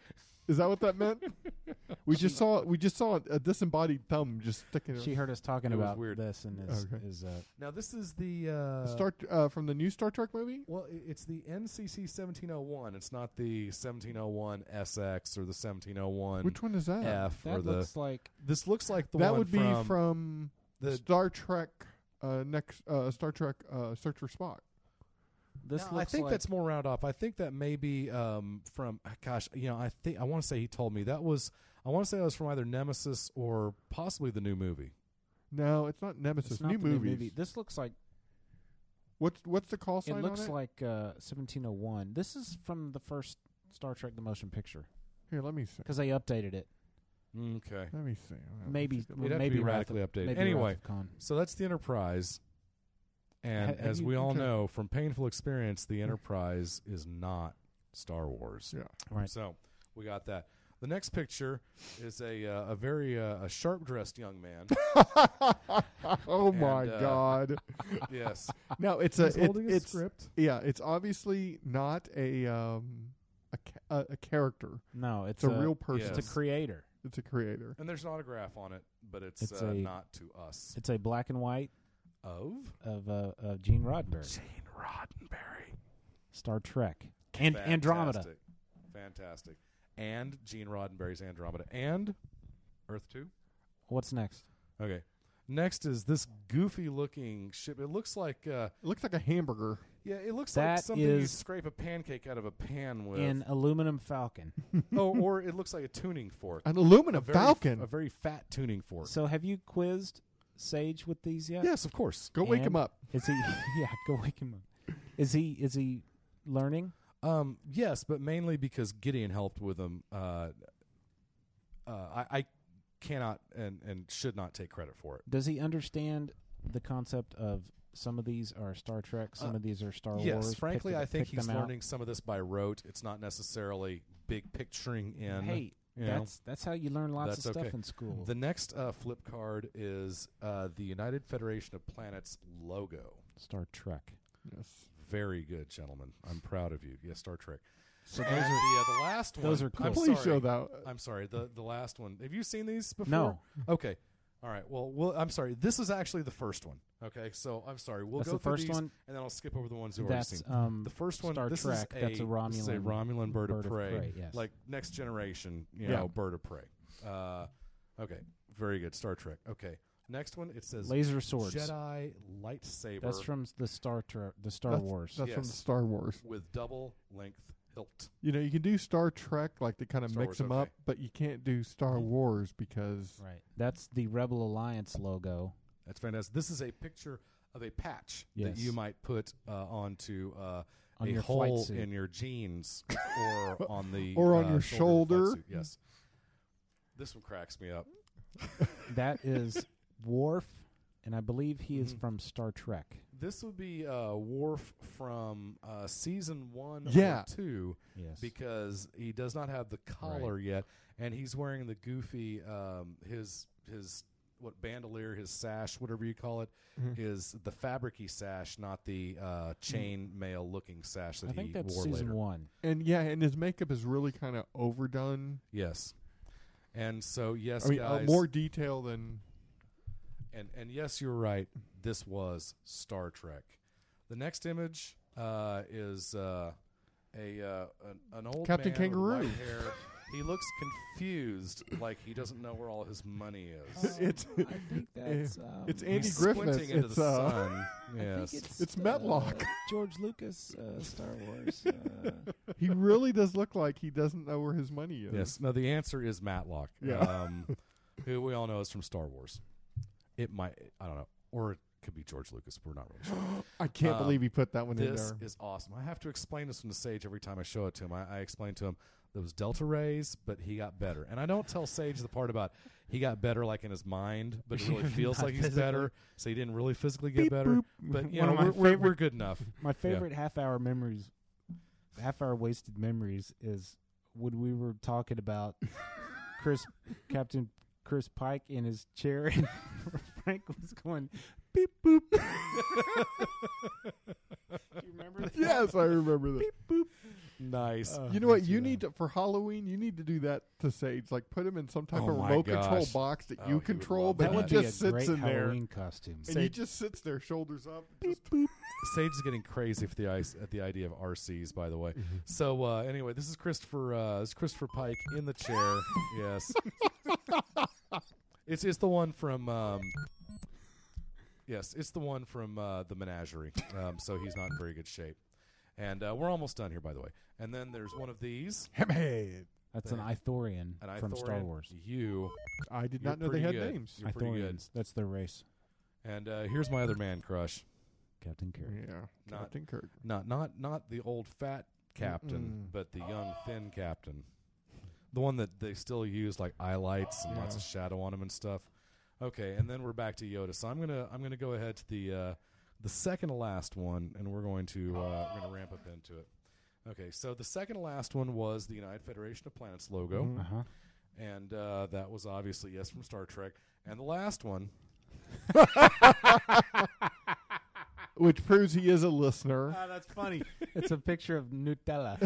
A: Is that what that meant? We just saw we just saw a disembodied thumb just sticking.
F: She heard us talking
H: It was
F: about
H: weird.
F: this and is,
A: Okay.
F: is uh,
H: Now this is the uh,
A: Star uh, from the new Star Trek movie.
H: Well, i- it's the NCC 1701. It's not the 1701 SX or the 1701
A: Which one is that?
H: F or
F: that
H: the.
F: looks like
H: this looks like the
A: that
H: one
A: would be
H: from,
A: from,
H: the-
A: Star Trek uh, next uh, Star Trek uh, Search for Spock.
F: this
H: Now,
F: looks
H: I think
F: like
H: that's more round off. I think that may be um, from ah, gosh, you know, I think I want to say he told me that was I want to say that was from either Nemesis or possibly the new movie.
A: No, it's not Nemesis.
F: it's not
A: new
F: the new
A: movies.
F: movie. This looks like
A: What's what's the call sign
F: it looks
A: on it?
F: like uh, 1701. This is from the first Star Trek the motion picture
A: Here, let me see.
F: because they updated it.
H: Okay.
A: Let me see.
F: Maybe
H: It'd have
F: maybe
H: to be
F: Wrath
H: radically
F: of-
H: updated.
F: maybe
H: anyway,
F: Wrath of Khan.
H: so that's the Enterprise, and
F: Ha- have
H: as
F: you-
H: we all
F: okay.
H: know from painful experience, the Enterprise is not Star Wars.
A: Yeah.
F: Right.
H: So we got that. The next picture is a uh, a very uh, a sharp dressed young man.
A: Oh my
H: And, uh,
A: god!
H: yes.
A: No, it's a,
H: He's
A: it-
H: holding a
A: it's,
H: script.
A: Yeah, it's obviously not a um a ca- a, a character.
F: No, it's
A: a,
F: a-
A: real person.
H: Yes. it's a
F: creator.
A: It's a creator.
H: And there's an autograph on it, but it's,
F: It's
H: uh,
F: a-
H: not to us.
F: It's a black and white
H: of
F: of uh, of Gene Roddenberry,
H: Gene Roddenberry.
F: Star Trek, and
H: Fantastic.
F: Andromeda.
H: Fantastic. And Gene Roddenberry's Andromeda. And Earth 2.
F: What's next?
H: Okay. Next is this goofy looking ship. It looks like uh,
A: it looks like a hamburger.
H: Yeah, it looks like
F: That
H: something you
F: is-
H: scrape a pancake out of a pan with.
F: An aluminum Falcon.
H: oh, or it looks like a tuning fork.
A: An aluminum
H: A very-
A: falcon.
H: A very fat tuning fork.
F: So, have you quizzed Sage with these yet?
H: Yes, of course.
A: Go wake
F: And
A: him up.
F: Is he? Yeah, go wake him up. Is he? Is he learning?
H: Um, yes, but mainly because Gideon helped with them. Uh, uh, I, I cannot and, and should not take credit for it.
F: Does he understand the concept of some of these are Star Trek, some
H: Uh,
F: of these are Star Wars?
H: yes,
F: Pick
H: frankly,
F: the-
H: I think
F: pick
H: he's
F: them out.
H: learning some of this by rote. It's not necessarily big picturing in.
F: Hey,
H: you know.
F: that's that's how you learn lots
H: That's
F: of stuff
H: okay.
F: in school.
H: The next uh, flip card is uh, the United Federation of Planets logo.
F: Star Trek.
A: Yes.
H: Very good, gentlemen. I'm proud of you. Yes, Star Trek.
F: So
H: And
F: those are-
H: the, uh, the last one.
F: those are
H: I'm
F: cool.
A: Please
H: sorry.
A: show that.
H: I'm sorry. The the last one. Have you seen these before?
F: No.
H: Okay. All right. Well, well, I'm sorry. This is actually the first one. Okay. So I'm sorry. We'll
F: That's
H: go
F: the
H: through
F: first
H: these,
F: one?
H: and then I'll skip over the ones you've
F: That's,
H: already seen.
F: um,
H: the first one.
F: Star
H: this
F: Trek.
H: Is a,
F: That's a
H: This is a
F: Romulan
H: Romulan bird,
F: bird
H: of
F: of
H: prey.
F: prey, yes.
H: Like next generation. You
F: Yeah.
H: know, bird of prey. Uh, okay. Very good. Star Trek. Okay. Next one. It says
F: Laser swords.
H: Jedi lightsaber.
F: That's from the Star Trek, the Star
A: That's-
F: Wars.
A: that's from the Star Wars.
H: with double length hilt.
A: You know, you can do Star Trek like they kind of
H: Star
A: mix
H: Wars,
A: them up,
H: okay.
A: but you can't do Star Wars because
F: right. That's the Rebel Alliance logo.
H: That's fantastic. This is a picture of a patch
F: Yes.
H: that you might put uh, onto uh,
F: On
H: a
F: your flight
H: hole
F: suit.
H: in your jeans or on the
A: Or on
H: uh,
A: your
H: shoulder. of a
A: shoulder.
H: flight suit. Yes, this one cracks me up.
F: That is Worf, and I believe he
H: Mm-hmm.
F: is from Star Trek.
H: This would be uh, Worf from uh, season one
A: Yeah.
H: or two,
F: Yes.
H: because he does not have the collar yet, and he's wearing the goofy um, his his what bandolier, his sash, whatever you call it,
F: Mm-hmm.
H: is the fabricy sash, not the uh, chain mail looking sash that
F: Mm. I
H: he
F: think that's
H: wore
F: season
H: later.
F: one.
A: and yeah, and his makeup is really kind of overdone.
H: Yes, and so yes,
A: I mean, uh,
H: guys,
A: more detail than
H: And and yes, you're right. This was Star Trek. The next image uh, is uh, a uh, an, an old
A: Captain
H: man with
A: Kangaroo.
H: white hair. He looks confused, like he doesn't know where all his money is.
A: it's.
F: I think that's. Um,
A: it's Andy
H: He's
A: Griffith.
H: squinting into
A: It's
H: the
A: uh,
H: sun.
F: I
H: Yes,
F: think it's,
A: It's
F: uh,
A: Matlock.
F: George Lucas, uh, Star Wars. Uh,
A: he really does look like he doesn't know where his money is.
H: yes. No, the answer is Matlock,
A: Yeah.
H: um, who we all know is from Star Wars. It might, I don't know, or it could be George Lucas. We're not really sure.
A: I can't
H: Um,
A: believe he put that one in
H: This
A: there.
H: is awesome. I have to explain this one to Sage every time I show it to him. I, I explain to him those delta rays, but he got better. And I don't tell Sage the part about he got better like in his mind, but it really feels like he's better. So he didn't really physically get
F: Beep,
H: better.
F: boop.
H: But you
F: One
H: know,
F: of my
H: we're, we're, we're
F: favorite-
H: good enough.
F: my
H: Yeah.
F: favorite half hour memories, half hour wasted memories, is when we were talking about Chris, Captain Chris Pike in his chair, and Frank was going beep boop. Do you remember that?
A: yes, I remember that.
H: Nice.
F: Oh,
A: you know what? You need to for Halloween. You need to do that to Sage. Like put him in some type
H: Oh
A: of
H: my
A: remote control
H: gosh.
A: box that
H: Oh, he
A: you
H: would
A: control,
H: love
A: but
F: That
H: that.
A: he
F: would
H: That
F: be a
A: just sits
F: great
A: in there
F: Halloween costume.
A: and he just sits there, shoulders up. just-
H: Sage is getting crazy for the ice at the idea of RCs. By the way, so uh, anyway, this is Christopher. Uh, this is Christopher Pike in the chair. yes, it's it's the one from. Um, yes, it's the one from uh, the Menagerie. Um, so he's not in very good shape, and uh, we're almost done here, by the way. And then there's one of these,
F: That's an Ithorian
H: and I
F: from Star
H: Thorin,
F: Wars.
H: You,
A: I did not
H: You're
A: know they had
H: pretty good.
A: names.
H: You're pretty good.
F: Ithorians. That's their race.
H: and uh, here's my other man crush.
F: Captain Kirk.
A: Yeah,
H: Not-
A: Captain Kirk.
H: Not not not the old fat captain,
A: Mm-mm.
H: but the young thin captain. The one that they still use like eye lights and lots of
A: Yeah.
H: shadow on him and stuff. Okay, and then we're back to Yoda. So I'm gonna I'm gonna go ahead to the uh, the second to last one, and we're going to uh, we're gonna ramp up into it. Okay, so the second to last one was the United Federation of Planets logo,
A: Mm-hmm.
F: Mhm. Uh-huh.
H: and uh, that was obviously yes from Star Trek. And the last one,
A: Which proves he is a listener.
H: Uh,
E: Ah,
F: that's funny. it's a picture of Nutella.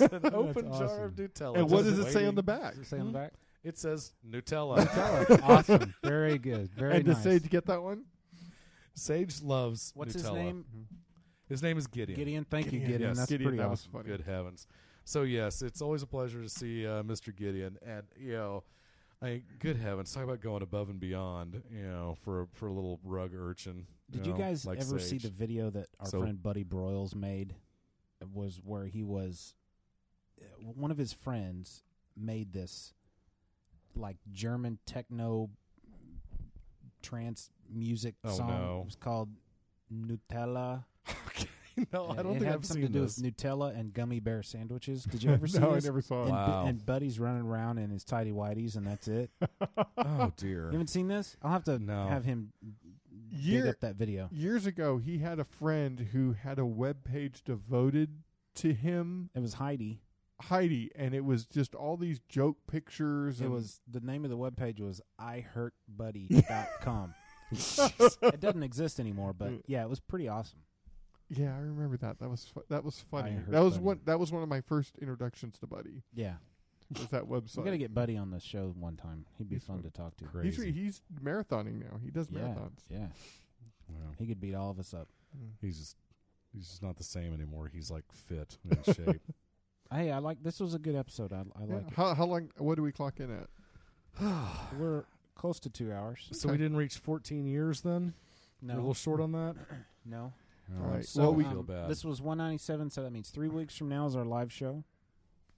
H: an open jar of Nutella.
A: And what
H: just
A: does it say on
H: waiting-
A: the back?
F: Does it say
H: Hmm?
F: on the back?
H: It says Nutella.
F: Nutella. Awesome. Very good. Very
A: and
F: nice.
A: does Sage get that one?
H: Sage loves
F: What's
H: Nutella.
F: his name?
H: His name is Gideon.
F: Gideon, thank you, Gideon.
H: Yes.
F: That's pretty
H: that
F: awesome.
H: was funny. Good heavens. So yes, it's always a pleasure to see uh, Mr. Gideon, and you know, I good heavens, talk about going above and beyond, you know, for for a little rug urchin.
F: Did you
H: know,
F: guys
H: like
F: ever see
H: Sage.
F: the video that our
H: So-
F: friend Buddy Broyles made? It was where he was uh, one of his friends made this like German techno trance music
H: Oh,
F: song.
H: no.
F: It was called Nutella.
H: no, Oh, I
F: And
H: don't
F: it
H: think
F: had
H: I've
F: something
H: seen
F: to do
H: this.
F: with Nutella and gummy bear sandwiches. Did you ever see
A: No, I
F: this?
A: never saw it.
F: And, Bu-
A: Oh, Wow.
F: and Buddy's running around in his tidy whities, and that's it.
H: oh
F: You
H: dear.
F: haven't seen this? I'll have to
H: No.
F: have him
A: Year-
F: dig up that video.
A: Years ago, he had a friend who had a web page devoted to him,
F: It was Heidi.
A: Heidi, and it was just all these joke pictures.
F: It
A: and
F: was the name of the webpage was ihurtbuddy.com. it doesn't exist anymore, but yeah, it was pretty awesome.
A: yeah, I remember that. That was fu- that was funny.
F: hurt
A: That was
F: Buddy.
A: one. That was one of my first introductions to Buddy.
F: Yeah.
A: was that website.
F: We got to get Buddy on the show one time. He'd be fun to talk to.
A: He's re- he's marathoning now. He does
F: Yeah.
A: marathons. Mm.
F: Yeah.
H: Wow.
F: He could beat all of us up.
H: He's just he's just not the same anymore. He's like fit and in shape.
F: Hey, I like this was a good episode. I, I
A: Yeah.
F: like
A: How how long? What do we clock in at?
F: it. We're close to two hours.
H: So we didn't reach 14 years then. We're
F: No.
H: a little short on that.
F: No.
H: Oh,
A: All right.
F: So,
A: well, we
H: feel
F: um,
H: bad.
F: This was 197, so that means three weeks from now is our live show.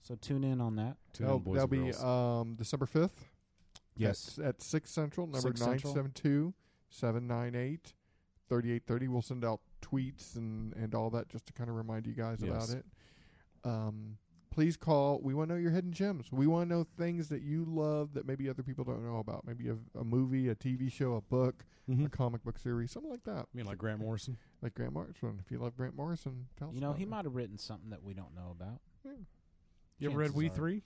F: So tune in on that.
H: Tune in,
A: that'll,
H: boys
A: Oh, that'll
H: and
A: be
F: uh,
H: girls.
A: um December fifth.
F: Yes.
A: at, at six central. Number
F: Six
A: nine
F: Central.
A: seven two seven nine eight thirty eight thirty. We'll send out tweets and and all that just to kind of remind you guys
H: Yes.
A: about it. Um, please call. We want to know your hidden gems. We want to know things that you love that maybe other people don't know about. Maybe a, a movie, a TV show, a book,
H: Mm-hmm.
A: a
F: Mm-hmm.
A: comic book series, something like that.
H: I mean, like Grant Morrison.
A: Like Grant Morrison. If you love Grant Morrison, tell us.
F: You know,
A: about
F: he
A: it.
F: might have written something that we don't know about.
H: Hmm. You ever read
F: Chances
H: We
F: are.
H: Three?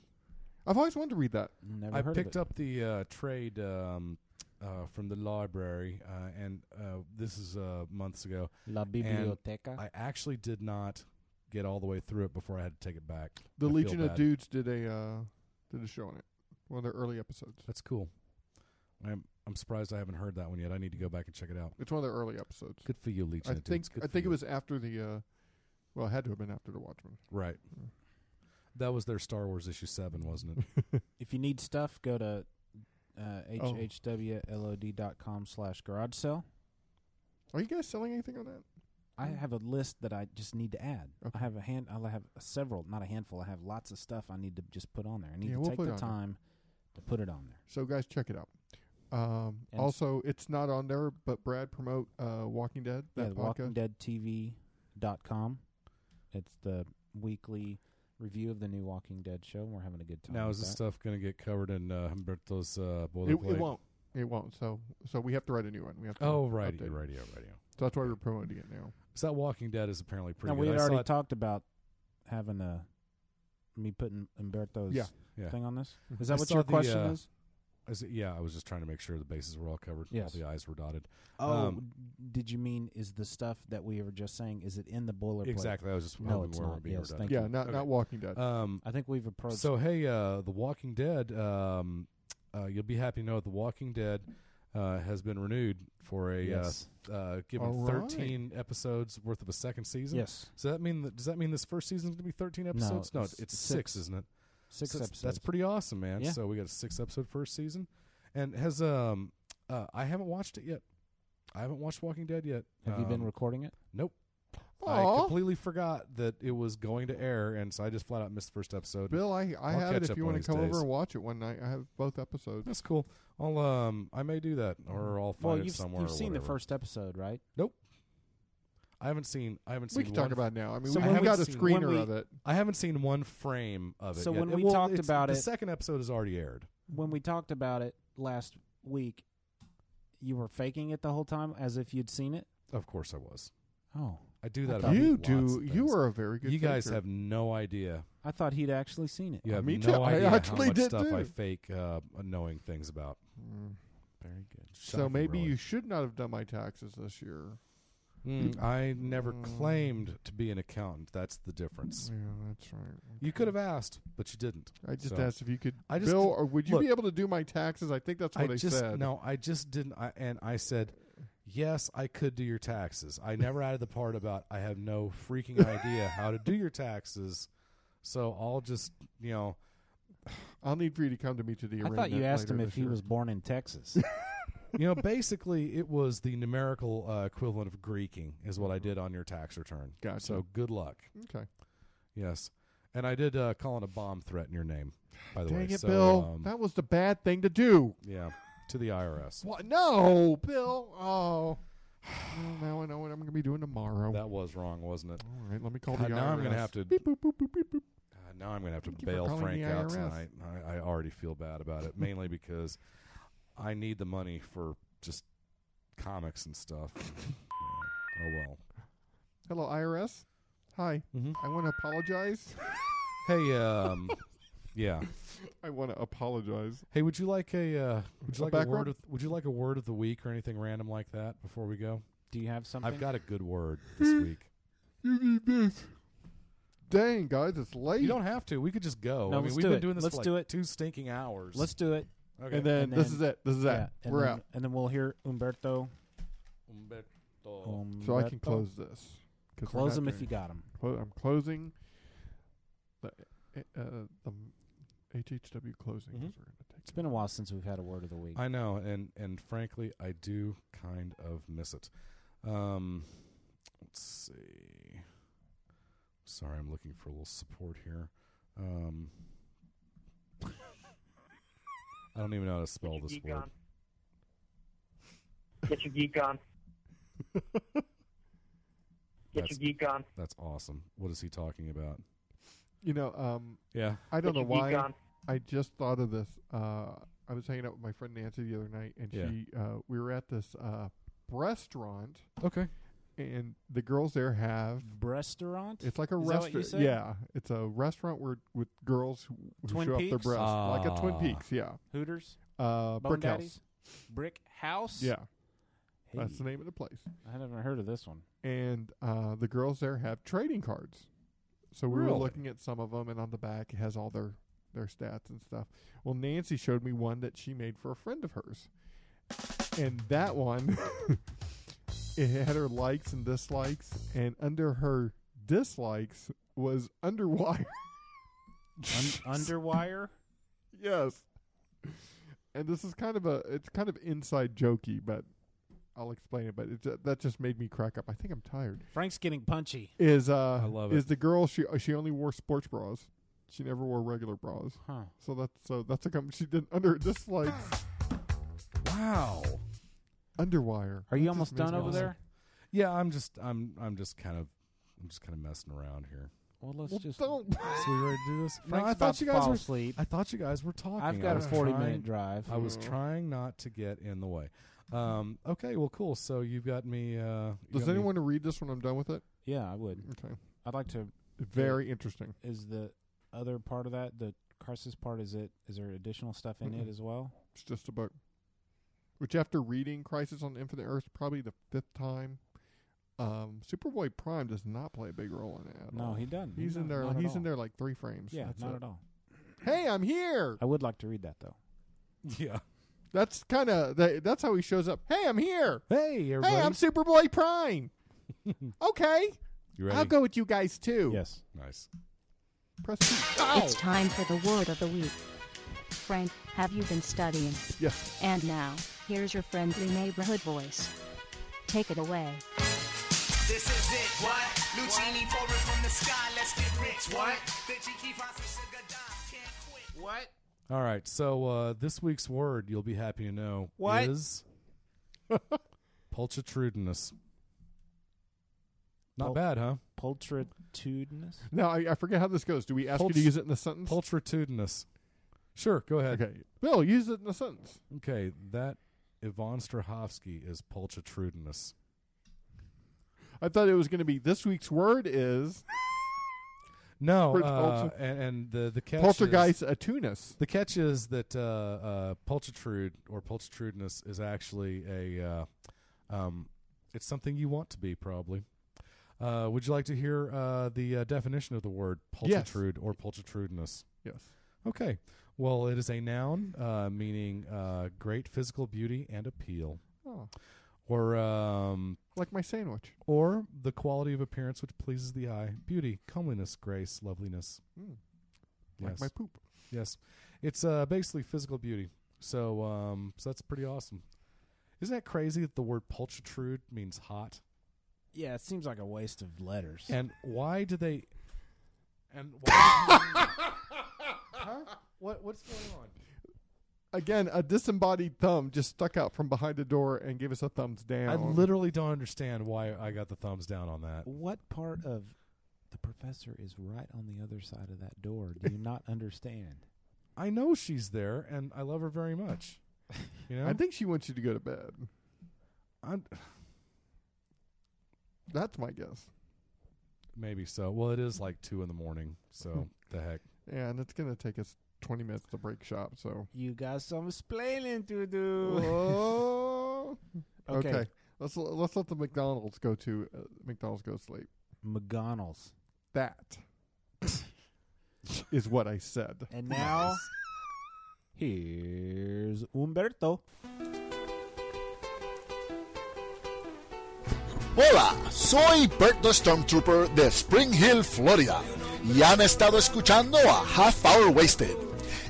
A: I've always wanted to read that.
F: Never
H: I
F: heard
H: picked
F: of it.
H: up the uh, trade um, uh, from the library, uh, and uh, this is uh, months ago.
F: La
H: and
F: Biblioteca.
H: I actually did not get all the way through it before I had to take it back.
A: The
H: I feel
A: Legion of
H: bad.
A: Dudes did a uh, did a show on it. One of their early episodes.
H: That's cool. I'm I'm surprised I haven't heard that one yet. I need to go back and check it out.
A: It's one of their early episodes.
H: Good for you, Legion
A: I
H: of Dudes.
A: think
H: Good
A: I
H: for
A: think it
H: you.
A: was after the. Uh, well, it had to have been after the Watchmen.
H: right. That was their Star Wars issue seven, wasn't it?
F: If you need stuff, go to uh,
A: Oh.
F: hhwlod.com slash garage sale.
A: Are you guys selling anything on that?
H: Hmm.
F: I have a list that I just need to add.
A: Okay.
F: I have a hand. I have several, not a handful. I have lots of stuff I need to just put on there. I need
A: Yeah,
F: to
A: we'll
F: take
A: put it
F: the
A: on there.
F: time to put it on there.
A: So, guys, check it out. Um,
F: And-
A: also, it's not on there, but Brad promote uh, Walking Dead
F: Yeah,
A: that podcast.
F: WalkingDeadTV.com. It's the weekly review of the new Walking Dead show. and We're having a good time.
H: now
F: with
H: is this
F: that.
H: stuff going to get covered in uh, Humberto's uh,
A: It, it
H: boilerplate?
A: won't. It won't. So, so we have to write a new one. We have to.
H: Oh, righty,
A: update it.
H: righty, righty.
A: So that's why we're promoting it now.
H: So that Walking Dead is apparently pretty.
F: Now we
H: good.
F: had
H: I saw
F: already
H: it-
F: talked about having a me putting Umberto's
A: Yeah,
H: yeah.
F: thing on this. Is that
H: I
F: what
H: saw
F: your
H: the,
F: question
H: uh,
F: is?
H: Is it, yeah, I was just trying to make sure the bases were all covered.
F: Yes.
H: All the I's were dotted.
F: Oh,
H: Um,
F: did you mean is the stuff that we were just saying? Is it in the boilerplate?
H: exactly. I was just
F: No,
H: hoping
F: it's
H: we were
F: not.
H: being
F: Yes,
H: redundant.
F: thank
A: Yeah,
F: you.
A: not
H: Okay.
A: not Walking Dead.
H: Um,
F: I think we've approached.
H: so hey, uh, The Walking Dead. Um, uh, you'll be happy to know The Walking Dead uh, has been renewed for a
F: Yes.
H: uh, uh, given
A: All right.
H: thirteen episodes worth of a second season.
F: yes,
H: So that mean that, does that mean this first season's going to be thirteen episodes? No, it's, six, isn't it?
F: six
H: So that's-
F: episodes.
H: That's pretty awesome, man.
F: Yeah.
H: So we got a six episode first season, and has um, uh, I haven't watched it yet. I haven't watched Walking Dead yet.
F: Have you been
H: Um,
F: recording it?
H: Nope. I
A: Aw.
H: completely forgot that it was going to air, and so I just flat out missed the first episode.
A: Bill, I I
H: I'll
A: have
H: catch
A: it.
H: up
A: If you
H: one
A: want
H: of
A: to come
H: these
A: over
H: days.
A: and watch it one night, I have both episodes.
H: That's cool. I'll um, I may do that,
A: Mm.
H: or I'll
F: Well,
H: find
F: you've
H: it somewhere.
F: you've
H: or
F: seen the
H: whatever.
F: first episode, right?
H: I haven't seen. I haven't seen.
A: We can talk
H: one-
A: about it now. I mean,
H: So
A: we
H: when
A: have
H: we
A: got a
H: see-
A: screener
F: when we-
A: of it.
H: I haven't seen one frame of it.
F: So
H: yet.
F: when
H: It-
F: we
H: well,
F: talked
H: it's-
F: about
H: the
F: it-
H: second episode is already aired.
F: When we talked about it last week, you were faking it the whole time as if you'd seen it.
H: Of course, I was.
F: Oh.
H: I do that.
A: I
H: about
A: thought- You
H: lots of
A: do- you
H: things.
A: are a very good
H: You guys
A: faker.
H: have no idea.
F: I thought he'd actually seen it.
H: You have
A: Uh, Me
H: no
A: too. I
H: idea
A: actually
H: how much
A: did
H: stuff I
A: too.
H: fake uh, knowing things about.
A: Mm.
H: Very good.
A: So maybe you should not have done my taxes this year. Hmm.
H: Mm, I never claimed to be an accountant. That's the difference.
A: Yeah, that's right.
H: You could have asked, but you didn't.
A: I just
H: So-
A: asked if you could,
H: I just
A: Bill,
H: did-
A: or would you
H: look,
A: be able to do my taxes? I think that's what I,
H: just,
A: said.
H: No, I just didn't. I, and I said, yes, I could do your taxes. I never added the part about I have no freaking idea how to do your taxes. So I'll just, you know.
A: I'll need for you to come to me to the
F: I thought you asked him if he was born in Texas.
H: you know, basically, it was the numerical uh, equivalent of Greeking, is what I did on your tax return.
A: Gotcha.
H: So good luck.
A: Okay.
H: Yes. And I did uh, call in a bomb threat in your name, by the way.
A: Dang it,
H: so,
A: Bill.
H: um,
A: that was the bad thing to do.
H: yeah, to the IRS.
A: What? No, Bill. Oh. Well, now I know what I'm going to be doing tomorrow.
H: That was wrong, wasn't it?
A: All right, let me call
H: God,
A: the
H: now I'm
A: IRS.
H: going to have to.
A: Beep, boop, boop, boop, beep, boop.
H: God, now I'm going to have to
A: you for
H: bail
A: calling
H: Frank
A: the
H: out
A: IRS.
H: tonight. I, I already feel bad about it, mainly because I need the money for just comics and stuff. Yeah. oh well.
A: Hello, IRS. Hi.
H: Mm-hmm.
A: I want to apologize.
H: Hey, um, yeah.
A: I want to apologize.
H: Hey, would you like a uh, would you
A: A
H: like a
A: back
H: word?
A: rub?
H: Of, would you like a word of the week or anything random like that before we go?
F: Do you have something?
H: I've got a good word this week.
A: You need this. Dang, guys, it's late.
H: You don't have to. We could just go.
F: No,
H: I mean,
F: let's
H: we've
F: do
H: been
F: it.
H: doing this
F: Let's
H: for like
F: do it.
H: two stinking hours.
F: Let's do it.
H: Okay.
A: And then this is it. This is it.
F: and
A: We're
F: then-
A: out.
F: And then we'll hear Umberto.
A: So I can
F: Umberto.
A: close this. 'cause we're
F: Close
A: not
F: 'em if
A: doing-
F: you got 'em.
A: Clo- I'm closing the, uh, the HHW closing.
F: Mm-hmm.
A: 'cause we're gonna take
F: It's been a while since we've had a word of the week.
H: I know, and and frankly, I do kind of miss it. Um, let's see. Sorry, I'm looking for a little support here. Um, I don't even know how to spell this word.
O: Get your geek on. Get
H: That's-
O: your geek on.
H: That's awesome. What is he talking about?
A: You know, um,
H: Yeah.
A: I don't know
O: Get your geek
A: why.
O: on.
A: I just thought of this. Uh, I was hanging out with my friend Nancy the other night, and
H: Yeah.
A: she, uh, we were at this uh, restaurant.
H: Okay.
A: And the girls there have
F: Restaurant?
A: it's like a
F: Is that what you
A: restaurant.
F: said?
A: Yeah, it's a restaurant where with girls who, who
F: Twin
A: show off
F: Peaks?
A: their breasts, like a Twin
H: Ah.
A: Peaks. Yeah,
F: Hooters?
A: uh,
F: Bone
A: Brick House.
F: Daddies? Brick House?
A: Yeah,
F: Hey,
A: that's the name of the place.
F: I haven't heard of this one.
A: and uh, the girls there have trading cards. So we
F: Really?
A: were looking at some of them, and on the back it has all their their stats and stuff. Well, Nancy showed me one that she made for a friend of hers, and that one it had her likes and dislikes, and under her dislikes was underwire.
F: Un- underwire?
A: yes, and this is kind of a it's kind of inside jokey, but I'll explain it. But it, ju- that just made me crack up. I think I'm tired.
F: Frank's getting punchy.
A: is uh
H: I love
A: is
H: it.
A: the girl she uh, she only wore sports bras. She never wore regular bras.
F: Huh.
A: So that's so that's a com- she did under dislikes
H: Wow.
A: underwire.
F: Are you
A: That
F: almost
A: just makes me
F: done over
A: laugh.
F: there?
H: Yeah, I'm just I'm I'm just kind of I'm just kind of messing around here.
F: Well, let's
A: Well,
F: just.
A: don't.
H: So we ready to do this?
F: Frank's
H: I
F: about
H: thought
F: to
H: you guys
F: fall
H: were.
F: asleep.
H: I thought you guys were talking.
F: I've
H: I
F: got a
H: was
F: 40
H: trying-
F: minute drive.
H: I was
A: Mm.
H: trying not to get in the way. Um, okay, well, cool. So you've got me. Uh, you got
A: Does
H: me-
A: anyone want to read this when I'm done with it?
F: Yeah, I would.
A: Okay.
F: I'd like to.
A: Very interesting.
F: Is the other part of that the crisis part? Is it? Is there additional stuff in it
A: Mm-mm.
F: as well?
A: It's just a book. Which after reading Crisis on Infinite Earth probably the fifth time, um, Superboy Prime does not play a big role in it. At
F: No,
A: all.
F: he doesn't.
A: He's in
F: No,
A: there.
F: not at
A: He's
F: all.
A: in there like three frames.
F: Yeah,
A: That's
F: not
A: it.
F: at all.
A: Hey, I'm here.
F: I would like to read that though.
H: Yeah.
A: That's kind of that, that's how he shows up. Hey, I'm here.
H: Hey, everybody.
A: Hey, I'm Superboy Prime. okay,
H: you ready?
A: I'll go with you guys too.
F: Yes.
H: Nice.
A: Press two. Ow.
I: Oh.
P: It's time for the word of the week. Frank, have you been studying?
A: Yes.
P: And now, here's your friendly neighborhood voice. Take it away.
Q: This is it, what? Lucini pouring from the sky, let's get rich, what? The Jiki Frost and Sugar Dime can't quit, what?
H: All right. So uh, this week's word, you'll be happy to know,
Q: What?
H: is pulchitudinous. Not
F: Pul-
H: bad, huh?
F: Pultritudinous.
A: Now I, I forget how this goes. Do we ask you to
H: Pulch-
A: use it in a sentence?
H: Pulchitudinous. Sure. Go ahead.
A: Okay, Bill, use it in a sentence.
H: Okay, that Yvonne Strahovski is pulchitudinous.
A: I thought it was going to be this week's word is
H: No,
A: For-
H: uh,
A: also-
H: and, and the the catch
A: Poltergeist
H: is,
A: attunus.
H: The catch is that uh, uh, pulchritrude or pulchritrudeness is actually a uh, um, it's something you want to be probably. Uh, would you like to hear uh, the uh, definition of the word
A: Yes.
H: pulchritrude or pulchritrudeness?
A: Yes.
H: Okay. Well, it is a noun uh, meaning uh, great physical beauty and appeal.
A: Oh.
H: Or um,
A: like my sandwich.
H: Or the quality of appearance which pleases the eye, beauty, comeliness, grace, loveliness.
A: Mm. Like my poop.
H: Yes, it's uh, basically physical beauty. So, um, so that's pretty awesome. Isn't that crazy that the word pulchritrude means hot?
F: Yeah, it seems like a waste of letters.
H: And why do they? And why? huh? What what's going on?
A: Again, a disembodied thumb just stuck out from behind the door and gave us a thumbs down.
H: I literally don't understand why I got the thumbs down on that.
F: What part of the professor is right on the other side of that door? Do you not understand?
H: I know she's there, and I love her very much. You know,
A: I think she wants you to go to bed.
H: I'm,
A: That's my guess.
H: maybe so. Well, it is like two in the morning, so the heck.
A: Yeah, and it's going to take us 20 minutes to break shop, so.
F: You got some splaining to do.
A: Oh.
F: Okay.
A: okay. Let's let's let the McDonald's go to uh, McDonald's go to sleep.
F: McDonald's.
A: That is what I said.
F: And now, here's Umberto.
R: Hola, soy Bert the Stormtrooper de Spring Hill, Florida, y han estado escuchando a Half Hour Wasted.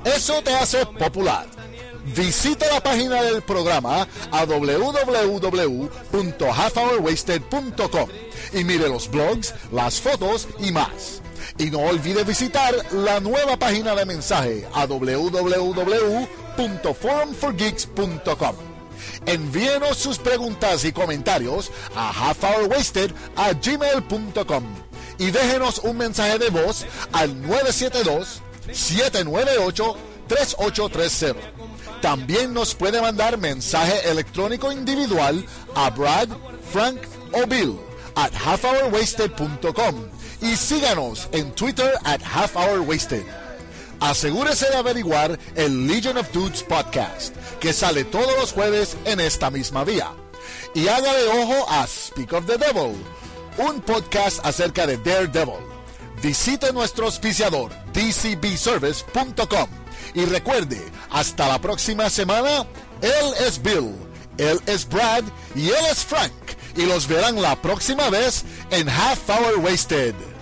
R: Eso te hace popular. Visita la página del programa a www.halfhourwasted.com y mire los blogs, las fotos y más. Y no olvide visitar la nueva página de mensaje a www.forumforgeeks.com. Envíenos sus preguntas y comentarios a halfhourwasted a gmail.com y déjenos un mensaje de voz al 972-798-3830. También nos puede mandar mensaje electrónico individual a Brad, Frank o Bill at halfhourwasted.com y síganos en Twitter at halfhourwasted. Asegúrese de averiguar el Legion of Dudes podcast, que sale todos los jueves en esta misma vía. Y hágale ojo a Speak of the Devil, un podcast acerca de Daredevil. Visite nuestro auspiciador dcbservice.com y recuerde, hasta la próxima semana, él es Bill, él es Brad y él es Frank y los verán la próxima vez en Half Hour Wasted.